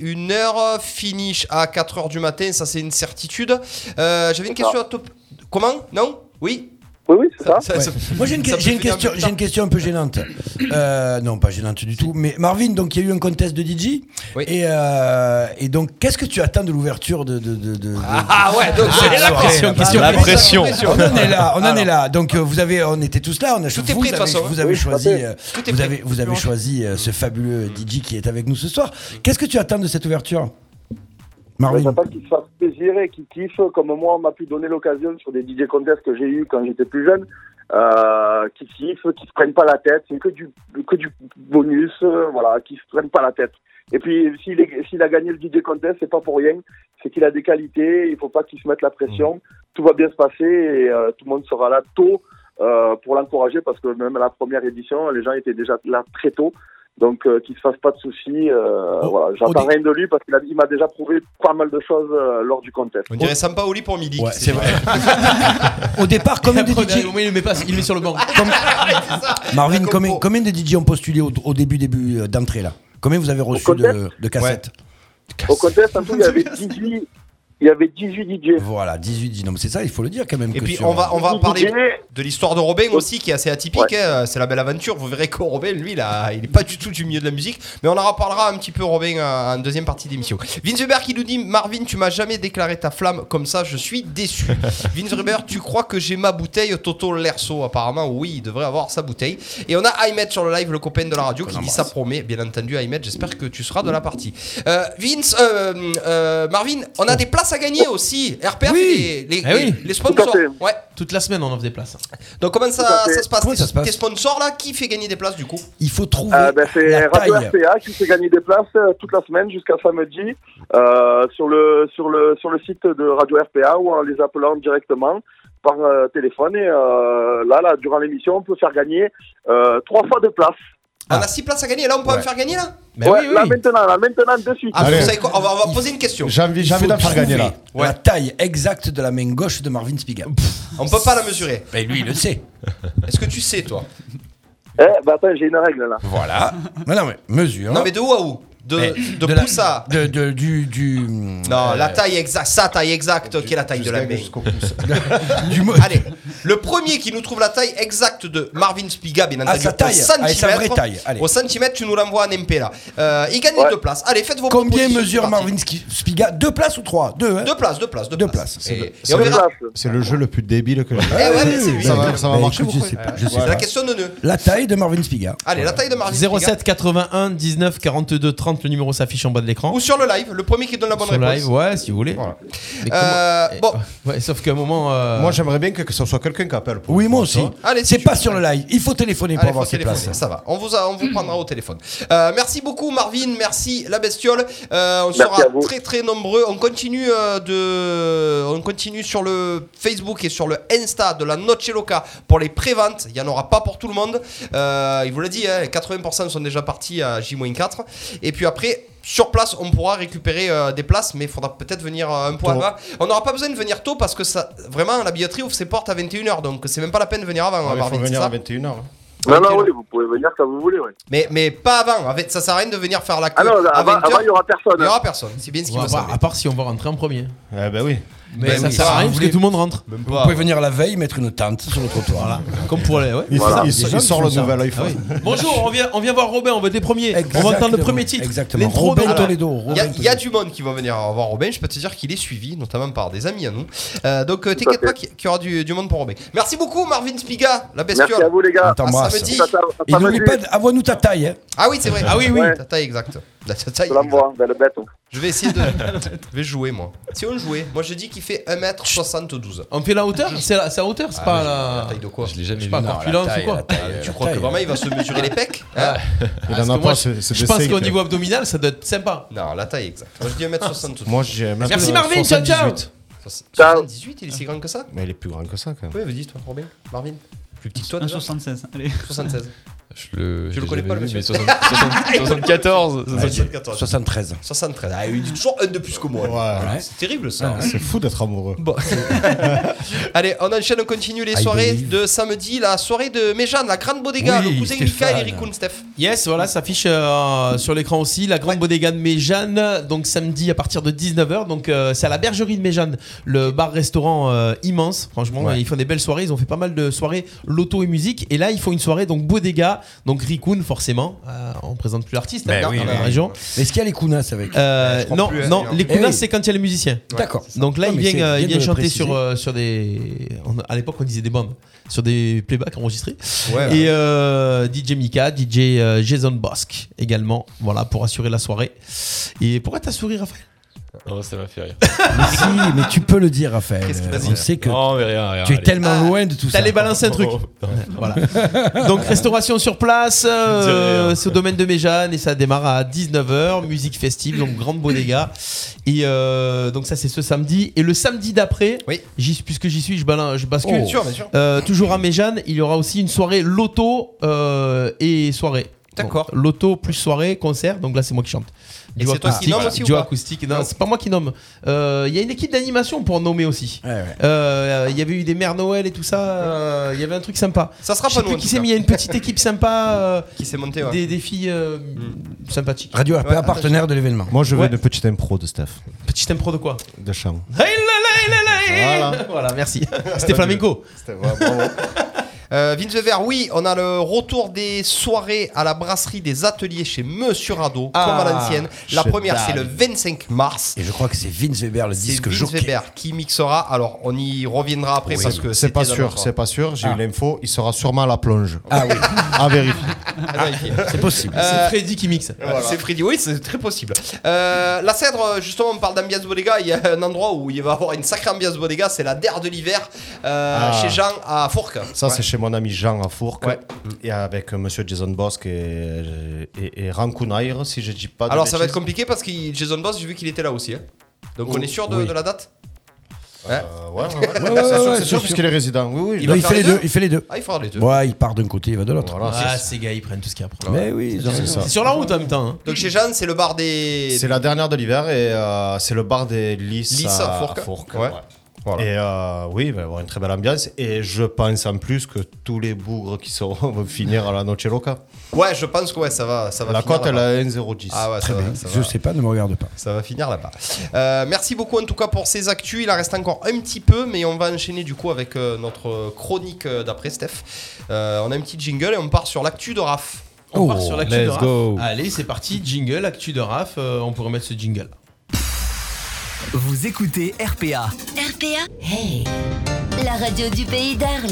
21h, finish à 4h du matin, ça c'est une certitude. Euh, J'avais une question à te... Comment Non Oui Oui, oui, c'est ça. Ça- ça- Moi j'ai une, que- ça me j'ai une fait un question, peu de j'ai une question un peu gênante. Euh, non, pas gênante du tout. Mais Marvin, donc il y a eu un contest de DJ. Oui. Et, euh, et donc qu'est-ce que tu attends de l'ouverture de, de, de, Ah, de- de- Ah ouais, donc c'est la soirée, question. là-bas. question, La question. On en est là, on en est là. Donc euh, vous avez, on était tous là. On a Tout vous est pris, de avez, toute façon, Vous avez Oui, choisi, tout est- euh, tout est vous pris. avez, vous avez choisi euh, ce fabuleux DJ qui est avec nous ce soir. Qu'est-ce que tu attends de cette ouverture, Mais Marvin J'attends qu'ils se fassent plaisir et qu'ils kiffent, comme moi, on m'a pu donner l'occasion sur des DJ contests que j'ai eu quand j'étais plus jeune, euh, qu'ils kiffent, qu'ils se prennent pas la tête, c'est que du, que du bonus, euh, voilà, qu'ils se prennent pas la tête. Et puis, s'il est- s'il a gagné le DJ contest, c'est pas pour rien, c'est qu'il a des qualités, il faut pas qu'il se mette la pression, tout va bien se passer et euh, tout le monde sera là tôt euh, pour l'encourager parce que même à la première édition, les gens étaient déjà là très tôt. Donc, euh, qu'il se fasse pas de soucis. Euh, Oh, Au- voilà, j'attends au rien de lui parce qu'il a- il m'a déjà prouvé pas mal de choses euh, lors du contest. On dirait Sampaoli pour midi. Ouais, c'est vrai. Au départ, combien de Après, DJ au moins, il le met pas, il le met sur le banc. Marvin, La combien, compo. combien de DJ ont postulé au, au début, début euh, d'entrée là Combien vous avez reçu contest de, de cassettes Au contest, en tout, il y avait 18, il y avait 18 DJ. Voilà, 18 DJ. Non, mais c'est ça, il faut le dire quand même. Et que puis sur- on va, on va 18 parler DJ, de l'histoire de Robin aussi qui est assez atypique. Ouais. hein, C'est la belle aventure. Vous verrez que Robin, lui, là, il est pas du tout du milieu de la musique. Mais on en reparlera un petit peu, Robin, euh, en deuxième partie d'émission. Vince Weber qui nous dit Marvin, tu m'as jamais déclaré ta flamme comme ça, je suis déçu. Vince Weber, tu crois que j'ai ma bouteille Toto Lerso Apparemment, oui, il devrait avoir sa bouteille. Et on a Aymed sur le live, le copain de la radio, qui dit ça promet. Bien entendu, Aymed, j'espère que tu seras de la partie. Euh, Vince, euh, euh, Marvin, on Oh. a des places à gagner aussi. RPF, Oui. les, les, Eh oui. les- les sponsors. Tout à fait. Ouais. Toute la semaine, on offre des places. Donc comment Tout ça, à fait. ça se passe Comment ça se passe Tes sponsors là, qui fait gagner des places du coup Il faut trouver euh, ben, c'est la Radio taille. RPA qui s'est gagné des places euh, toute la semaine jusqu'à samedi euh, sur, le, sur, le, sur le site de Radio RPA ou en les appelant directement par euh, téléphone. Et euh, là, là, durant l'émission, on peut faire gagner euh, trois fois de places. Ah. On a 6 places à gagner, là on peut en Ouais. faire gagner là ouais, là maintenant, là maintenant, de suite. ah, Allez. vous savez quoi on va, on va Il- poser une question. J'ai envie, Il j'ai envie faut d'en faire trouver gagner là. Ouais. La taille exacte de la main gauche de Marvin Spiga. On peut pas la mesurer. Ben lui, il le sait. Est-ce que tu sais toi Eh, ben attends, j'ai une règle Ah, là. Voilà. Mais non, mais mesure. Non mais de où à où De, Mais de, de la- pouce à. de, de- du, du, Non, euh, la taille exacte, sa taille exacte, qui est la taille de la main. Jusqu'au pouce. du mo- Allez, le premier qui nous trouve la taille exacte de Marvin Spiga, bien entendu, sa taille. au Ah, et centimètre, sa vraie taille. Allez. au centimètre, tu nous l'envoies en MP là. Euh, il gagne Ouais. deux places. Allez, faites vos Combien propositions, mesure c'est parti. Marvin Ski- Spiga Deux places ou trois Deux, hein Deux places, deux places, deux, Deux places. Et, et c'est on le- verra. C'est le jeu le plus débile que j'ai. Eh ouais, mais c'est lui. Ça va, ça va Ben, marcher. écoute, je vous sais croyez pas, je sais C'est Voilà. la question de nœud. La taille de Marvin Spiga. Allez, la taille de Marvin Spiga. 07 81 19 42 30, le numéro s'affiche en bas de l'écran. Ou sur le live, le premier qui donne la bonne Sur réponse. live, ouais, si vous voulez. Voilà. Mais Euh, comment- bon, Ouais, sauf qu'à un moment. euh, Moi, j'aimerais bien que, que ce soit quelqu'un qui appelle. pour- Oui, moi pour aussi. ça. hein. Allez, si c'est tu pas veux. sur le live. Il faut téléphoner pour allez, avoir faut ses téléphoner, places. ça va. On vous, a- on Hmm. vous prendra au téléphone. Euh, merci beaucoup, Marvin. Merci, la bestiole. Euh, on à sera vous. très très nombreux. On continue euh, de, on continue sur le Facebook et sur le Insta de la Noche Loca pour les préventes. Il y en aura pas pour tout le monde. Euh, il vous l'a dit, hein, 80% sont déjà partis à J-4. Et puis après. Sur place, on pourra récupérer euh, des places, mais il faudra peut-être venir euh, un peu avant. On n'aura pas besoin de venir tôt parce que ça, vraiment, la billetterie ouvre ses portes à 21h, donc c'est même pas la peine de venir avant. Ah, hein, mais Marvin, faut c'est venir ça à 21h. Non, non, oui, vous pouvez venir quand vous voulez. Ouais. mais, mais pas avant. En fait, ça sert à rien de venir faire la queue. Ah non, à avant, 20 avant, il y aura il personne. n'y aura personne. C'est bien ce on qui va me voir, semble. à part si on va rentrer en premier. Eh ben oui. Mais Ben ça oui. sert Ah, à rien vous parce que voulez- tout le monde rentre. Ah. Vous pouvez venir la veille, mettre une tente sur le trottoir. Comme pour les. ouais. Il, Voilà. sort- il Des sort- gens il sort qui le Ah font ça. nouvel iPhone. Bonjour, on vient, on vient voir Robin, on va être les premiers. On va entendre le premier titre. Exactement. L'intro de Robin Robin. Toledo. Il y, a- Robin il y a Toledo. du monde qui va venir voir Robin. Je peux te dire qu'il est suivi, notamment par des amis à nous. Euh, donc, euh, Tout à t'inquiète pas qu'il qu'il y aura du, du monde pour Robin. Merci beaucoup, Marvin Spiga, la bestiole. Merci à vous, les On gars. t'embrasse. À samedi. Ça, ça, ça, Et ça n'oublie me pas, dit. envoie-nous ta taille. hein. Ah oui, c'est vrai. Ah oui, oui. Ta taille exacte. La taille Je l'envoie, exacte. ben, le bête. Je vais essayer de. Je vais jouer, moi. Si on jouait, moi j'ai dit qu'il fait 1m72. On fait la Ah, hauteur C'est la, c'est la hauteur, c'est pas la. La taille de quoi Je l'ai jamais Euh, Je sais vu. pas, Non, corpulence la ou taille, quoi la taille, Tu la crois que taille. vraiment il va se mesurer les pecs Hein Il Parce en a que moi, pas, c'est c'est Je des pense secs, qu'au hein. niveau abdominal, ça doit être sympa. Non, la taille exacte. Moi je dis 1m72. Moi, j'ai même Merci pas- Marvin, ciao ciao 78. 78, il est si grand que ça Mais il est plus grand que ça quand même. Oui, vas-y, toi, Robin, Marvin. Plus petit que toi, Un déjà 76. Allez. 76. Je le, je l'ai connais jamais pas, le vu, monsieur mais 60 74. 74. 73. 73. Ah, il dit toujours un de plus que moi. Ah, Ouais. C'est terrible ça. C'est fou d'être amoureux. Bon. Allez, on enchaîne, on continue les I soirées believe. de samedi, la soirée de Méjeanne, la grande bodega, Oui, le cousin de Stéphane. Mika et Ricoun Steph. Yes, voilà, s'affiche euh, sur l'écran aussi la grande bodega de Méjeanne, donc samedi à partir de 19h. Donc euh, c'est à la bergerie de Méjeanne, le bar-restaurant euh, immense. Franchement, ils font des belles soirées. Ils ont fait pas mal de soirées loto et musique. Et là, ils font une soirée donc bodega, donc Rikun forcément. Euh, on présente plus l'artiste Ben hein, dans la région. Mais est-ce qu'il y a les Kounas avec Euh, non, non, les Eh Kunas oui. c'est quand il y a les musiciens. D'accord. Donc là, Non, ils mais c'est viennent, euh, bien ils de viennent le chanter sur, préciser. euh, sur des. on- à l'époque, on disait des bandes. Sur des playbacks enregistrés. Ouais. Et euh, DJ Mika, DJ euh, Jason Bosque également, voilà, pour assurer la soirée. Et pourquoi t'as souri, Raphaël Oh, ça m'a fait rire. Mais si, mais tu peux le dire, Raphaël. Qu'est-ce qu'il va On dire Oh, Ah, sait que Non, mais rien, rien. tu es allez. tellement loin de tout ça. T'allais balancer un truc. Ah, Oh, putain. Voilà. Donc restauration sur place, euh, Je dis rien. c'est au domaine de Méjeanne et ça démarre à 19h, musique festive, donc grande bodega. Et euh, donc ça c'est ce samedi. Et le samedi d'après, Oui. Oh. j'y- puisque j'y suis, je, balance, je bascule. Bien sûr, bien sûr. Euh, toujours à Méjeanne, il y aura aussi une soirée loto euh, et soirée. D'accord. Donc, loto plus soirée, concert. Donc là, c'est moi qui chante. Et c'est toi qui nomme aussi ou duo pas Ah. acoustique. Non, c'est pas moi qui nomme. Euh, Il y a une équipe d'animation pour nommer aussi. Ouais, ouais. Euh, Il y avait eu des mères Noël et tout ça. euh, Il y avait un truc sympa. Ça sera Je pas sais nous. plus en qui tout s'est cas. mis. Il y a une petite équipe sympa. euh, Qui s'est monté, ouais. des, des filles euh, Hmm. sympathiques. Radio RPA, partenaire de l'événement. Moi, je Ouais. veux une petite impro de Steph, Petite impro de quoi de chant. voilà. voilà, merci. C'était flamenco. Euh, Vince Vert, oui, on a le retour des soirées à la brasserie des ateliers chez Monsieur Rado, Ah, comme à l'ancienne. La je première, c'est le dalle. 25 mars. Et je crois que c'est Vince Weber, le C'est disque Vince jockey. Weber qui mixera. Alors, on y reviendra après parce que C'est pas c'était dans sûr, notre- Ah. c'est pas sûr. J'ai eu l'info, il sera sûrement à la plonge. Ah oui, À vérifier. Ah, vérifier. c'est possible. C'est Freddy qui mixe. Voilà. C'est Freddy, oui, c'est très possible. Euh, la Cèdre, justement, on parle d'ambiance bodega. Il y a un endroit où il va y avoir une sacrée ambiance bodega, c'est la DER de l'hiver euh, Ah. chez Jean à Fourques. Ça, Ouais. c'est chez mon ami Jean à Fourques. Ouais. Et avec euh, monsieur Jason Bosque et, euh, et, et Ram Kunair, si je dis pas de Alors, ça va être bêtises. Oh, compliqué parce que Jason Boss, j'ai vu qu'il était là aussi. hein. Donc, on est sûr de, oui. de la date Euh, ouais, ouais, ouais. ouais, c'est sûr, ouais, c'est sûr, c'est puisqu'il est résident. Oui, oui. Il donc- va Mais il faire fait les les deux, deux il fait les deux. Ah, il faudra les deux. Ouais, il part d'un côté, il va de l'autre. Voilà, Ah, c'est- ces gars, ils prennent tout ce qu'il y a à prendre. Mais oui, ils ont- c'est ça. C'est sur la route en même temps. hein. Donc, chez Jean, c'est le bar des. C'est la dernière de l'hiver et euh, c'est le bar des Lys, Lys à Fourques. Ouais. Voilà. Et euh, oui, il va y avoir une très belle ambiance. Et je pense en plus que tous les bougres qui seront vont finir à la Noche Loca. Ouais, je pense que ouais, ça va. Ça va La finir cote, elle là-bas. a 1,010. Ah, ouais, ça va, ça Je va. sais pas, ne me regarde pas. Ça va finir là-bas. Euh, merci beaucoup en tout cas pour ces actus. Il en reste encore un petit peu, mais on va enchaîner du coup avec euh, notre chronique euh, d'après Steph. Euh, on a un petit jingle et on part sur l'actu de Raph. On Oh, part sur l'actu de let's Raph. go. Allez, c'est parti, jingle, actu de Raph. Euh, on pourrait mettre ce jingle. Vous écoutez RPA, RPA Hey La radio du pays d'Arles.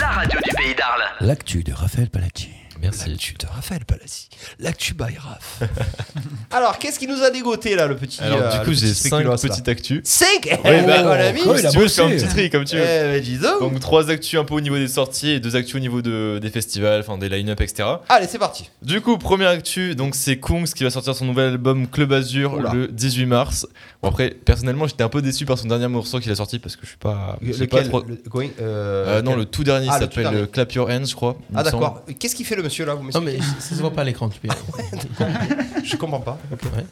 la radio du pays d'Arles. L'actu de Raphaël Palacci. Merci. de Raphaël Palassi. L'actu by Raph. Alors, qu'est-ce qui nous a dégoté là, le petit. Alors, du coup, j'ai 5 petites actus. 5 Ouais, bah, mon ami Oh, il a Si tu veux, je fais un bossé. petit hein. tri comme Eh, tu veux. ben, dis donc. Donc trois actus un peu au niveau des sorties et deux actus au niveau de- des festivals, enfin des line-up, etc. Allez, c'est parti. Du coup, première actu, donc c'est Kungs qui va sortir son nouvel album Club Azur Oula. le 18 mars. Bon après, personnellement, j'étais un peu déçu par son dernier morceau qu'il a sorti parce que je suis pas, je sais Ah, pas trop- le- going- Euh, non, le tout dernier Ah, il le tout s'appelle dernier. euh, Clap Your Hands, je crois. il Ah, me semble. d'accord. Qu'est-ce qu'il fait le monsieur là vous Non, m'expliquez mais ça se voit pas à l'écran, tu peux y aller. Je comprends pas. Ok. Ouais.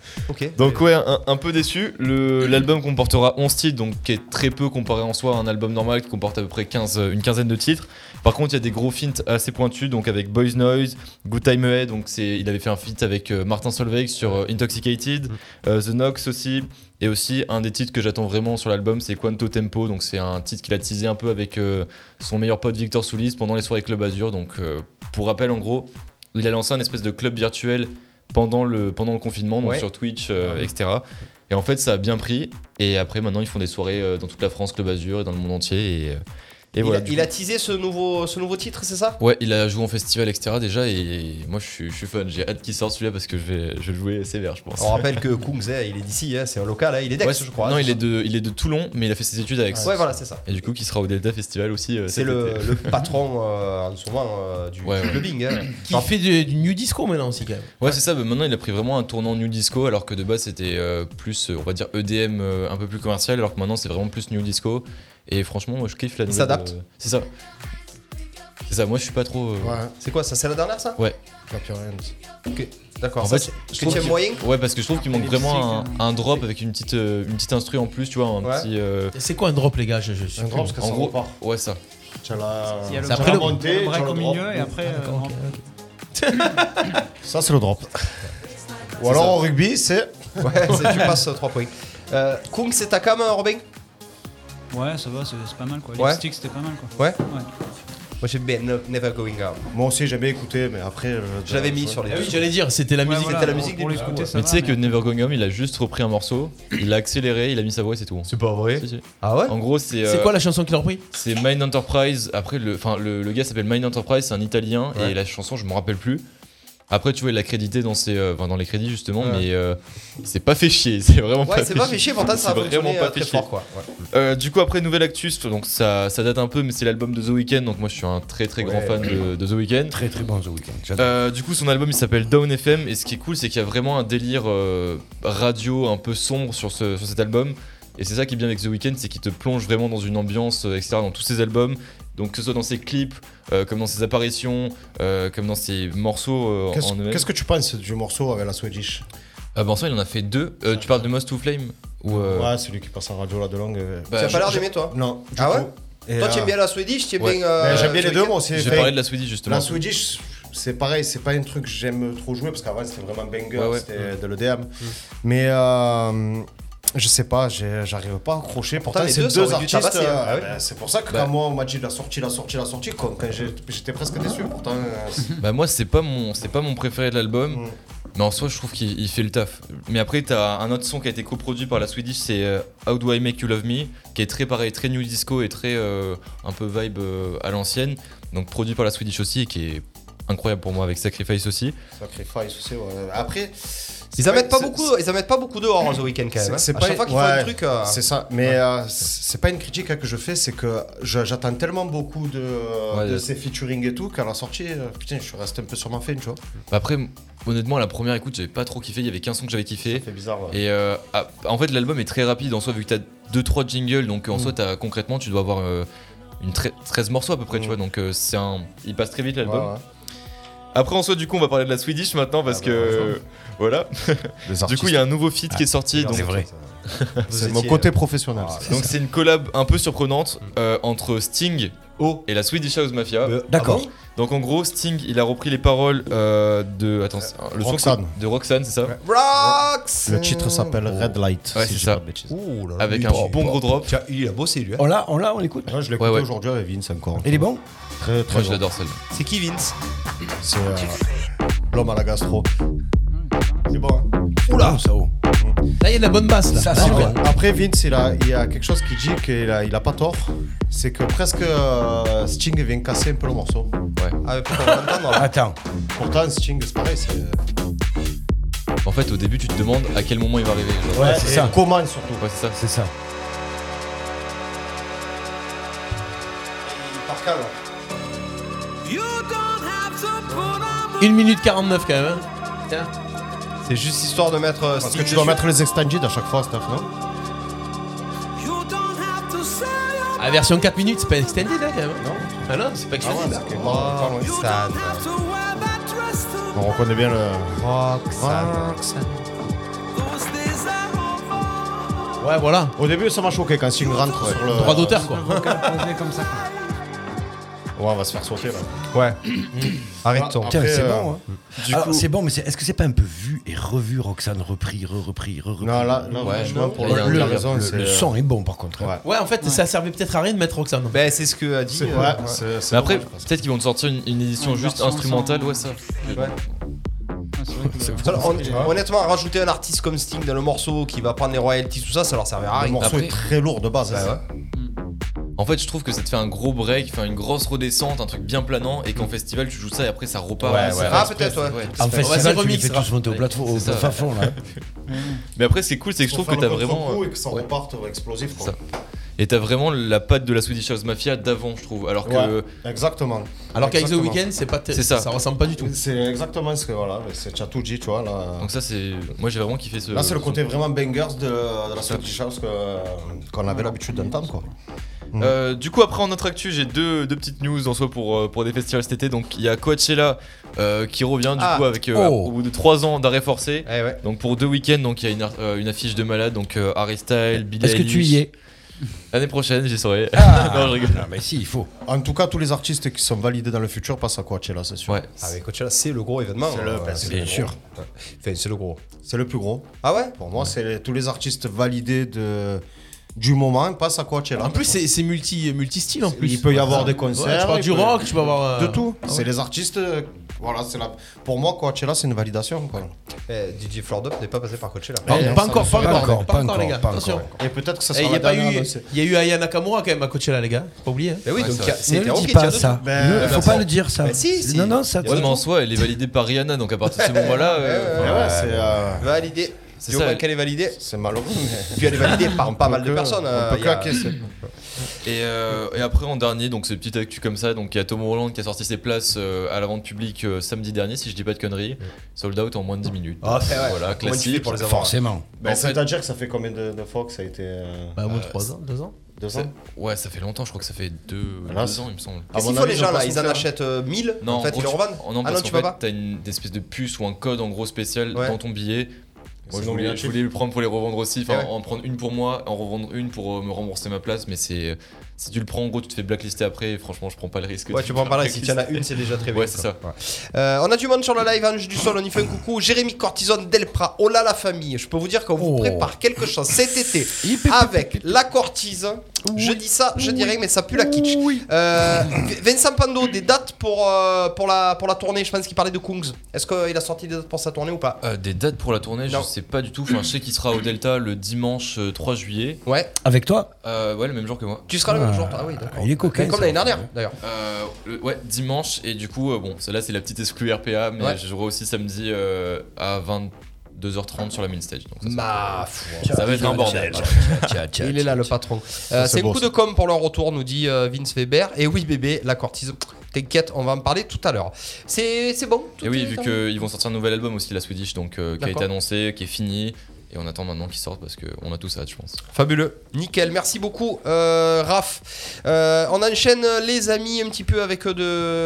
Ok. Donc ouais, un, un peu déçu. Le- L'album comportera 11 titres, donc qui est très peu comparé en soi à un album normal qui comporte à peu près 15, euh, une quinzaine de titres. Par contre, il y a des gros feats assez pointus, donc avec Boys Noise, Good Time Ahead, donc c'est, il avait fait un feat avec euh, Martin Solveig sur euh, Intoxicated, euh, The Knox aussi, et aussi un des titres que j'attends vraiment sur l'album, c'est Quanto Tempo, donc c'est un titre qu'il a teasé un peu avec euh, son meilleur pote Victor Soulis pendant les soirées Club Azur. Donc euh, pour rappel, en gros, il a lancé un espèce de club virtuel pendant le, pendant le confinement, donc Ouais. Ah sur Twitch, euh, etc. Et en fait, ça a bien pris. Et après, maintenant, ils font des soirées euh, dans toute la France, Club Azur, et dans le monde entier. Et, euh, et Il, voilà. a, du il coup. a teasé ce nouveau, ce nouveau titre, c'est ça Ouais, il a joué en festival, etc. déjà, et moi je suis, je suis fan, j'ai hâte qu'il sorte celui-là parce que je vais, je vais le jouer sévère, je pense. On rappelle que Kungs, eh, il est d'ici, hein, c'est un local, hein, il est d'Aix, Ouais, je crois. Non, hein. il est, de, il est de Toulon, mais il a fait ses études avec. Ouais, voilà, c'est ça. Et du coup, qui sera au Delta Festival aussi. euh, C'est cet le, été. le patron euh, en ce moment euh, du Ouais, ouais. clubbing. hein. Qui Ah, fait du, du new disco maintenant aussi, quand même. Ouais, c'est ça. bah, maintenant, il a pris vraiment un tournant new disco, alors que de base, c'était euh, plus, euh, on va dire, EDM euh, un peu plus commercial, alors que maintenant, euh, c'est vraiment plus new disco. Et franchement, moi, je kiffe la nouvelle. s'adapte. euh, c'est ça. C'est ça, moi je suis pas trop. euh, C'est quoi ça C'est la dernière ça Ouais. Ok, d'accord. En Ça, fait, c'est- je que trouve tu aimes qu'il- moyen Ouais, parce que je trouve qu'il manque les vraiment un, cycles, hein. un drop avec une petite, euh, une petite instru en plus, tu vois. Un Ouais. petit. euh, C'est quoi un drop, les gars je, je suis En plus- en gros, Ouais, ça. Tu as la, Il y a le tu as break- la montée, le tu as break le au drop. milieu et après, Ah, d'accord, euh, ok, Ça, c'est le drop. Ou C'est alors ça. au rugby, c'est. Ouais, c'est- tu passes 3 points. Euh, Kung, c'est ta cam, hein, Robin Ouais, ça va, c'est c'est pas mal quoi. Ouais. Lipstick, Bah, c'était pas mal quoi. Ouais Moi j'aime bien No- Never Going Out. Moi aussi, j'ai bien écouté, mais après. euh, Je l'avais mis sur les- Ah oui, j'allais dire, c'était la musique. C'était la musique des l'écouter, ça mais va, tu sais que mais- Never Going Home, il a juste repris un morceau, il a accéléré, il a mis sa voix et c'est tout. C'est pas vrai Ah ouais En gros, c'est. C'est euh, quoi la chanson qu'il a repris C'est Mind Enterprise. Après, le, enfin, le, le gars s'appelle Mind Enterprise, c'est un italien et la chanson, je me rappelle plus. Après, tu vois, il l'a crédité dans, ses, euh, enfin, dans les crédits justement, Ouais. mais euh, c'est pas fait chier. C'est vraiment Ouais, pas c'est fait pas chier. fait chier, pourtant, ça a C'est fonctionné, vraiment pas euh, fait très chier. fort, quoi. Ouais. Euh, du coup, après, nouvel actus, donc ça, ça date un peu, mais c'est l'album de The Weeknd. Donc, moi, je suis un très très grand Ouais. fan de, de The Weeknd. Très très bon The Weeknd. j'adore. Euh, du coup, son album il s'appelle Down FM et ce qui est cool, c'est qu'il y a vraiment un délire euh, radio un peu sombre sur, ce- sur cet album. Et c'est ça qui est bien avec The Weeknd, c'est qu'il te plonge vraiment dans une ambiance, euh, etc., dans tous ses albums. Donc, que ce soit dans ses clips, euh, comme dans ses apparitions, euh, comme dans ses morceaux euh, Qu'est-ce en eux-mêmes. qu'est-ce que tu penses du morceau avec la Swedish Euh, Vincent, il en a fait deux. Euh, tu parles de Most to Flame ou, euh, Ouais, celui qui passe en radio là de langue. euh, Bah, tu as je- pas l'air je- d'aimer toi Non. du Ah ouais tout. Et, Toi, euh, tu aimes bien la Swedish, tu aimes ouais. bien. euh, Mais J'aime bien les deux, Weeknd moi aussi. J'ai Enfin, parlé de la Swedish, justement. La Swedish, c'est pareil, c'est pas un truc que j'aime trop jouer parce qu'avant c'était vraiment banger, Ouais, ouais. Mm. c'était de l'EDM. Mais euh, je sais pas, j'ai- j'arrive pas à accrocher. Pourtant, les c'est deux, deux, ça aurait dû artistes. tabasser, hein. euh, Ah ouais. ben, c'est pour ça que Bah. quand moi on m'a dit la sortie, la sortie, la sortie, quand, quand j'ai- j'étais presque déçu. Pourtant, euh, c'est- Bah moi c'est pas mon c'est pas mon préféré de l'album. Mm. Mais en soi je trouve qu'il il fait le taf. Mais après t'as un autre son qui a été coproduit par la Swedish c'est euh, How Do I Make You Love Me qui est très pareil très new disco et très euh, un peu vibe euh, à l'ancienne donc produit par la Swedish aussi et qui est incroyable pour moi avec Sacrifice aussi. Sacrifice aussi. ouais. Après, Ils en mettent pas c'est- beaucoup, euh, ils en mettent pas beaucoup dehors hein, The Weeknd quand même. hein. C'est- c'est À pas- chaque fois qu'ils font ouais, un truc. Ah. euh, C'est ça. Mais euh, c'est c'est pas une critique hein, que je fais, c'est que je- j'attends tellement beaucoup de, Ouais, de de- ces featuring et tout qu'à la sortie, euh, putain, je suis resté un peu sur ma fin, tu vois. Bah après m- honnêtement à la première écoute j'avais pas trop kiffé il y avait qu'un son que j'avais kiffé. C'est bizarre. ouais. Et euh, ah, en fait, l'album est très rapide en soi, vu que t'as 2-3 jingles, donc en Mm. soi, t'as- concrètement, tu dois avoir euh, une tre- 13 morceaux à peu près, Mm. tu vois, donc euh, c'est un. Il passe très vite l'album. Ouais, ouais. Après, en soi, du coup, on va parler de la Swedish maintenant parce Ah bah, que. Voilà. Du coup, il y a un nouveau feat qui est sorti. donc- C'est mon côté professionnel. Donc, c'est une collab un peu surprenante euh, entre Sting et la Swedish House euh, Mafia. ah D'accord. Donc, en gros, Sting, il a repris les paroles euh, de. Attends, c'est- le son Roxanne. de Roxanne, c'est ça Rocks Le titre s'appelle Oh. Red Light. Ouais, si c'est je dis ça. pas de bêtises. Avec un bon gros drop. Tiens, il a bossé lui. hein. On l'a, on l'a, on l'écoute. Ouais, je l'ai Ouais, écouté ouais. aujourd'hui avec Vince encore. Il est bon Très très Moi, je bon. l'adore celle-là. C'est qui Vince C'est euh, l'homme à la gastro. C'est bon. hein. Oula ça haut. Là, il y a de la bonne basse. Là. Ça, Là, c'est on- bien. Après Vince, il a, il y a quelque chose qui dit qu'il a, il a pas tort. C'est que presque euh, Sting vient casser un peu le morceau. Ah, mais pourquoi on va l'entendre là Attends. Pourtant Sting, c'est pareil. C'est... En fait, au début, tu te demandes à quel moment il va arriver. genre. Ouais, c'est et ça. Comment surtout. Ouais, c'est ça. C'est ça. Pascal. Une minute 49 quand même. hein. Tiens. C'est juste histoire de mettre. euh, Parce Sting que tu dois dessus. mettre les extended à chaque fois, Steph, non La Ah, version 4 minutes, c'est pas extended hein, quand même. Non. Ah non, c'est pas extended. c'est Oh, Roxanne. On reconnaît bien euh, le. Roxanne. ouais, voilà. Au début, ça m'a choqué quand Sting rentre sur le. Droit d'auteur quoi. Posé comme ça. quoi. Ouais, on va se faire sauter là. Ouais. Arrête-toi. Après, Tiens, c'est euh, bon. Hein. Alors, c'est bon, mais c'est- est-ce que c'est pas un peu vu et revu, Roxane, repris, re-repris, re-repris Non, là, là franchement, pour Il y a le, un le, délire. raison, c'est. euh, Le son est bon, par contre. hein. Ouais. Ouais, en fait, ça servait peut-être à rien de mettre Roxanne. Ben, c'est ce que a dit. C'est- euh, Ouais, c'est- c'est Mais après, dommage, parce que- peut-être qu'ils vont te sortir une, une édition Une juste version instrumentale, sans- ouais, ça. Ah, c'est vrai que le- Alors, hon- honnêtement, rajouter un artiste comme Sting dans le morceau qui va prendre les royalties, tout ça, ça leur servira à rien. le Bah morceau après- est très lourd de base. Ouais, hein. En fait, je trouve que ça te fait un gros break, enfin une grosse redescente, un truc bien planant, et qu'en festival, tu joues ça et après, ça repart. Ouais, C'est ouais. fait Ah, exprès, peut-être, c'est- ouais. En c'est festival, tu les remix, fais tous Raph. monter au plateau, au C'est ça, fin ouais. fond, là. Mais après, ce qui est cool, c'est que je Pour trouve que faire t'as le vraiment, contre-coup Et que ça ouais. reparte euh, explosif. quoi. Ça. et t'as vraiment la patte de la Swedish House Mafia d'avant, je trouve. Alors que Ouais, exactement. Alors qu'avec The Exactement. Weeknd, c'est pas. ter- C'est ça. Ça ressemble pas du tout. C'est exactement ce que voilà, mais c'est tu as tout dit, tu vois. Là, donc ça, c'est, moi, j'ai vraiment kiffé ce. là c'est le ce- côté vraiment bangers de, de la Swedish House que- qu'on avait l'habitude d'entendre, quoi. Euh, du coup, après en notre actu, j'ai deux, deux petites news en soi pour, euh, pour des festivals cet été. Donc, il y a Coachella euh, qui revient du Ah. coup avec euh, Oh. au bout de trois ans d'arrêt forcé. Donc pour deux week-ends, donc il y a une, ar- euh, une affiche de malade. Donc euh, Harry Styles, Billie Ben, Est-ce que tu y Eilish. es L'année prochaine, j'y serai. Ah. non, je rigole. mais si, il faut. En tout cas, tous les artistes qui sont validés dans le futur passent à Coachella, c'est sûr. Ouais. Ah mais Coachella, c'est le gros événement. C'est le- Euh, ben, c'est c'est bien le gros. sûr. Ouais. Enfin, c'est le gros. C'est le plus gros. Ah ouais Pour moi, c'est les- tous les artistes validés de du moment passent à Coachella. Bah, En plus, c'est c'est multi, multi-style en plus. il peut y avoir Ouais, des concerts. tu peux avoir il du peut- rock, tu peux avoir. euh, De tout. ah ouais. C'est les artistes. euh, Voilà, c'est la. Pour moi, Coachella, c'est une validation. Quoi. Eh, DJ Flordop n'est pas passé par Coachella. Eh, Pas ça encore, ne pas sera encore, pas encore, pas pas encore, encore, les gars, pas Attention. encore. Et peut-être que ça Eh, sera y a la pas dernière bah, eu- annoncée. Il y a eu Aya Nakamura quand même à Coachella, les gars. Faut Pas oublier. hein. Eh Mais oui, Ouais, donc c'est il y a- vrai. c'est Ne le hétéro dis qui pas, tient de ça. tout. Ben, Ouais, faut bah, pas ça. le dire, ça. Bah, si, si. Non, non, ça, Ouais, mais en soi, elle est validée par Rihanna. Donc à partir de ce moment-là. euh, Eh ouais, c'est, euh, Validé. C'est Du ça. moment qu'elle est validée. C'est malheureux. mais- Puis elle est validée par pas On mal peut de que- personnes. euh, On il peut que y a- la caisser. Et, euh, et après en dernier, donc c'est petite actu comme ça, donc il y a Tom Holland qui a sorti ses places euh, à la vente publique euh, samedi dernier, si je dis pas de conneries, Mm. sold out en moins de 10 minutes. Ah, c'est vrai. voilà, Comment tu classique. fais pour les avoir Forcément. Ben, Bah, En fait- C'est-à-dire que ça fait combien de, de fois que ça a été. euh, Bah, au moins 3 ans, 2 ans. deux Ça- ans Ouais, ça fait longtemps, je crois que ça fait 2 Là, c'est- ans, il me semble. Ah, Qu'est-ce mon qu'ils font avis, les ils gens ont là pas Ils souffert, en hein. achètent euh, 1000 Non, En fait, gros, ils le tu- revendent oh non, Ah parce non, tu qu'en vas fait, pas T'as une une espèce de puce ou un code en gros spécial Ouais. dans ton billet. Moi, C'est je voulais, nominatif. je voulais le prendre pour les revendre aussi, enfin Eh ouais. en prendre une pour moi, en revendre une pour euh, me rembourser ma place, mais c'est si tu le prends en gros, tu te fais blacklister après. Et franchement, je prends pas le risque. Ouais, de tu me prends faire pas là. Si tu en as blacklister. une, c'est déjà très bien. Ouais, c'est ça. Euh, on a du monde sur le live, Ange du Sol, on y fait un coucou. Jérémy Cortison, Delpra, Ola la famille. Je peux vous dire qu'on vous Oh. prépare quelque chose cet été avec la cortise. Je dis ça, je dirais, mais ça pue la kitsch. Euh, V- Vincent Pando, des dates pour, euh, pour, la, pour la tournée. Je pense qu'il parlait de Kungs. Est-ce qu'il a sorti des dates pour sa tournée ou pas Euh, des dates pour la tournée, Non. je sais pas du tout. Enfin, je sais qu'il sera au Delta le dimanche euh, 3 juillet. Ouais. Avec toi Euh, ouais, le même jour que moi. Tu seras le même jour. toi Ah oui, d'accord. Il est coquin. Comme ça. l'année dernière, d'ailleurs. Euh, le- ouais, dimanche. Et du coup, euh, bon, celle-là, c'est la petite exclue RPA. Mais Ouais. je jouerai aussi samedi euh, à 22h30 sur la main stage. Donc ça, Ma ça, va être un bordel. Il est là, le patron. Euh, c'est c'est le beau, coup de com pour leur retour, nous dit euh, Vince Weber. Et oui, bébé, la cortise. T'inquiète, on va en parler tout à l'heure. C'est c'est bon tout Et oui, est vu terminé qu'ils vont sortir un nouvel album aussi, la Swedish, donc euh, qui a D'accord. été annoncé, qui est fini. Et on attend maintenant qu'il sorte parce qu'on a tous hâte, je pense. Fabuleux. Nickel. Merci beaucoup, euh, Raph. Euh, on enchaîne, les amis, un petit peu avec euh,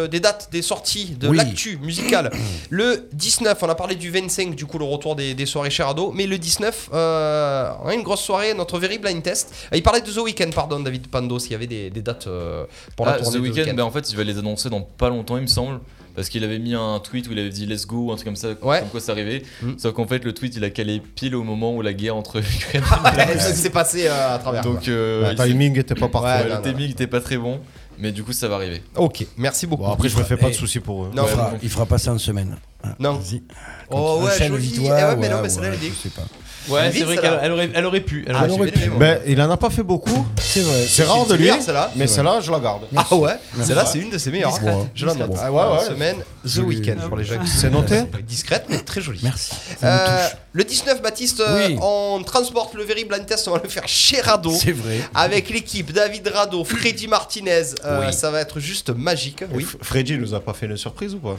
de- des dates, des sorties, de Oui. l'actu musicale. le 19, on a parlé du 25, du coup, le retour des, des soirées Charado. Mais le 19, euh, on a une grosse soirée, notre Very Blind Test. Euh, Il parlait de The Weeknd, pardon, David Pando, s'il y avait des, des dates euh, pour la Ah, tournée The de Weeknd, Weeknd. ben, en fait, il va les annoncer dans pas longtemps, il me semble. Parce qu'il avait mis un tweet où il avait dit let's go, un truc comme ça, Ouais. comme quoi ça arrivait. Mm. Sauf qu'en fait, le tweet il a calé pile au moment où la guerre entre l'Ukraine Ouais, ça s'est passé euh, à travers. Donc, euh, Le il s'est- timing était pas ouais, parfait. non, le non, timing était pas très bon, mais du coup, ça va arriver. Ok, merci beaucoup. Bon, après, je me fais pas de Eh. soucis pour eux. Non, Il fera- Il fera pas ça en semaine. Ah, Non. vas-y. Oh, Comme ouais, ça, chaîne joli. victoire, Eh ouais, mais non, mais celle-là, ouais, elle est- je sais pas. Ouais, Vite, c'est vrai celle-là. qu'elle elle aurait, elle aurait pu. Elle Ah, aurait j'ai pu. bien aimé, moi. Ben, il en a pas fait beaucoup. C'est vrai. C'est rare de c'est lui, bien, celle-là. mais celle-là, je la garde. Ah ouais Celle-là, c'est une de ses meilleures. Discrète. Je la note. Discrète. Ah ouais, ouais. Discrète. Semaine, The Weeknd pour les gens qui C'est noté Discrète, mais très jolie. Merci. Ça Euh, le 19, Baptiste, euh, Oui. on transporte le Very Blind Test, on va le faire chez me Rado. touche. C'est vrai. Avec l'équipe David Rado, Freddy Martinez, euh, ça va être juste magique. Oui. F- Freddy nous a pas fait une surprise ou pas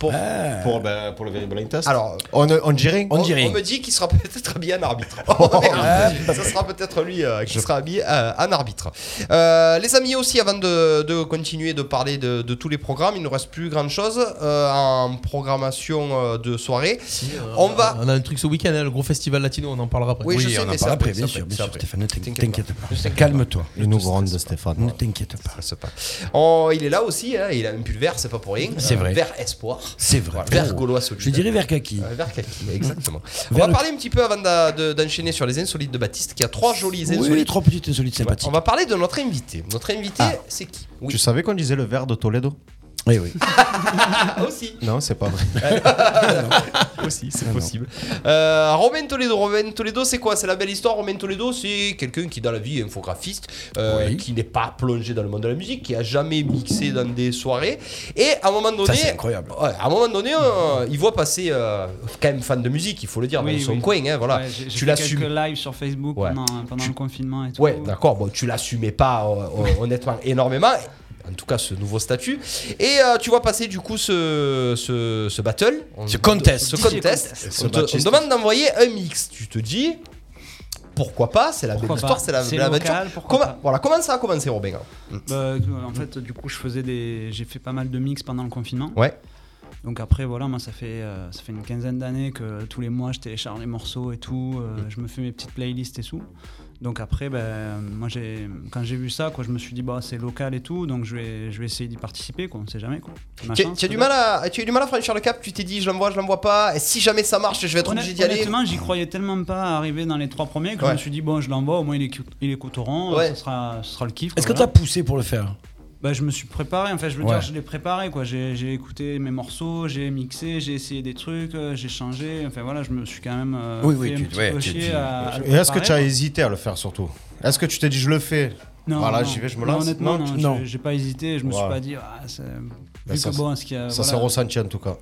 Pour- Ah. pour, ben, pour le Very Blind Test Alors, on, on dirait On dirait. Oh, on me dit qu'il sera peut-être habillé en arbitre. On verra. Ça sera peut-être lui euh, qui sera habillé euh, en arbitre. Euh, les amis aussi, avant de, de continuer de parler de, de tous les programmes, il ne nous reste plus grand-chose euh, en programmation euh, de soirée. On va... On a un truc ce week-end, hein, le gros festival latino, on en parlera après. Oui, je Oui, sais, on en mais c'est parle après, après, bien c'est sûr. après, Bien c'est sûr, après. Stéphane, ne t'inquiète T'inquiète t'inquiète pas. Calme-toi. Le nouveau round de Stéphane. Ne t'inquiète pas. Je sais pas. On- il est là aussi, hein, il a un pull vert, c'est pas pour rien. C'est vrai. Vert espoir. C'est vrai. Voilà, vert gaulois Je solitaire. dirais vers Kaki. Euh, Vert kaki, exactement. On Vert va le- parler un petit peu avant d'a- de- d'enchaîner sur les insolites de Baptiste, qui a trois jolies Oui, insolites. trois petites insolites On sympathiques. va parler de notre invité. Notre invité, Ah. c'est qui Oui, Tu savais qu'on disait le verre de Toledo Eh Oui, oui. ah, aussi. Ah, Non, c'est pas vrai. aussi, c'est Ah, non. possible. Euh, Romain Toledo, Romain Toledo, c'est quoi C'est la belle histoire. Romain Toledo, c'est quelqu'un qui, dans la vie, est infographiste, euh, Oui. qui n'est pas plongé dans le monde de la musique, qui a jamais mixé dans des soirées. Et à un moment Ça, donné, c'est incroyable. Ouais, à un moment donné, euh, il voit passer euh, quand même fan de musique, il faut le dire, Oui, dans son oui. coin, hein, voilà. Ouais, j'ai- j'ai tu fait l'assumes. quelques lives sur Facebook Ouais. pendant, pendant Tu- le confinement et tout. Ouais, d'accord. Bon, tu l'assumais pas euh, euh, honnêtement énormément. En tout cas, ce nouveau statut. Et euh, tu vois passer du coup ce, ce, ce battle. On- Ce contest. Ce contest. Ce On, te- on contest. demande d'envoyer un mix. Tu te dis. pourquoi pas C'est la Pourquoi belle pas histoire, c'est la C'est belle aventure. local, pourquoi Comment, pas voilà, comment ça a commencé, Robin Bah, en fait, du coup, je faisais des, j'ai fait pas mal de mix pendant le confinement. Ouais. Donc après, voilà, moi, ça fait, euh, ça fait une quinzaine d'années que tous les mois, je télécharge les morceaux et tout. euh, Mm. Je me fais mes petites playlists et tout. Donc après, ben, moi, j'ai, quand j'ai vu ça, quoi, je me suis dit, bah, c'est local et tout, donc je vais, je vais essayer d'y participer, quoi. On sait jamais, quoi. C'est ma Tu chance, tu as du peut-être. mal à, tu as eu du mal à franchir le cap. Tu t'es dit, je l'envoie, je l'envoie pas. Et si jamais ça marche, je vais être Honnête- obligé d'y aller. Honnêtement, j'y croyais tellement pas à arriver dans les trois premiers que Ouais. je me suis dit, bon, je l'envoie, au moins il, écoute, il écouteront, Ouais. euh, ce, sera, ce sera le kiff. Est-ce que quoi, tu as voilà. poussé pour le faire bah, Je me suis préparé, en fait, je veux Ouais. dire, je l'ai préparé, quoi. J'ai j'ai écouté mes morceaux, j'ai mixé, j'ai essayé des trucs, euh, j'ai changé, enfin voilà, je me suis quand même euh, Oui, fait oui, un tu- petit ouais, peu tu- chier tu- à- à Ah, le Et est-ce que préparer, Euh, tu as quoi. hésité à le faire surtout Est-ce que tu t'es dit je le fais Non, Voilà, non. j'y vais, je me Non, lance. honnêtement, non, Non. j'ai- j'ai pas hésité, je me suis Ouais. pas dit, ah, c'est- Ben, vu ça que s- bon, ce qu'il y a. Ça s'est voilà. ressenti en tout cas.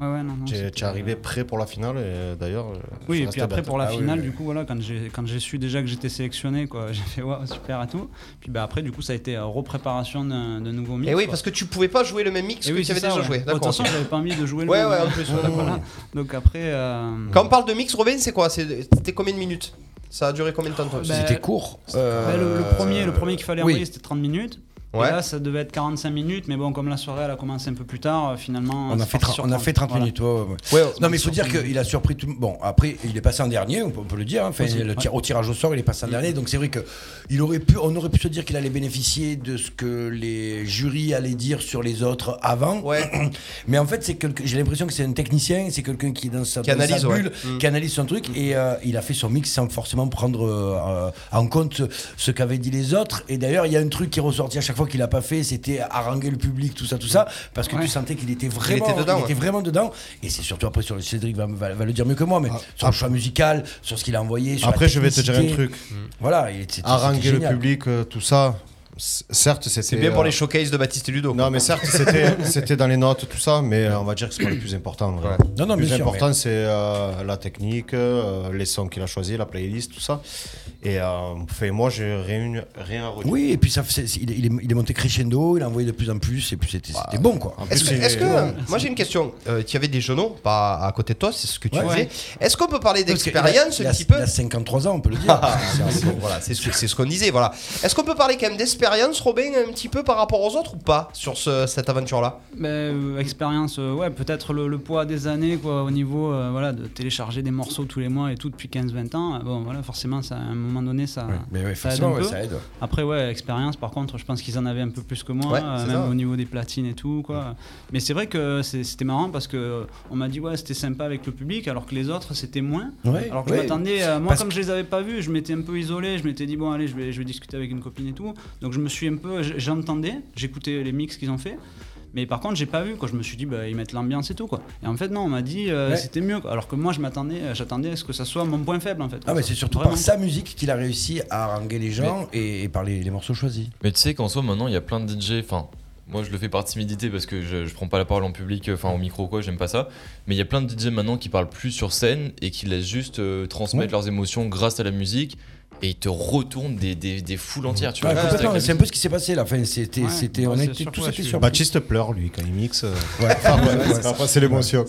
Ouais, ouais, non, non, Tu es c'était- tu es arrivé prêt pour la finale et euh, d'ailleurs. euh, Oui, ça et puis restait après bête. pour la Ah oui, finale, oui. du coup, voilà, quand j'ai quand j'ai su déjà que j'étais sélectionné, quoi, j'ai fait waouh, super à tout. Puis bah après, du coup, ça a été euh, repréparation d'un d'un nouveau mix. Eh Et Eh oui, parce que tu pouvais pas jouer le même mix que tu avais déjà joué. De toute D'accord. façon, ok. j'avais pas envie de jouer le Ouais, même. ouais, en plus, ouais, d'accord. Voilà. Donc après. euh, Quand on parle de mix, Robin, c'est quoi C'est- C'était combien de minutes Ça a duré combien de temps toi ben, euh, ben, le, le premier, le premier qu'il fallait envoyer, c'était 30 minutes. Ouais. Et là, ça devait être 45 minutes, mais bon, comme la soirée, elle a commencé un peu plus tard, euh, finalement. On a, c'est fait parti 30, sur on a fait 30 Voilà. minutes. ouais, ouais, ouais. Ouais, oh. non, mais il sur faut dire 30 qu'il a surpris tout. Bon, après, il est passé en dernier, on peut, on peut le dire. hein. Enfin, Possible, le tir- ouais. Au tirage au sort, il est passé en dernier. Donc, c'est vrai que il aurait pu, on aurait pu se dire qu'il allait bénéficier de ce que les jurys allaient dire sur les autres avant. Mais en fait, c'est quelqu'un- j'ai l'impression que c'est un technicien, c'est quelqu'un qui est dans sa, Qui dans sa analyse, ouais. bulle, Mm. qui analyse son truc. Et euh, il a fait son mix sans forcément prendre euh, en compte ce qu'avaient dit les autres. Et d'ailleurs, il y a un truc qui est ressorti à chaque fois qu'il a pas fait, c'était haranguer le public, tout ça, tout ça. Parce que tu sentais qu'il était vraiment était dedans, il était ouais. vraiment dedans. Et c'est surtout après sur le Cédric va, va- va le dire mieux que moi, mais sur le choix musical, sur ce qu'il a envoyé. Sur la Ah. Après, je vais te dire un technicité. truc. Voilà, il était- c'était Haranguer le génial. public, euh, tout ça. c- Certes, c'était. C'est bien pour les euh, showcases de Baptiste et Ludo. Non, mais certes, c'était- c'était dans les notes, tout ça, mais euh, on va dire que c'est pas le plus important. en vrai. Non, non, le plus bien sûr, important, mais- c'est euh, la technique, euh, les sons qu'il a choisis, la playlist, tout ça. Et euh, fait, moi, j'ai rien, rien à redire. Oui, et puis ça, c'est- c'est- il, est, il est- il est monté crescendo, il a envoyé de plus en plus, et puis c'était c'était bon quoi. Est-ce que, est-ce que- moi j'ai une question. Euh, tu avais des genoux pas à côté de toi, c'est ce que tu Ouais. faisais. Ouais. Est-ce qu'on peut parler Parce qu'il a- d'expérience il un a- petit peu Il a 53 ans, on peut le dire. Ah, c'est- bon, voilà, c'est ce, c'est ce qu'on disait. Voilà. Est-ce qu'on peut parler quand même d'expérience, Robin, un petit peu par rapport aux autres ou pas sur ce- cette aventure-là Mais, euh, expérience, euh, ouais, peut-être le, le poids des années, quoi, au niveau euh, voilà, de télécharger des morceaux tous les mois et tout depuis 15-20 ans. euh, Bon, voilà, forcément, ça, à un moment donné, ça, mais ouais, ça forcément, aide un ouais, peu. ça aide. Après, ouais, expérience, par contre, je pense qu'ils en avaient un peu plus que moi, Ouais, euh, c'est même ça. au niveau des platines et tout, quoi. Mais c'est vrai que c'est- c'était marrant parce que on m'a dit, ouais, c'était sympa avec le public, alors que les autres, c'était moins. Ouais, alors que ouais. je m'attendais, euh, moi, Parce comme je les avais pas vus, je m'étais un peu isolé, je m'étais dit, bon, allez, je vais, je vais discuter avec une copine et tout. Donc, je me suis un peu, j- j'entendais, j'écoutais les mix qu'ils ont fait. Mais par contre, j'ai pas vu. Quoi. Je me suis dit, bah, ils mettent l'ambiance et tout. Quoi. Et en fait, non, on m'a dit, euh, Ouais. c'était mieux. quoi. Alors que moi, je m'attendais, euh, j'attendais à ce que ça soit mon point faible. En fait, Ah, mais c'est surtout Vraiment. par sa musique qu'il a réussi à haranguer les gens et, et par les, les morceaux choisis. Mais tu sais qu'en soi, maintenant, il y a plein de DJ. Enfin, moi, je le fais par timidité parce que je, je prends pas la parole en public, euh, enfin, au micro, quoi, j'aime pas ça. Mais il y a plein de DJ maintenant qui parlent plus sur scène et qui laissent juste euh, transmettre Ouais. leurs émotions grâce à la musique et ils te retournent des, des, des foules entières, tu Ah, vois. juste complètement, avec la c'est un peu ce qui s'est passé là. Enfin, c'était, Ouais, c'était, bah, ouais, on a c'est été sûr, tous ouais, été je suis- surpris. Baptiste Ah bah, pleure, lui, quand il mixe. euh. Ouais. Après, Ouais, ouais, après, ça- c'est l'émotion.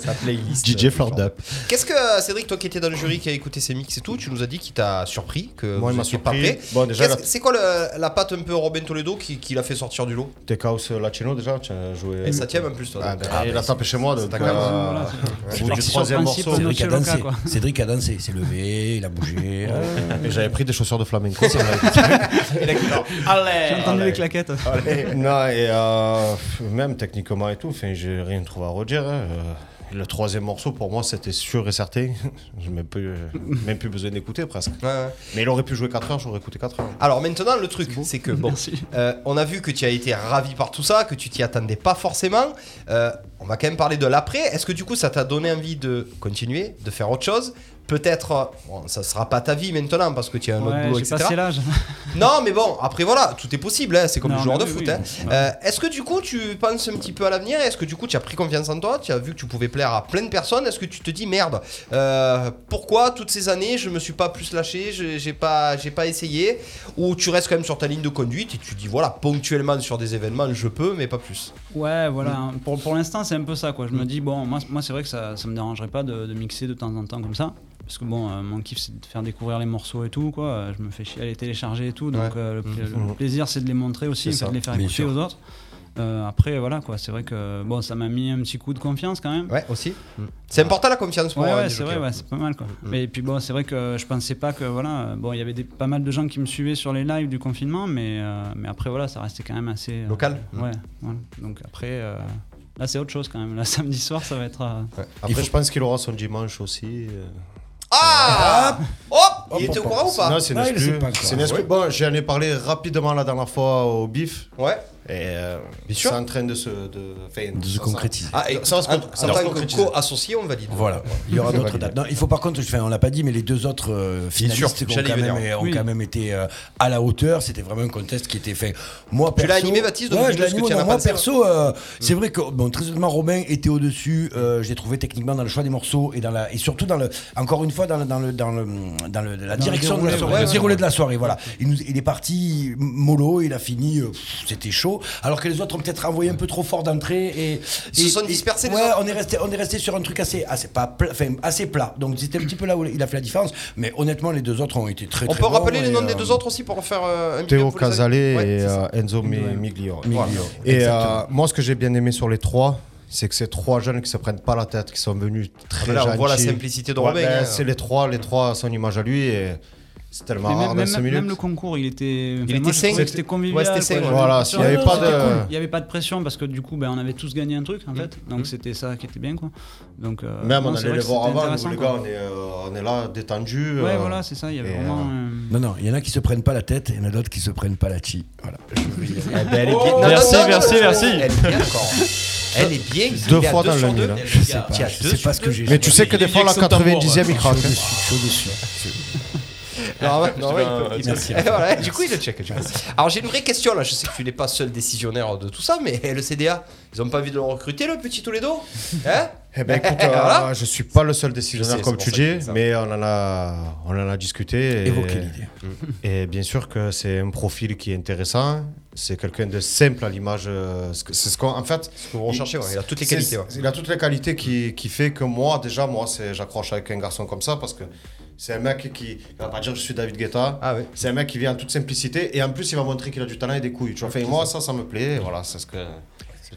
DJ Fleur d'Ap. Qu'est-ce que Cédric, toi qui étais dans le jury, qui a écouté ces mix et tout, tu nous as dit qu'il t'a surpris, que Moi, il vous m'a étiez pas surpris. prêt. Bon, déjà, Qu'est-ce- la- c'est quoi le- la patte un peu Robin Toledo qui, qui l'a fait sortir du lot T'es Chaos euh, Latino déjà, tu as joué. Et ça tient en plus, toi, Ah, donc. ben, Ah, il ben, a tapé chez moi, donc. c'est- euh, au bout du troisième morceau. Cédric a dansé. Cédric a dansé. Il s'est levé, il a bougé. euh, Et j'avais pris des chaussures de flamenco. c'est vrai. hein. J'ai entendu les claquettes. Et- non, et euh, même techniquement et tout, enfin, j'ai rien trouvé à redire. hein. Euh, Le troisième morceau, pour moi, c'était sûr et certain. J'ai même plus, euh, même plus besoin d'écouter presque. Mais il aurait pu jouer 4 heures, j'aurais écouté 4 heures. Alors maintenant, le truc, c'est que bon, euh, on a vu que tu as été ravi par tout ça, que tu t'y attendais pas forcément. Euh, on va quand même parler de l'après. Est-ce que du coup, ça t'a donné envie de continuer, de faire autre chose Peut-être, euh, bon, ça sera pas ta vie maintenant parce que tu as un autre Ouais, boulot, j'ai etc. passé l'âge. Non, mais bon, après voilà, tout est possible, hein, c'est comme Non, le joueur de mais oui, foot. oui. hein. Euh, Est-ce que du coup, tu penses un petit peu à l'avenir Est-ce que du coup, tu as pris confiance en toi Tu as vu que tu pouvais plaire à plein de personnes Est-ce que tu te dis merde euh, Pourquoi toutes ces années, je me suis pas plus lâché je- J'ai pas, j'ai pas essayé Ou tu restes quand même sur ta ligne de conduite et tu dis voilà, ponctuellement sur des événements, je peux, mais pas plus. Ouais, voilà. hein. Pour, pour l'instant, c'est un peu ça, quoi. Je me dis, bon, moi, moi c'est vrai que ça, ça me dérangerait pas de, de mixer de temps en temps comme ça. Parce que bon, euh, mon kiff, c'est de faire découvrir les morceaux et tout, quoi. Euh, Je me fais chier à les télécharger et tout. Donc, Ouais. euh, le, pla- Mhm. le plaisir, c'est de les montrer aussi, C'est et ça. de les faire Bien écouter sûr. aux autres. Euh, après, voilà, quoi. C'est vrai que bon, ça m'a mis un petit coup de confiance quand même. Ouais, aussi. Hmm. C'est important la confiance pour Hein. Ouais, un ouais, DJ c'est jockey. vrai, ouais, c'est pas mal quoi. Mm. Mais puis bon, c'est vrai que je pensais pas que voilà, euh, bon, il y avait des, pas mal de gens qui me suivaient sur les lives du confinement, mais euh, mais après voilà, ça restait quand même assez euh, Local. Mm. Ouais, voilà. Donc après, euh, là c'est autre chose quand même. Là, samedi soir, ça va être. euh, Après, je pense qu'il aura son dimanche aussi. euh. Ah Hop Il était au courant ou pas Non, c'est une Ah, il exclu. le sait pas, quoi. C'est une exclu. Ouais. Bon, j'en ai parlé rapidement la dernière fois au bif. Ouais. Et euh, sûr. c'est en train de se, de, enfin, De se ça- ça- concrétiser. Ah, et ça va se con- ça en va se tant que concrétiser. co-associé, on valide. Voilà, il y aura d'autres dates. Non, il faut par contre, enfin, on l'a pas dit, mais les deux autres euh, finalistes sûr, qui ont, j'allais quand y même, venir. ont Oui. quand même été euh, à la hauteur. C'était vraiment un contest qui était fait. Moi, Tu l'as perso- animé, Baptiste, donc Ouais, dis-nous je l'ai ce que animé. tu en as hein. moi, pensé. perso, Mm. euh, c'est vrai que bon, très honnêtement, Romain était au-dessus. Euh, J'ai trouvé techniquement dans le choix des morceaux et dans la et surtout dans le encore une fois dans le dans le dans le dans le- la le direction de déroulé, la soirée, ouais, Mm. le ouais. déroulé de la soirée. Voilà, il nous il est parti mollo, il a fini. euh, pff, C'était chaud. Alors que les autres ont peut-être envoyé un peu trop fort d'entrée et Ils se sont dispersés, les ouais, autres. on est resté on est resté sur un truc assez assez pas pla- enfin, assez plat donc c'était un petit peu là où il a fait la différence mais honnêtement les deux autres ont été très On très peut bons rappeler les et, noms euh, des deux autres aussi pour en faire euh, un big Théo up, vous les avez Casalet Ouais, et c'est ça. euh, Enzo Mi- Ouais. Migliore. Migliore, Et euh, exactement. moi, ce que j'ai bien aimé sur les trois, c'est que ces trois jeunes qui se prennent pas la tête, qui sont venus très Là, on gentils. voit la simplicité de Ouais, Robin, ben, hein. C'est les trois, les trois à son image à lui. Et c'est tellement mais rare même, dans même- cinq même minutes. le concours, il était. Il enfin, moi, était je trouvais sain. que C'était convivial. Ouais, c'était quoi. sain, Je- Voilà, s'il y avait Ouais, pas c'était de- cool. Il y avait pas de pression parce que du coup, ben, on avait tous gagné un truc en fait. Donc c'était ça qui était bien quoi. Donc. euh, Même non, on c'est allait vrai les que voir c'était avant, nous, intéressant, les quoi. gars, on est, euh, on est là euh, détendu. Ouais, voilà, c'est ça, il y avait vraiment, euh, non non il y en a qui se prennent pas la tête et il y en a d'autres qui se prennent pas la chi voilà Eh ben, elle est bien- Oh merci, merci, merci. Elle est bien, encore. Elle est bien. Deux il y a fois dans le 202. mille, hein. Elle est Je bien. sais pas, Il y a je deux sais sur pas ce que deux. euh, j'ai- Mais tu sais que des fois, la 90e, il craque, hein. Non, ouais, non, ouais, Je vais il un- peut- il Merci. peut- Eh, voilà, du coup, il le check. du coup. Alors, j'ai une vraie question là. Je sais que tu n'es pas seul décisionnaire de tout ça, mais eh, le CDA, ils ont pas envie de le recruter, le petit Toledo Hein Eh ben écoute, euh, Ah, Voilà. je suis pas le seul Je décisionnaire sais, comme c'est tu pour ça que dis, je dis ça. mais on en a, on en a discuté. et- Évoquer l'idée. Euh, Et bien sûr que c'est un profil qui est intéressant. C'est quelqu'un de simple à l'image. euh, ce que- C'est ce qu'on, en fait, que vous recherchez, ouais, il a toutes les c'est- qualités, ouais. Il a toutes les qualités qui, qui fait que moi déjà, moi, c'est, j'accroche avec un garçon comme ça parce que c'est un mec qui il va pas dire je suis David Guetta. Ah, C'est un mec qui vient en toute simplicité et en plus il va montrer qu'il a du talent et des couilles. Tu vois, Enfin, moi ça, ça me plaît. et Voilà, c'est ce que.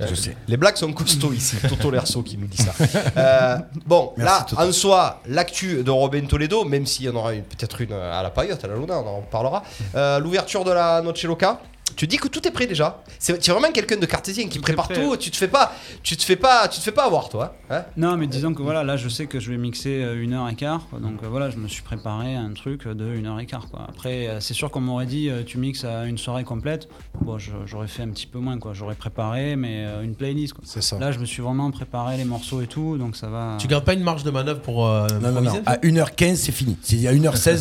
Je sais. Euh, Les blagues sont costauds ici. Toto Lerso qui nous dit ça. Euh, bon, Merci, là, en soi, l'actu de Robin Toledo, même s'il y en aura une- peut-être une à la paillotte, à la Luna, on en parlera. Euh, L'ouverture de la Noche Loca. Tu dis que tout est prêt déjà. C'est tu es vraiment quelqu'un de cartésien qui prépare prêt. tout. Tu te fais pas, tu te fais pas, tu te fais pas avoir toi. hein Non, mais disons que voilà, là je sais que je vais mixer euh, une heure et quart, quoi. donc euh, voilà, je me suis préparé à un truc euh, de une heure et quart. Quoi. Après, euh, c'est sûr qu'on m'aurait dit euh, tu mixes à une soirée complète, bon, je- j'aurais fait un petit peu moins, quoi. J'aurais préparé, mais euh, une playlist. Quoi. C'est ça. Là, je me suis vraiment préparé les morceaux et tout, donc ça va. Tu gardes pas une marge de manœuvre pour. euh, non, non, non. improviser À 1h15, c'est fini. C'est à 1h16,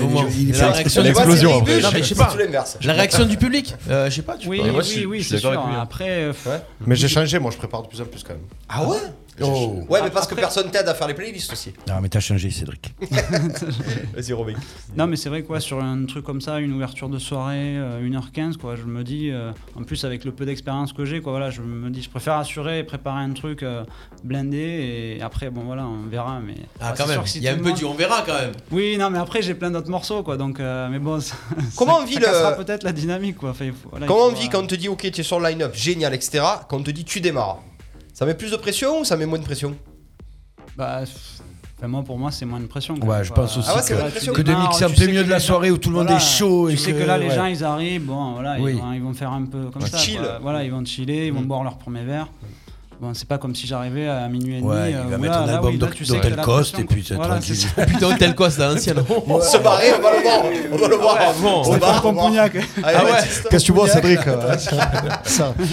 Au moins. il est La réaction du l'explosion public. Non, mais je sais pas. La réaction du public. Euh, je sais pas. tu Oui, peux- oui, oui, c'est sûr. Après, euh, Mais j'ai changé, moi je prépare de plus en plus quand même. Ah ouais Oh. Ouais, mais parce que personne t'aide à faire les playlists aussi. Non, mais t'as changé, Cédric. Ah Vas-y, Robin. Non, mais c'est vrai quoi, sur un truc comme ça, une ouverture de soirée, euh, 1h15, quoi, je me dis, euh, en plus avec le peu d'expérience que j'ai, quoi, voilà, je me dis, je préfère assurer et préparer un truc euh, blindé, et après, bon voilà, on verra, mais. Ah, Bah, quand c'est même. sûr que si Il y a tout un le peu monde- du on verra quand même. Oui, non, mais après, j'ai plein d'autres morceaux, quoi, donc, euh, mais bon, ça, Comment ça- on vit ça le- cassera peut-être la dynamique, quoi. Enfin, il faut- voilà, il Comment on faut, vit euh, quand on te dit ok, tu es sur le line-up, génial, etc. Quand on te dit tu démarres, ça met plus de pression ou ça met moins de pression bah, pff, enfin, moi, pour moi, c'est moins de pression. quoi. Ouais, je pense aussi Ah ouais, c'est vrai, que, pression. que de démarres, mixer un tu peu sais mieux que de la les gens- soirée où tout le monde Voilà, est chaud. tu et sais que, Euh, là les ouais. gens ils arrivent, bon voilà, Oui. ils, vont, ils vont faire un peu comme Ouais. ça. Chill. quoi. Voilà, ils vont chiller, Mm. ils vont boire leur premier verre. Bon, c'est pas comme si j'arrivais à minuit et demi. Ouais, il euh, va où mettre là- un là, album oui, là, d'Hôtel tu sais que t'as la Coste, pression, et puis quoi. c'est Voilà, tranquille. c'est ça. Oh, Putain, tel quoi, c'est un ancien. On se barrer, on va le voir. On va le voir. bon. on se barre. on va voir. Allez, Ah ouais. Baptiste. Qu'est-ce que tu bois, Cédric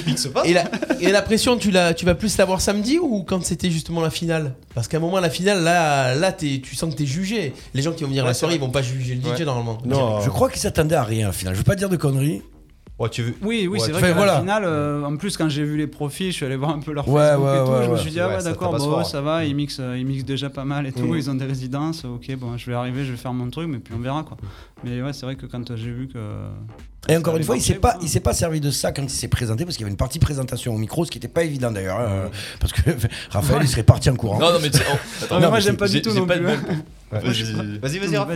Il se passe. Et la, et la pression, tu, la, tu vas plus l'avoir samedi ou quand c'était justement la finale Parce qu'à un moment, la finale, là, là t'es- tu sens que t'es jugé. Les gens qui vont venir à la soirée, ils vont pas juger le DJ normalement. Ah. Non, Je crois qu'ils s'attendaient à rien, au final. Je veux pas dire de conneries. Ouais, tu veux... Oui, oui, Ouais, c'est vrai enfin, que voilà. la finale, euh, en plus, quand j'ai vu les profils, je suis allé voir un peu leur Ouais, Facebook ouais, et tout. ouais, je me ouais. suis dit, ah Ouais, ouais, ça d'accord, tape à bon, ce fort. ça va, ils mixent, euh, ils mixent déjà pas mal et tout. Mm. Ils ont des résidences, ok, bon, je vais arriver, je vais faire mon truc, mais puis on verra quoi. Mais ouais, c'est vrai que quand j'ai vu que. Et encore une fois, il s'est pas, il s'est pas servi de ça quand il s'est présenté parce qu'il y avait une partie présentation au micro, ce qui n'était pas évident d'ailleurs, hein, parce que Raphaël il serait parti en courant. Non, non, mais tu- Non, oh, mais mais c'est- j'ai- j'ai pas hein. de mal- Vas-y, Vas-y, vas-y, Raph.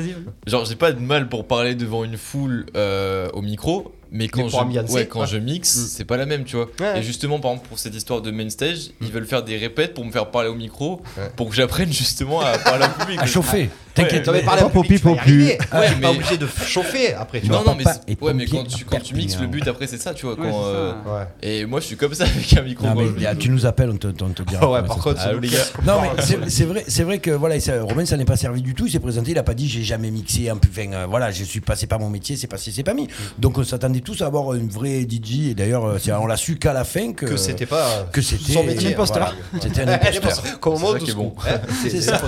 Genre, j'ai pas de mal pour parler devant une foule euh, au micro, mais quand, pour un je, Beyoncé, ouais, quand ouais. je mixe, c'est pas la même, tu vois. Mm. Ouais. Mm. Et justement, par exemple, pour cette histoire de main stage, ils veulent faire des répètes pour me faire parler au micro, pour que j'apprenne justement à parler au public. À chauffer. Ouais. T'inquiète, Ouais. mais parler au public, tu vas y arriver. Ouais, T'es pas mais- obligé de f- chauffer après, tu non, vois. non, mais, Papa c'est- est ouais, mais pompier quand tu, à quand tu mixes, Perpignan. le but après, c'est ça, tu vois. Ouais, quand, c'est ça. euh, Et moi, je suis comme ça avec un micro. Non, quoi. mais il y a- tu nous appelles, on te, on te dira. Ah ouais, comment par ça se contre, passe. allô, les gars. Non, mais c'est- c'est vrai, c'est vrai que voilà, il s'est- Romain, ça n'est pas servi du tout. Il s'est présenté, il n'a pas dit j'ai jamais mixé. hein, puis, Enfin, euh, voilà, je suis passé par mon métier, c'est passé, c'est pas mis. Donc on s'attendait tous à avoir une vraie DJ. Et d'ailleurs, euh, c'est- on l'a su qu'à la fin que, Que c'était pas que c'était son métier. voilà, C'était un imposteur. Comme au moment C'est ça qui est bon. C'est ça.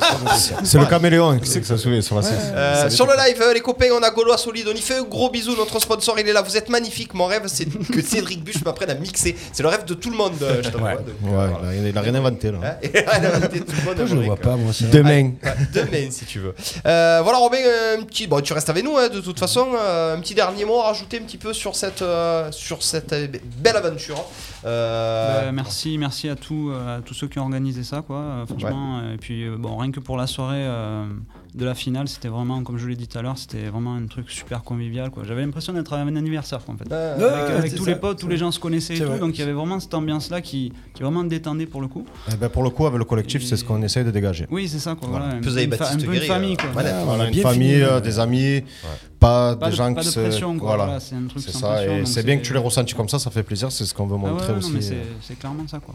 C'est le caméléon qui sait que ça soulève sur la scène. Euh, sur le live, euh, les copains, on a Gaulois Solide, on y fait un gros bisou, notre sponsor il est là, vous êtes magnifique, mon rêve c'est que Cédric Buche m'apprenne à mixer, c'est le rêve de tout le monde, euh, je t'avoue. Ouais, ouais, il a- il a rien inventé là. Hein Et la réalité de tout le monde, Je le Jean-Luc. vois pas, moi. ça. Demain. Ouais, demain si tu veux. Euh, voilà Robin, euh, un petit, bon, tu restes avec nous hein, de toute façon. Euh, un petit dernier mot à rajouter un petit peu sur cette, euh, sur cette euh, belle aventure. Euh, Bah, merci, merci à, tous, euh, à tous ceux qui ont organisé ça, quoi. euh, franchement, euh, et puis euh, bon, rien que pour la soirée euh, de la finale, c'était vraiment, comme je l'ai dit tout à l'heure, c'était vraiment un truc super convivial, quoi. J'avais l'impression d'être à un anniversaire, quoi, en fait. Ouais, avec ouais, avec c'est tous ça. les potes, tous les gens se connaissaient et C'est tout, vrai. donc il y avait vraiment cette ambiance-là qui, qui vraiment détendait pour le coup. Eh ben, pour le coup, avec le collectif, c'est ce qu'on essaye de dégager. Oui, c'est ça, quoi. Voilà. Voilà. un Puis vous peu avez une fa- Baptiste un peu une Guéry, famille, euh, quoi. voilà, Ouais, on on a a une bien famille, fini, euh, ouais. des amis, pas, Pas des de- gens pas qui de se. pression, quoi, voilà, c'est un truc C'est sans ça, pression, et donc c'est bien c'est- que tu l'aies ressenti comme ça, ça fait plaisir, c'est ce qu'on veut Ah ouais, montrer non, aussi. euh, mais c'est- c'est clairement ça, quoi.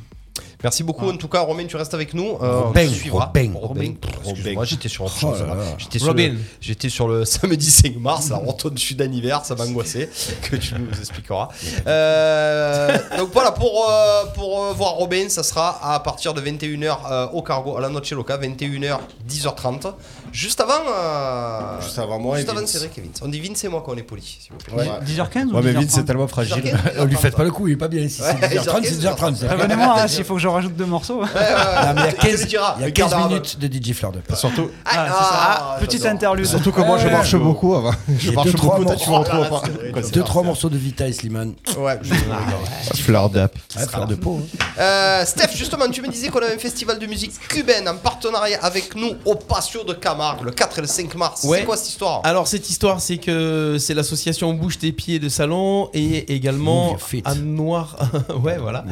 Merci beaucoup en tout cas Romain, tu restes avec nous. Robin, on te suivra. Robin. Robin. Excuse-moi, j'étais sur autre Oh chose, là là. là. J'étais sur, Robin. le- j'étais sur le samedi 5 mars, alors Antoine, je suis d'anniversaire, ça m'a angoissé, que tu nous expliqueras. Euh, donc voilà, pour, euh, pour euh, voir Robin, ça sera à partir de 21h euh, au cargo, à la Noche Loca, 21h, 10h30. Juste avant. euh, Juste avant moi Juste et avant Vince. Cédric et Vince. On dit Vince et moi qu'on est poli, s'il vous plaît. Ouais. 10h15 Ouais, mais ou vite, c'est 10h30 tellement fragile. 10h15, Euh, lui faites 10h30. pas le coup, il est pas bien. Si Ouais, c'est 10h30, c'est 10h30. c'est- Non, Prévenez-moi hein, s'il faut que je rajoute deux morceaux. Ouais, ouais, ouais. mais il y a Tu le 15, diras, il y a le garde 15 arabe. minutes de DJ Fleur de Pas. Surtout, Ah, Ah, c'est ah, ça. Petite j'adore. interlude. surtout que moi, je marche beaucoup avant. Je Et marche deux, trois beaucoup, toi, Oh, tu m'en morceaux. Ah, retrouves pas. Deux, trois morceaux de Vita et Slimane. Ouais, je- Ah. Fleur d'ap. Ouais, Fleur de peau. hein. Euh, Steph, justement, tu me disais qu'on avait un festival de musique cubaine en partenariat avec nous au Patio de Camargue le 4 et le 5 mars. Ouais. C'est quoi cette histoire Ah. Alors cette histoire, c'est que c'est l'association Bouge tes pieds de salon et également Move your feet. Anne Noir, ouais hein. voilà,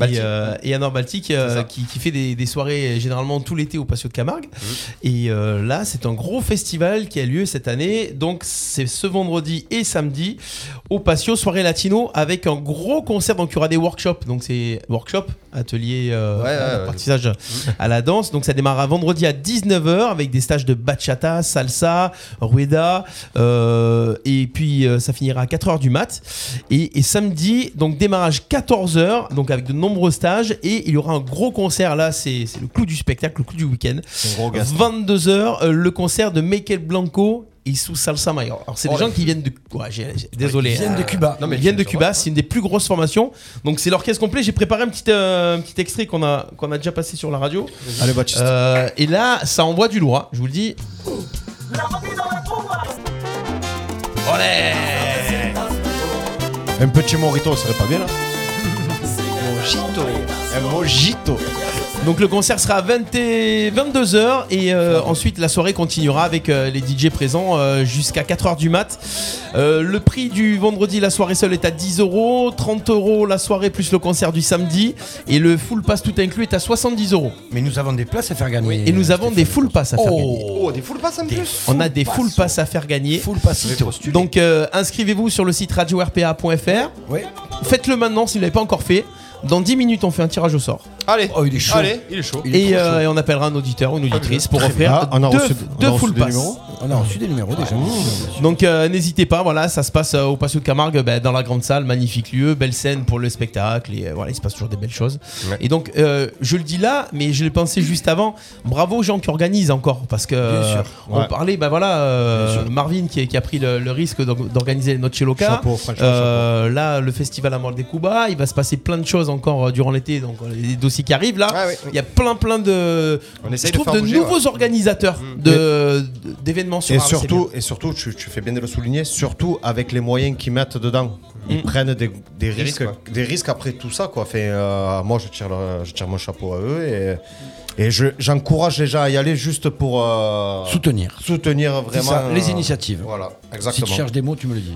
et, euh, et Anne Noir Baltique euh, C'est ça. qui, qui fait des, des soirées euh, généralement tout l'été au Patio de Camargue. Mmh. Et euh, là, c'est un gros festival qui a lieu cette année, donc c'est ce vendredi et samedi au Patio soirée latino avec un gros concert. Donc il y aura des workshops, donc c'est workshop, atelier, euh, Ouais, ouais, de ouais. apprentissage à la danse. Donc ça démarre à vendredi à 19h avec des stages de bachata, salsa, rueda. euh, et puis euh, ça finira à 4h du mat. Et, et samedi, donc démarrage 14h, donc avec de nombreux stages. Et il y aura un gros concert là, c'est c'est le clou du spectacle, le clou du week-end. C'est gros gars. 22h, euh, le concert de Michael Blanco. et sous Salsa Mayor. Alors, c'est Oh des là. gens qui viennent de. Ouais, j'ai- j'ai- désolé. Ils viennent hein. de Cuba. Non, mais ils viennent de Cuba, c'est une des plus grosses formations. Donc c'est l'orchestre complet. J'ai préparé un petit, euh, un petit extrait qu'on a, qu'on a déjà passé sur la radio. Allez, Baptiste. Euh, et là, ça envoie du lourd, hein, je vous le dis. Olé Un petit morito, ça serait pas bien là Mojito. Un mojito. Donc le concert sera à 20 et 22h et euh, ensuite la soirée continuera avec euh, les DJ présents euh, jusqu'à 4h du mat. Euh, le prix du vendredi la soirée seule est à 10 euros, 30 euros la soirée plus le concert du samedi et le full pass tout inclus est à 70 euros. Mais nous avons des places à faire gagner. euh, Et nous avons des full pass à faire gagner. Oh, des full pass en plus. On a des full pass à faire gagner. Full passito. Donc euh, inscrivez-vous sur le site radio-rpa.fr. Oui. Faites-le maintenant si vous ne l'avez pas encore fait. Dans 10 minutes, on fait un tirage au sort. Allez. Oh, il est chaud. Allez, il est chaud. Il est Et, trop euh, et on appellera un auditeur ou une auditrice pour Très offrir bien. Ah, On a deux, reçu- deux on a reçu full des pass. numéros On a reçu des numéros déjà. Donc euh, n'hésitez pas, voilà, ça se passe euh, au Patio de Camargue, bah, dans la grande salle, magnifique lieu, belle scène pour le spectacle, et euh, voilà, il se passe toujours des belles choses. Et donc euh, je le dis là, mais je l'ai pensé juste avant, bravo aux gens qui organisent encore, parce que Bien sûr. euh, on Ouais. parlait, bah voilà, euh, Bien sûr. Marvin qui, qui a pris le, le risque d'or- d'organiser notre chez Loca. Chapeau, franchement, Euh, là, le festival à mort des Cuba, il va se passer plein de choses encore euh, durant l'été, donc euh, les dossiers qui arrivent là, il y a plein plein de, essaye de je trouve faire de, bouger, nouveaux ouais. Mm. organisateurs de- d'événements sur Et Arles, c'est bien. surtout, et surtout tu, tu fais bien de le souligner, surtout avec les moyens qu'ils mettent dedans. Ils prennent Mm. des, des risques, risques, des risques après tout ça. Quoi. Fait, euh, moi, je tire, le- je tire mon chapeau à eux et, et je- j'encourage les gens à y aller juste pour euh, Soutenir. Soutenir C'est vraiment ça, les euh, initiatives. Voilà, exactement. Si tu cherches des mots, tu me le dis.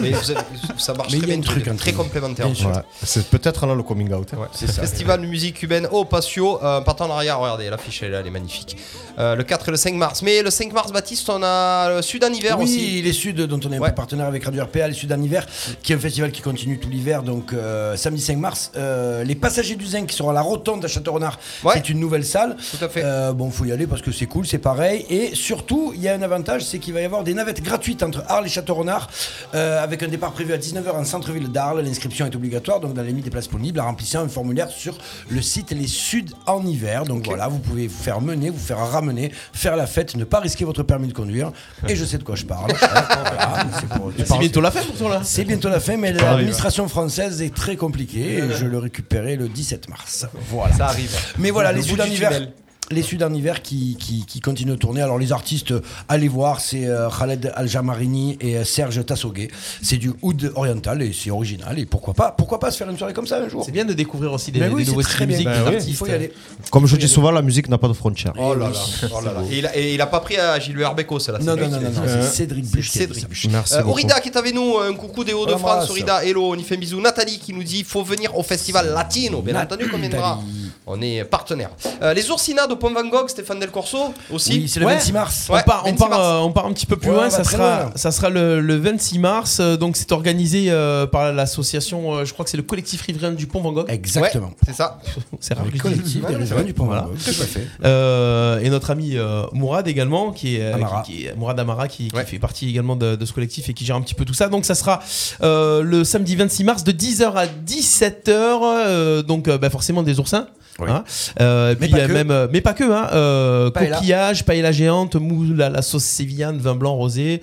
Mais vous êtes- ça marche Mais il très y bien, a un vous truc êtes très complémentaire. Voilà. C'est peut-être là le coming out. hein. C'est ça. Festival de musique cubaine au Patio, euh, partenariat, regardez, l'affiche elle, elle est magnifique. Euh, le 4 et le 5 mars. Mais le 5 mars, Baptiste, on a le Sud en hiver oui, aussi. les Suds dont on est un peu partenaire avec Radio RPA, les Suds en hiver, qui est un festival qui continue tout l'hiver, donc euh, samedi 5 mars. Euh, les Passagers du Zinc qui seront à la Rotonde à Château-Renard, c'est une nouvelle salle. Euh, Tout à fait. bon, faut y aller parce que c'est cool, c'est pareil. Et surtout, il y a un avantage, c'est qu'il va y avoir des navettes gratuites entre Arles et Château-Renard, euh, avec un départ prévu à 19h en centre-ville d'Arles. L'inscription est obligatoire, donc dans la limite des places disponibles, en remplissant un formulaire sur le site Les Suds en hiver. Donc voilà, vous pouvez vous faire mener, vous faire ramener, faire la fête, ne pas risquer votre permis de conduire. Et je sais de quoi je parle. Voilà, c'est pour- C'est bientôt la fin pour toi là C'est bientôt la fin, mais Ça arrive. l'administration française est très compliquée et je le récupérais le 17 mars. Voilà. Ça arrive. Mais voilà, Le les bout Sud du en hiver. tunnel. Les Sud en hiver qui, qui, qui continuent de tourner. Alors, les artistes, euh, allez voir, c'est euh, Khaled Aljamarini et euh, Serge Tassoguet. C'est du oud oriental et c'est original. Et pourquoi pas, pourquoi pas se faire une soirée comme ça un jour C'est bien de découvrir aussi des, Mais des oui, nouveaux c'est très styles bien. Bah musiques, Ben des oui. artistes. Il faut y aller. Comme je dis souvent, la musique n'a pas de frontières. Oh là là, oh là là. Et il a, et il a pas pris à Gilbert Arbeco, celle-là. Non, c'est non, lui non, qui non, l'a non, fait. c'est Cédric Buche qui a dit Cédric ça. Buche. Merci Euh, beaucoup. Aurida qui est avec nous, un coucou des Hauts-de-France. Embrasse. Aurida, hello, on y fait un bisou. Nathalie qui nous dit faut venir au festival latino. Bien Nathalie. entendu qu'on viendra. On est partenaire. Euh, les oursinades au Pont Van Gogh, Stéphane Del Corso aussi. Oui, c'est le Ouais. 26 mars. Ouais, on, part, on, 26 part, mars. euh, on part un petit peu plus Ouais, on loin, va ça très sera, loin. ça sera le, le 26 mars. euh, donc c'est organisé euh, par l'association, euh, je crois que c'est le collectif riverain du Pont Van Gogh. Exactement. Ouais, c'est ça. C'est rare. Le que je dis. Eh, collectif des riverains du Pont Voilà. Tout à fait. Euh, et notre ami euh, Mourad également, qui est, euh, Amara. qui- qui est- Mourad Amara, qui, qui fait partie également de, de ce collectif et qui gère un petit peu tout ça. Donc ça sera euh, le samedi 26 mars de 10h à 17h. euh, donc euh, bah, forcément des oursins. hein. Euh, Mais puis, pas euh, que. même, euh, mais pas que, hein, euh, Paella. coquillage, paella géante, moule à la sauce sévillane, vin blanc rosé,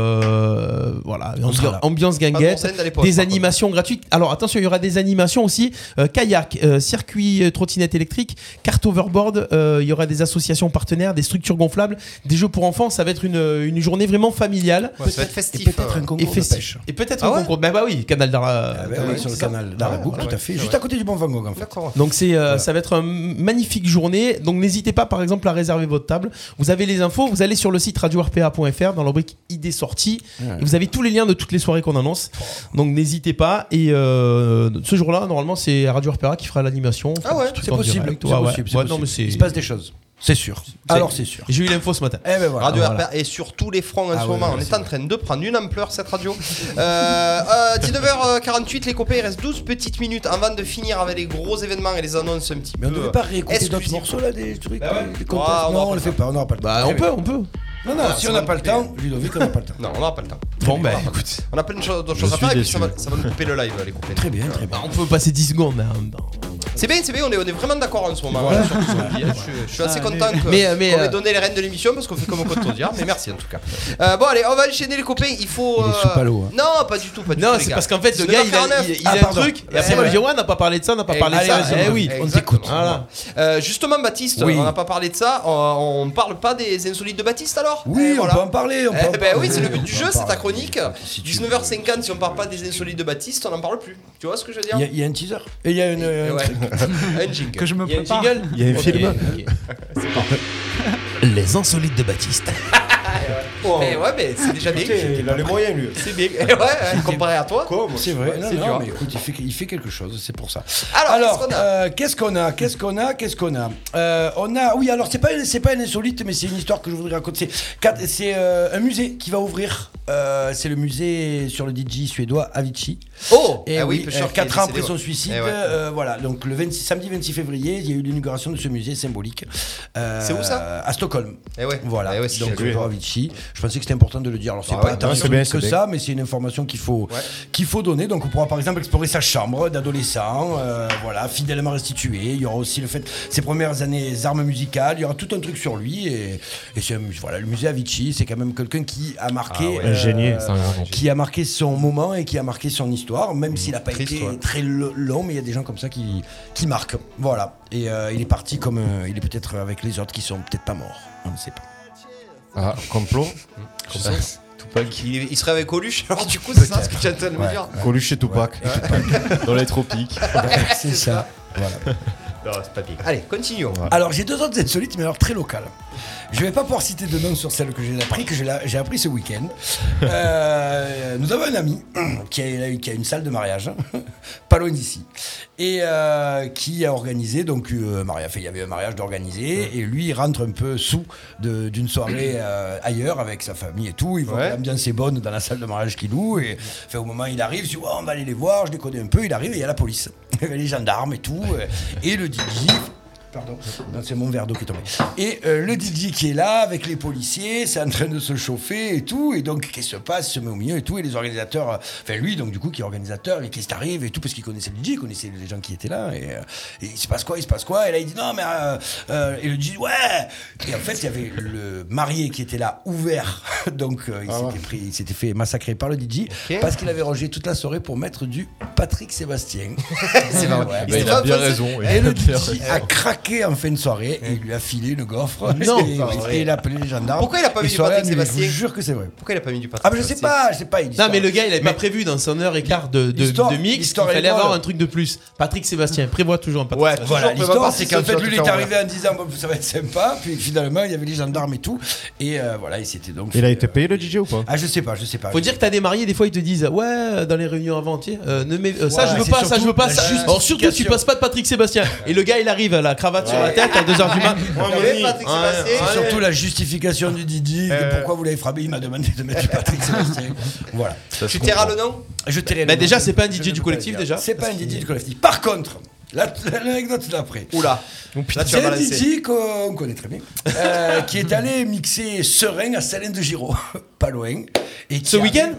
euh, voilà, sera ambiance, là. ambiance Pas de guinguette, scène à l'époque, par des contre. animations animations gratuites. Alors attention, il y aura des animations aussi euh, kayak, euh, circuit euh, trottinette électrique, carte overboard. euh, il y aura des associations partenaires, des structures gonflables, des jeux pour enfants. Ça va être une, une journée vraiment familiale Ouais, ça va être Et festif. peut-être euh. un et concours de festive. pêche. Et peut-être Ah un ouais concours. Bah, bah oui, canal dans la. Ah ben oui, sur le canal d'Arabouc, tout à fait. Juste à côté du Pont Van Gogh, en fait. D'accord. Donc c'est, euh, ça va être une magnifique journée. Donc n'hésitez pas par exemple à réserver votre table. Vous avez les infos, vous allez sur le site radio-rpa.fr dans la rubrique idées sorties. Et vous avez tous les liens de toutes les soirées qu'on annonce. Donc n'hésitez pas. Et euh, ce jour-là, normalement, c'est Radio RPA qui fera l'animation. Ah ouais, Tout C'est en possible, direct. c'est Ouais, ouais. possible, c'est Ouais, non, mais possible. c'est- Il se passe des choses. C'est sûr. Alors c'est sûr. J'ai eu l'info ce matin. Eh ben voilà. Radio Ah, voilà. RPA est sur tous les fronts en Ah ce ouais, moment. ouais, on ouais, est, c'est en train de prendre une ampleur cette radio. Euh, euh, 19h48, les copains, il reste 12 petites minutes avant de finir avec les gros événements et les annonces un petit Mais on peu. devait pas réécouter exclusifs. d'autres morceaux là, des trucs, Bah ouais. Ouais, des on contextes. aura Non, on pas le le fait pas, on n'aura pas le temps. Bah, on Très peut, on peut. bien. Non, non, Ah, si ça on va n'a pas le couper. temps, Ludovic, on n'a pas le temps. Non, on n'aura pas le temps. Bon, bah écoute. On a plein de choses, d'autres choses à suis faire et puis déçu. ça va, ça va nous couper le live, les copains. Très bien, très bien. On peut passer 10 secondes. hein, en même temps. C'est bien, c'est bien, on est, on est vraiment d'accord en ce moment. sur tout ça. Je, je suis Ah, assez content que- qu'on Mais, euh, mais, euh, ait donné les rênes de l'émission parce qu'on fait comme on compte dire, mais merci en tout cas. Euh, bon, allez, on va enchaîner les copains. Il faut. euh, Il est sous palo, hein. Non, pas du tout, pas du tout. Non, les c'est gars. parce qu'en fait, le 19h49. gars, il a, il- il a Ah, un pardon. truc. Et après, Eh on ouais. dit, ouais, on n'a pas parlé de ça, on n'a pas parlé de ça. Allez, vas-y, Eh oui, vas-y. on t'écoute. Exactement. Voilà. Euh, justement, Baptiste, Oui. on n'a pas parlé de ça. On, on parle pas des insolites de Baptiste alors Oui, Eh, on voilà. peut en parler. on peut en Eh ben parler, oui, c'est le on but du peut jeu, en c'est ta parler. chronique. Si tu veux. 19h50, si on parle pas des insolites de Baptiste, on n'en parle plus. Tu vois ce que je veux dire Il y a- il y, a un teaser. Et il y a une. Eh euh, ouais. Un jingle. Que je me Il y a un prépare. jingle Il y a un Ok, film. ok. Les insolites de Baptiste. Oh. Mais ouais, mais c'est déjà bien. Écoutez, il a les moyens, lui. C'est bien. Eh ouais, ouais, comparé à toi. C'est vrai, non, c'est non, dur. mais écoute, il fait, il fait quelque chose, c'est pour ça. Alors, qu'est-ce qu'on a euh, qu'est-ce qu'on a Qu'est-ce qu'on a Qu'est-ce qu'on a Euh, On a, oui, alors c'est pas, une- c'est pas une insolite, mais c'est une histoire que je voudrais raconter. C'est quatre- C'est euh, un musée qui va ouvrir. Euh, c'est le musée sur le DJ suédois Avicii. Oh Et Ah oui, euh, Eh oui, Pusher qui est 4 ans décédé, après son ouais. suicide. Eh ouais. euh, voilà, donc le 26, samedi 26 février, il y a eu l'inauguration de ce musée symbolique. Euh, C'est où, ça À Stockholm. Eh ouais. Voilà, Eh ouais, c'est donc chez lui. pour Avicii. Je pensais que c'était important de le dire. Alors c'est Ah pas ouais, tant non, c'est bien, c'est que bien. ça, mais c'est une information qu'il faut, qu'il faut donner. Donc on pourra par exemple explorer sa chambre d'adolescent, euh, voilà, fidèlement restituée. Il y aura aussi le fait ses premières années armes musicales. Il y aura tout un truc sur lui et, et c'est un musée- voilà le musée Avicii. C'est quand même quelqu'un qui a marqué, euh, Ah ouais. Un génie. C'est un grand génie. qui a marqué son moment et qui a marqué son histoire, même s'il n'a pas Triste, été ouais. très lo- long. Mais il y a des gens comme ça qui qui marquent. Voilà. Et euh, il est parti comme euh, il est peut-être avec les autres qui sont peut-être pas morts. On ne sait pas. Ah, complot Complot. Il, il serait avec Coluche, alors du coup, c'est ça ce que tu as de me dire. Euh, Coluche et Tupac. Dans les tropiques. C'est ça. Non, c'est pas bien. Allez, continuons. Alors j'ai deux autres insolites, mais alors très locales. Je vais pas pouvoir citer de nom sur celle que j'ai appris, que je l'ai- j'ai appris ce week-end. Euh, nous avons un ami qui a, qui a une salle de mariage, hein. pas loin d'ici, et euh, qui a organisé donc euh, mariage. Il y avait un mariage d'organiser, et lui il rentre un peu sous de- d'une soirée euh, ailleurs avec sa famille et tout. Il voit que l'ambiance est bonne dans la salle de mariage qu'il loue, et fait, au moment où il arrive, il se dit, Ouais, on va aller les voir, je les connais un peu. Il arrive et il y a la police, Il y a les gendarmes et tout, euh, et le DJ Pardon, Non, c'est mon verre d'eau qui est tombé. Et euh, le DJ qui est là avec les policiers, c'est en train de se chauffer et tout. Et donc, qu'est-ce qui se passe Il se met au milieu et tout. Et les organisateurs, euh, enfin lui, donc du coup, qui est organisateur, et qu'est-ce qui arrive et tout, parce qu'il connaissait le DJ, il connaissait les gens qui étaient là. Et, euh, et il se passe quoi Il se passe quoi Et là, il dit non, mais. euh, euh, et le DJ, ouais Et en fait, il y avait le marié qui était là, ouvert. Donc, euh, il s'était pris- il s'était fait massacrer par le DJ parce qu'il avait rangé toute la soirée pour mettre du Patrick Sébastien. C'est pas Ouais. vrai. Il a bien raison. Et le Il a DJ a craqué en fin de soirée et il lui a filé le gaffre. Non, et, pas vrai. et il a appelé les gendarmes. Pourquoi il a pas Et mis du soirée Patrick annulée, Sébastien Je vous jure que c'est vrai. Pourquoi il a pas mis du Patrick Ah, mais je sais pas, je sais pas. il dit Non, ça. mais le gars, il avait pas prévu dans son heure et quart de, de, L'histoire- de mix. Il l'histoire est fallait folle. avoir un truc de plus. Patrick Sébastien, prévoit toujours un Patrick Ouais, Sébastien. Voilà, Toujours, mais l'histoire, papa, c'est c'est qu'en qu'un fait, shot lui, il tout est en arrivé en disant Bon, ça va être sympa. Puis finalement, il y avait les gendarmes et tout. Et euh, voilà, il s'était donc. Il a fait, été euh, payé le DJ ou pas Ah, je sais pas, je sais pas. Faut dire que t'as des mariés, des fois ils te disent ouais euh, dans les réunions avant, tu sais, euh, ne mets- euh, ça je Ouais, veux c'est pas, ça surtout je veux pas, la ça. Or surtout tu justification. passes pas de Patrick Sébastien. Et le gars il arrive à la cravate sur la tête à 2h du mat. Ouais, Patrick Sébastien. C'est surtout la justification du Didi. de Pourquoi vous l'avez frappé Il m'a demandé de mettre du Patrick Sébastien. Voilà. Tu tairas le nom Je tairai Bah le nom. déjà c'est pas un Je DJ ne du peux collectif pas déjà. dire. C'est pas un DJ du collectif. Par contre, la- l'anecdote d'après. Oula. Là, tu vas C'est un balancer. DJ qu'on connaît très bien, euh, qui est allé mixer serein à Salène de Giraud, pas loin. Et qui Ce arrive- week-end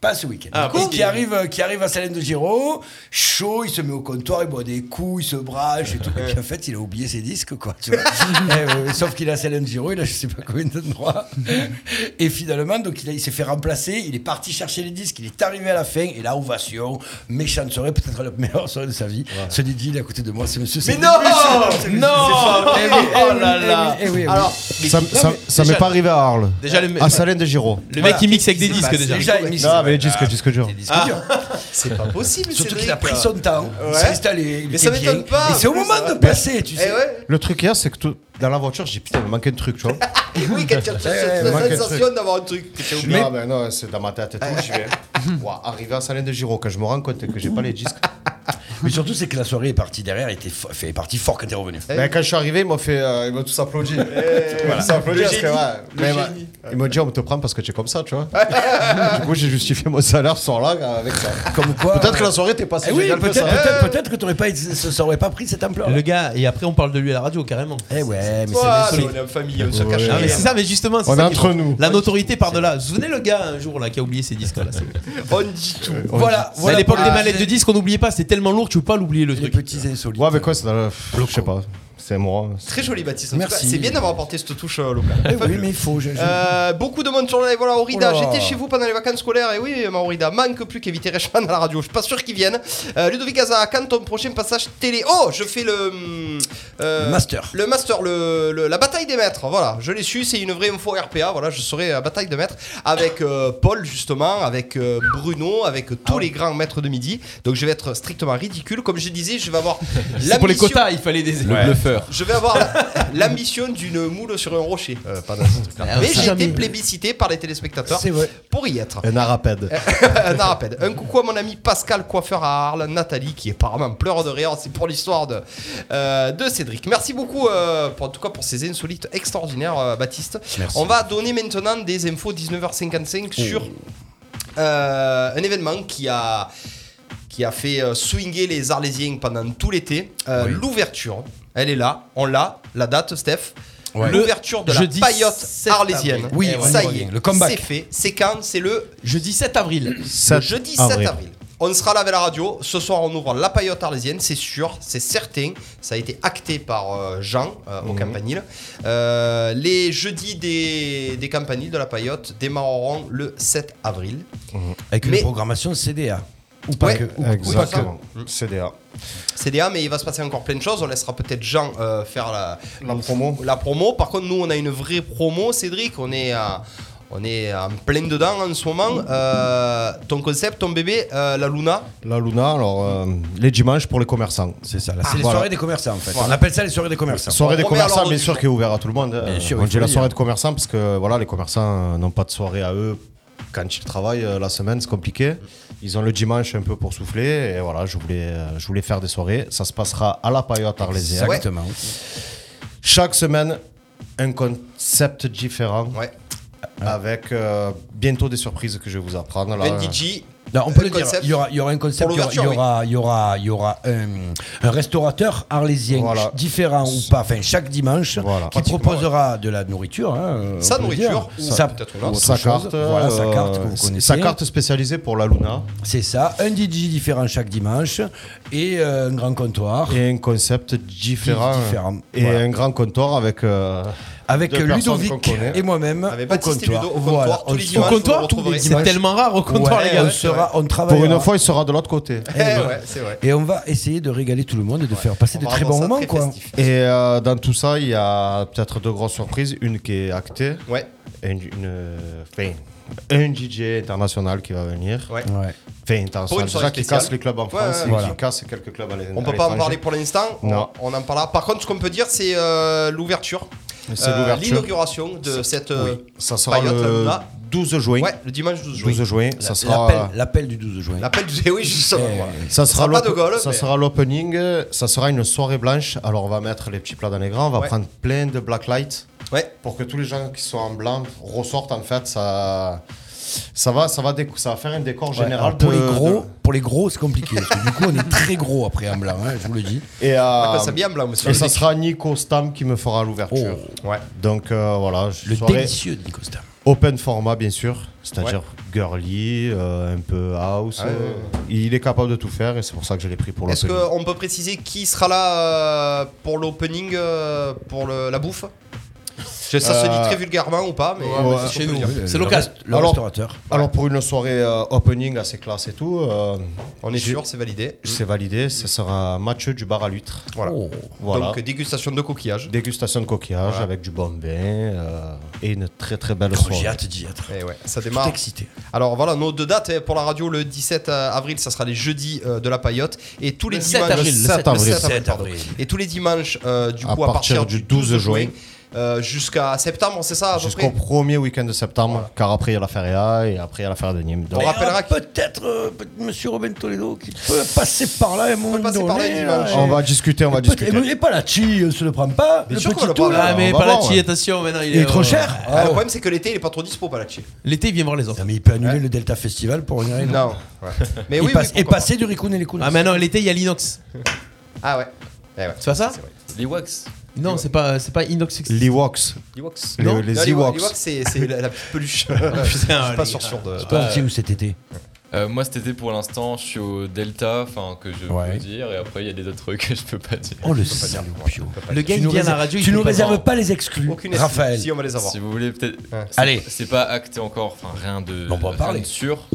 pas ce week-end. Ah, Et parce qui qu'il- arrive, euh, qui arrive à Salène de Giraud, chaud, il se met au comptoir, il boit des coups, il se brache et tout. Et puis en fait, il a oublié ses disques, quoi. tu vois. Eh, ouais, sauf qu'il a Salène de Giraud, il a je sais pas combien de droits. Et finalement, donc il, a- il s'est fait remplacer, il est parti chercher les disques, il est arrivé à la fin, et là, ovation, méchante soirée, peut-être la meilleure soirée de sa vie. Ce DJ, il est à côté de moi, Ah, c'est monsieur. Mais non Salène Non eh oui, eh oui, Oh là eh là oui, eh oui, eh oui. Alors, Ça, ça- ça m'est déjà- pas arrivé à Arles. Déjà Ah, le, À Salène de Giraud. le mec Voilà. il mixe avec des Bah, disques c'est déjà. il mixe- Non, mais les disques, disques durs. disques durs. c'est pas possible, Surtout Cédric. qu'il a pris son temps, il s'est installé. il Mais ça était m'étonne bien. pas, Et c'est au en plus, moment ça. de passer, tu Eh sais. ouais. Le truc qu'il y a, c'est que tout- dans la voiture, j'ai dit, putain, il me manque un truc, tu vois. Et oui, quand tu as ouais, il manque un cette sensation truc. d'avoir un truc que tu as Je suis oublié. là, ben non, c'est dans ma tête et tout, j'y vais. Ouah, arrivé à Salène de Giraud, quand je me rends compte que j'ai pas les disques. Mais surtout, c'est que la soirée est partie derrière, était fo- fait- est partie fort quand t'es revenu. Ben, quand je suis arrivé, ils m'ont fait, euh, ils m'ont tous applaudi. Ils m'ont tous applaudi parce que, ouais. mais, bah, ils m'ont dit, on te prend parce que tu es comme ça, tu vois. du coup, j'ai justifié mon salaire sur là avec ça. Comme quoi. Peut-être que la soirée t'es passée Eh oui, géniale peut-être que ça. peut-être, peut-être que t'aurais pas, été- ça ça aurait pas pris cette ampleur. Le gars et après on parle de lui à la radio carrément. Eh ouais, mais Toi, c'est Ah, on est en famille, on se cache Ah, mais rien. c'est ça mais justement c'est On ça est qui entre bon. nous. La notoriété part de là. Vous vous souvenez le gars un jour là qui a oublié ses disques là. c'est- On dit tout. Voilà, C'est à voilà. l'époque pour Ah, des les- mallettes de disques on n'oubliait pas, c'était tellement lourd tu peux pas l'oublier le Les truc. petits insolites. Eh. Ouais, mais quoi, c'est dans le. Je sais pas. C'est moi. Très joli, Baptiste. en tout Merci. cas. C'est bien d'avoir apporté cette touche euh, locale. Eh oui, mais il faut. je- je- Euh, beaucoup de monde sur la live. Voilà, Aurida, Oula. j'étais chez vous pendant les vacances scolaires. Et oui, ma Aurida, manque plus qu'éviter Reichmann à la radio. Je suis pas sûr qu'ils viennent. Euh, Ludovic Gaza, quand ton prochain passage télé Oh, je fais le. hum, euh, Le master. Le master, le, le- la bataille des maîtres. Voilà, je l'ai su, c'est une vraie info RPA. Voilà, je serai à la bataille de maîtres avec euh, Paul, justement, avec euh, Bruno, avec Ah tous les grands maîtres de midi. Donc je vais être strictement ridicule. Comme je disais, je vais avoir. C'est pour les l'ambition- quotas il fallait des. Le bluff. peur. Je vais avoir l'ambition d'une moule sur un rocher. Euh, Ah Mais j'ai été plébiscité par les téléspectateurs C'est vrai. pour y être. Un arapède. Eh, un arapède. Un coucou à mon ami Pascal, coiffeur à Arles, Nathalie, qui est apparemment pleure de rire. C'est pour l'histoire de, euh, de Cédric. Merci beaucoup, euh, pour, en tout cas, pour ces insolites extraordinaires, euh, Baptiste. Merci. On va donner maintenant des infos 19h55 Oh. sur euh, un événement qui a, qui a fait euh, swinguer les Arlésiens pendant tout l'été. Euh, L'ouverture, elle est là, on l'a, la date, Steph. Ouais. L'ouverture de la Le jeudi paillote 7 arlésienne. avril. Oui, Eh on ça y y revient. est, Le comeback. c'est fait. C'est quand C'est le Jeudi 7 avril. le jeudi 7 avril. On sera là avec la radio. Ce soir, on ouvre la paillote arlésienne, c'est sûr, c'est certain. Ça a été acté par euh, Jean euh, au Campanile. Euh, les jeudis des, des Campaniles de la paillote démarreront le 7 avril. Avec Mais- une programmation CDA. Ou pas Ouais, que. ou- ou pas Exactement. CDA. CDA, mais il va se passer encore plein de choses. On laissera peut-être Jean euh, faire la, La promo. la promo. Par contre, nous, on a une vraie promo, Cédric. On est, euh, on est en plein dedans en ce moment. Euh, ton concept, ton bébé, euh, la Luna. La Luna, alors euh, les dimanches pour les commerçants. C'est ça, là, Ah, c'est les voilà. soirées des commerçants en fait. Voilà. On appelle ça les soirées des commerçants. Soirée des On remet à commerçants, l'ordre bien du sûr, jour. qui est ouvert à tout le monde. hein. Bien sûr, on il faut dit le la dire. soirée de commerçants parce que voilà, les commerçants euh, n'ont pas de soirée à eux. Quand ils travaillent euh, la semaine, c'est compliqué. Ils ont le dimanche un peu pour souffler. Et voilà, je voulais, euh, je voulais faire des soirées. Ça se passera à la paillote arlésienne. Exactement. Chaque semaine, un concept différent. Ouais. Avec euh, bientôt des surprises que je vais vous apprendre. Là, Ben DJ. Non, on peut Le le dire. concept. Il y aura, il y aura un concept. Pour Il y aura, il y l'ouverture, aura, il y aura, il y aura un, un restaurateur arlésien Voilà. ch- différent ou pas, enfin chaque dimanche, Voilà. qui proposera de la nourriture. hein, euh, Sa on peut le nourriture, dire. ou Sa- peut-être ou là. autre sa chose. carte, Voilà sa euh, carte que vous connaissez. sa carte spécialisée pour la Luna C'est ça. Un DJ différent chaque dimanche et euh, un grand comptoir. et un concept différent, Différent, et voilà. un grand comptoir avec euh, avec deux personnes qu'on Ludovic connaît. et moi-même Avec au Baptiste et comptoir. Ludo au comptoir Voilà, tous on les se- dimanches, Au comptoir, vous retrouverez. c'est tellement rare au comptoir, Ouais, les gars. on sera, on travaille. Pour une fois, il sera de l'autre côté. Eh ouais, c'est vrai. Et on va essayer de régaler tout le monde et de faire passer On de va très rendre bons ça moments, très quoi. festif. Et euh, dans tout ça, il y a peut-être deux grosses surprises. Une qui est actée, Ouais, et une, une- enfin, un DJ international qui va venir. ouais. Ouais. Enfin, Pour une international, soirée déjà qui spéciale. casse les clubs en Ouais, France ouais, et ouais. qui casse quelques clubs à l'é- à On l'étranger. peut pas en parler pour l'instant. Non. On on en parlera. Par contre, ce qu'on peut dire, c'est euh, l'ouverture. C'est Euh, l'ouverture. L'inauguration de cette. euh, Oui. Ça sera Payotte, la le Luna. 12 juin. Ouais, le dimanche 12 juin. 12 juin, ça L'appel, sera. l'appel du 12 juin. Ah. L'appel du. Oui, justement. Eh. voilà. Ça sera, sera pas l'op- de Gaulle, ça mais- sera l'opening, euh, ça sera une soirée blanche. Alors on va mettre les petits plats dans les grands, on va Ouais. prendre plein de black light Ouais. pour que tous les gens qui sont en blanc ressortent en fait. Ça, ça va, ça va, déco- ça va faire un décor Ouais, général alors pour de- les gros, de- pour les gros, c'est compliqué. parce que du coup, on est très gros après en blanc, hein, je vous le dis. Et, euh, On s'habille en blanc, monsieur. et ça sera Nico Stam qui me fera l'ouverture. Ouais. Donc euh, voilà, je Le soirée délicieux de Nicosta. open format bien sûr, c'est-à-dire girly, euh, un peu house. euh, il est capable de tout faire et c'est pour ça que je l'ai pris pour Est-ce l'opening. qu'on peut préciser qui sera là euh, pour l'opening, euh, pour le- la bouffe Je- Ça se dit Euh, très vulgairement ou pas, mais ouais, c'est ce chez qu'on peut nous. dire. C'est le, local. rest- le Alors- restaurateur. Alors pour une soirée euh, opening assez classe et tout, euh, On est j'ai- sûr, c'est validé. c'est validé, ce sera un match du bar à l'huître. Voilà. Oh. Voilà. Donc, dégustation de coquillages. Dégustation de coquillages Voilà. avec du bon vin euh, et une très très belle Oh, soirée. J'ai hâte d'y être. Et Eh ouais, ça Tout démarre. excité. Alors voilà, nos deux dates eh, pour la radio le 17 avril, ça sera les jeudis euh, de la paillotte et tous les Le 7 dimanches avril, le 7 le avril. 7 avril, 7 pardon. avril. Et tous les dimanches euh, du À coup à partir du 12 juin euh, jusqu'à septembre, c'est ça à peu Jusqu'au près. premier week-end de septembre, car après il y a la feria et après il y a la feria de Nîmes. Donc, On rappellera que- peut-être euh, peut- Monsieur Robin Toledo qui peut passer par là et mon passer par là un dimanche. euh, on va discuter, on va discuter. Et pas la chi, on se le prend pas. Bien le sûr qu'on le petit tout prend. Ah, on là. mais va pas la voir, chi, ouais. attention, maintenant il Il est. est euh, trop cher. Ah, le Oh. problème c'est que l'été il est pas trop dispo Palachi. L'été, il vient voir les autres. Non, mais il peut annuler le Delta Festival pour une raison. Non. Mais Et, oui, oui, passe- et pourquoi passer du Rikun et les Kunas. Ah, mais non, l'été, il y a l'inox. pas. Ah ouais. Eh ouais. C'est pas ça Les wax. Non, c'est pas, c'est pas inox. Les Walks, Les wax. les, Non, les Non, les wa- Ewoks. les wa- c'est c'est la, la petite peluche. Putain, Je suis pas les sûr sûr de. Toi, Ah, tu es où cet été Euh, moi cet été pour l'instant je suis au Delta, enfin que je Ouais. peux dire, et après il y a des autres trucs que je peux pas dire. Oh le salopio. Le Tu gars, il nous vient à la réserves- radio. il Tu fait nous pas- réserves pas les exclus, Aucune excuse. Raphaël. Si on va les avoir. Si vous voulez peut-être. Ouais. Eh, c'est- Allez. C'est pas acté encore, enfin rien de. On peut en rien parler. de sûr.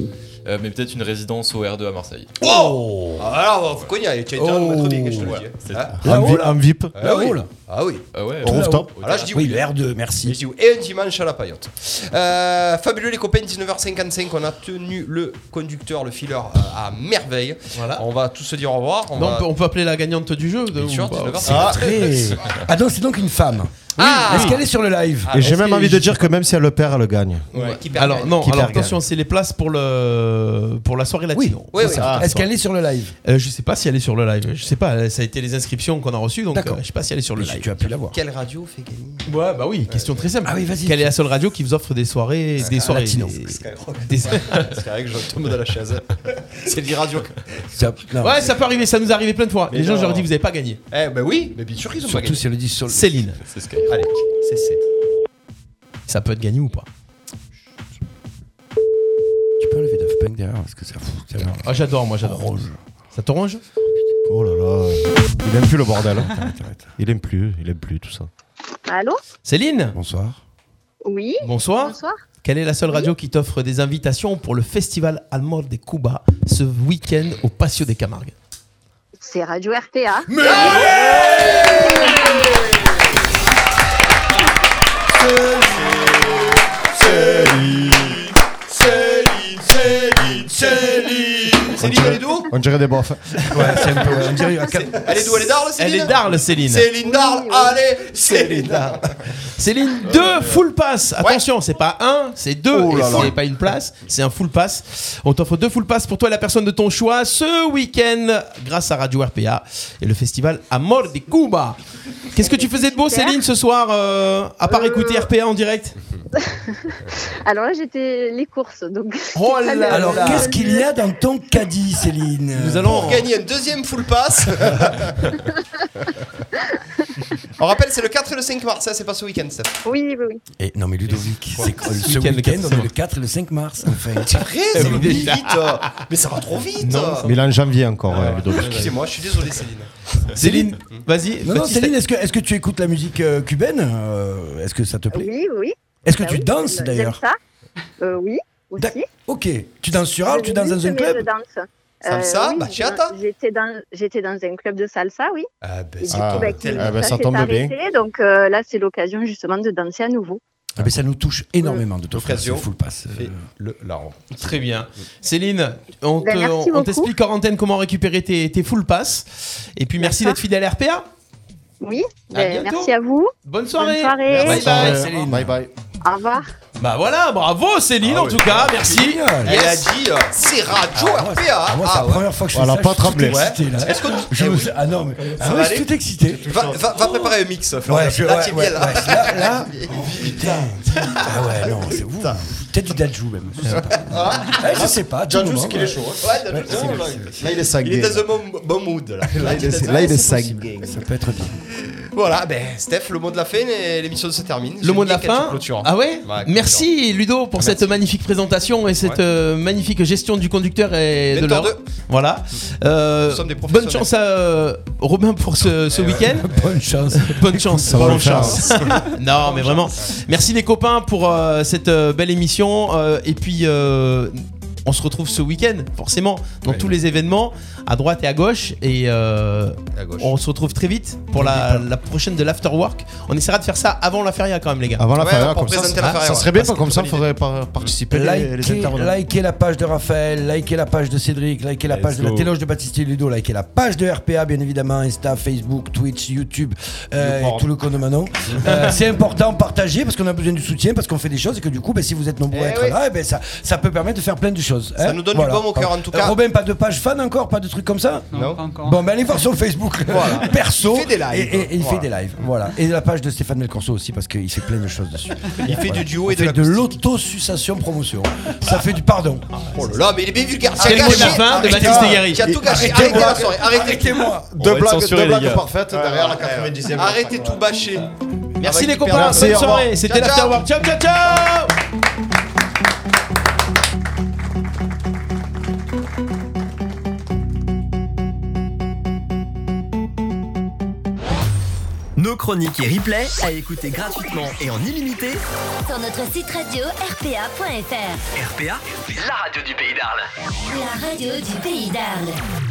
euh, mais peut-être une résidence au R2 à Marseille. Oh Wow Alors, faut cogner, tu as été Oh. un maître bien, que je te le Ouais, dis. c'est- Hein En vi- en VIP. Ah Là-haut, oui. là. Ah oui. Ah ouais. Tout Au rooftop. là-haut. Ah là, je dis Oui, oui. le R2, merci. Je dis oui. Et un dimanche à la paillote. Euh, fabuleux les copains, 19h55, on a tenu le conducteur, le fileur euh, à merveille. On va tous se dire au revoir. On Non, va- on, peut, on peut appeler la gagnante du jeu de, Bien sûr, ou pas 19h55. Ah. Très- Ah donc c'est donc une femme. Ah. Est-ce qu'elle est sur le live Et j'ai même envie de dire que même si elle le perd, elle le gagne. Ouais. Alors non, Qui alors perd, gagne. attention, c'est les places pour le pour la soirée latine. Oui, oui, oui. Est-ce qu'elle est sur le live Euh, Je sais pas si elle est sur le live. Je sais pas. Ça a été les inscriptions qu'on a reçues, donc euh, je sais pas si elle est sur le live. Tu as pu la voir. Quelle radio fait gagner Ouais, bah oui. Question très simple. Ah oui, vas-y. Quelle est la seule radio qui vous offre des soirées, des soirées Latino. des- Skyrock. des- Skyrock, je tombe dans la chaise. C'est le radio. Ouais, ça peut arriver. Ça nous est arrivé plein de fois. Mais les gens, non. je leur dis, vous avez pas gagné. Eh ben oui, mais bien sûr qu'ils ont pas Surtout gagné. si elle le dit sur le- Céline. C'est Skyrock. Allez, c'est c'est. Ça peut être gagné ou pas Tu peux enlever Daft Punk derrière parce que ça Ah, j'adore, moi, j'adore. Ça t'orange Oh là là. Il aime plus le bordel. hein. Il aime plus, il aime plus tout ça. Allô Céline Bonsoir. Oui Bonsoir. Bonsoir. Quelle est la seule radio qui t'offre des invitations pour le festival Almor de Cuba ce week-end au Patio des Camargues C'est Radio RPA. Céline, Céline, Céline. Céline, elle est d'où On dirait des bofs. Ouais, c'est un peu. On dirait Elle est d'où Elle est d'Arles, Céline Elle est d'Arles, Céline. Céline d'Arles, allez, Céline d'Arles. Céline, deux full pass. Attention, c'est pas un, c'est deux. Euh, Oh et là là. c'est pas une place, c'est un full pass. On t'offre deux full pass pour toi et la personne de ton choix ce week-end grâce à Radio RPA et le festival Amor de Cuba. Qu'est-ce que tu faisais de beau, Céline, ce soir, euh, à part écouter RPA en direct Alors là, j'étais les courses. Donc Oh c'est pas le- Alors le- qu'est-ce qu'il y a dans ton caddie, Céline Nous allons- Pour Oh. gagner un deuxième full pass. On rappelle, c'est le 4 et le 5 mars, ça c'est pas ce week-end, Steph. Oui, oui, oui. Eh, non mais Ludovic, c'est quoi, Ce ce week-end, week-end, le 4, on c'est est bon. le 4 et le 5 mars enfin. C'est vrai, ça va oui, vite. Mais ça va trop vite. Mais il est en janvier encore, euh, Ludovic. Excusez-moi, je suis désolé, Céline. Céline, vas-y. Non non Baptiste. Céline, est-ce que, est que tu écoutes la musique euh, cubaine Euh, Est-ce que ça te plaît Oui, oui. Est-ce que Bah tu oui, danses, j'aime d'ailleurs ça. Euh, Oui, aussi. Ok, tu danses sur Arles, tu danses dans Juste, un mais club je danse. Salsa, euh, oui, bachata je- J'étais dans, j'étais dans un club de salsa, oui. Ah Et ben, du c'est Ah, coup, bah, qui- ah ben, ça s'est tombe bien. arrêté, Donc euh, là, c'est l'occasion justement de danser à nouveau. Ah, mais Ça nous touche énormément de t'offrir ce Occasion. full pass. Euh, fait le larron. ah, Très bien. Céline, on Ben, te- merci on- on beaucoup. t'explique en antenne comment récupérer tes, tes full pass. Et puis merci d'être fidèle à RPA. Oui, À ben, bientôt. merci à vous. Bonne soirée. Bonne soirée. Bye Bonsoir, bye, euh, Céline. Bye bye. Au revoir. Bah voilà, bravo Céline Ah en tout cas, merci. Elle a dit euh, c'est Radio RPA. Ah, moi, c'est Ah, la ouais. première fois que je fais Voilà, ça. pas je suis tout tremblé. excité, là. Est-ce que Eh Je me- Ah non, mais Ça ah va ouais, je aller suis tout excité. va, va- va préparer un mix, Florent. Ouais, je- là, ouais, t'es ouais, bien là. ouais, là, là. Putain. Ah ouais, non, c'est vous. Peut-être du Dajou même. Je sais pas. Ah. Ouais, je sais pas. Jajou, tout le c'est monde, qu'il ouais. est chaud. hein. Ouais, là, c'est- là, Là, il est il est sagué. dans un bon, bon mood. Là, Là, il dans est- un- là, il c'est est sagué. possible, gang. Ça peut être bien. Voilà, ben Steph, le mot de la fin, et l'émission se termine. Le mot de la J'aime bien quand tu fin. clôtures. Ah ouais Ouais, Merci Ludo pour cette magnifique présentation et cette Ouais. euh, magnifique gestion du conducteur et de Mentor l'heure. deux. Voilà. Euh, Nous sommes des bonne professionnels. Eh chance à euh, Robin pour ce, ce week-end. Bonne chance. Bonne chance. va le faire. non, mais vraiment. Merci les copains pour euh, cette euh, belle émission. Euh, et puis, euh, on se retrouve ce week-end, forcément, dans tous les événements, à droite et à gauche. Et euh, À gauche. on se retrouve très vite pour la, la prochaine de l'afterwork. On essaiera de faire ça avant la feria, quand même, les gars. Avant la Ouais, ferrière, pour comme ça. ah, présenter la ça- ferrière, Ça serait ouais. bien, Parce comme que ça, c'est faudrait par- participer les, les Likez, intervenants. likez la page de Raphaël, likez la page de Cédric, likez la page de la go. téloge de Baptiste et Ludo, likez la page de RPA, bien évidemment, Insta, Facebook, Twitch, YouTube, euh, et Youporn. tout le con de Manon. Euh, c'est important, partagez parce qu'on a besoin du soutien, parce qu'on fait des choses et que du coup, ben, si vous êtes nombreux à Eh être oui. là, eh ben, ça, ça peut permettre de faire plein de choses. Ça hein. Euh, nous donne du baume au cœur, en tout cas. Robin, pas de page fan encore, pas de trucs comme ça Non, Non. pas encore. Bon, ben allez voir son Facebook perso. Il fait des lives. Et, et- et il Voilà. fait des lives. Voilà. Et la page de Stéphane Melcorso aussi, parce qu'il fait plein de choses dessus. Il fait du duo et Il de fait la de l'autosussation promotion. Ça fait du pardon. Oh là là, mais il est bien vulgaire. C'est le mot de la fin de Baptiste Degary. Tu as tout gâché. Arrêtez-moi. Arrêtez la soirée. Arrêtez, Arrêtez-moi. Deux va être blagues, censurés, deux les blagues gars. parfaites derrière la 90e. arrêtez tout bâcher. Merci Avec les du copains, Bernard. Merci, bonne au revoir. soirée. C'était Ciao, ciao. l'afterwork. Ciao, ciao, ciao. Nos chroniques et replays à écouter gratuitement et en illimité. Sur notre site radio rpa.fr. RPA, la radio du pays d'Arles. La radio du pays d'Arles.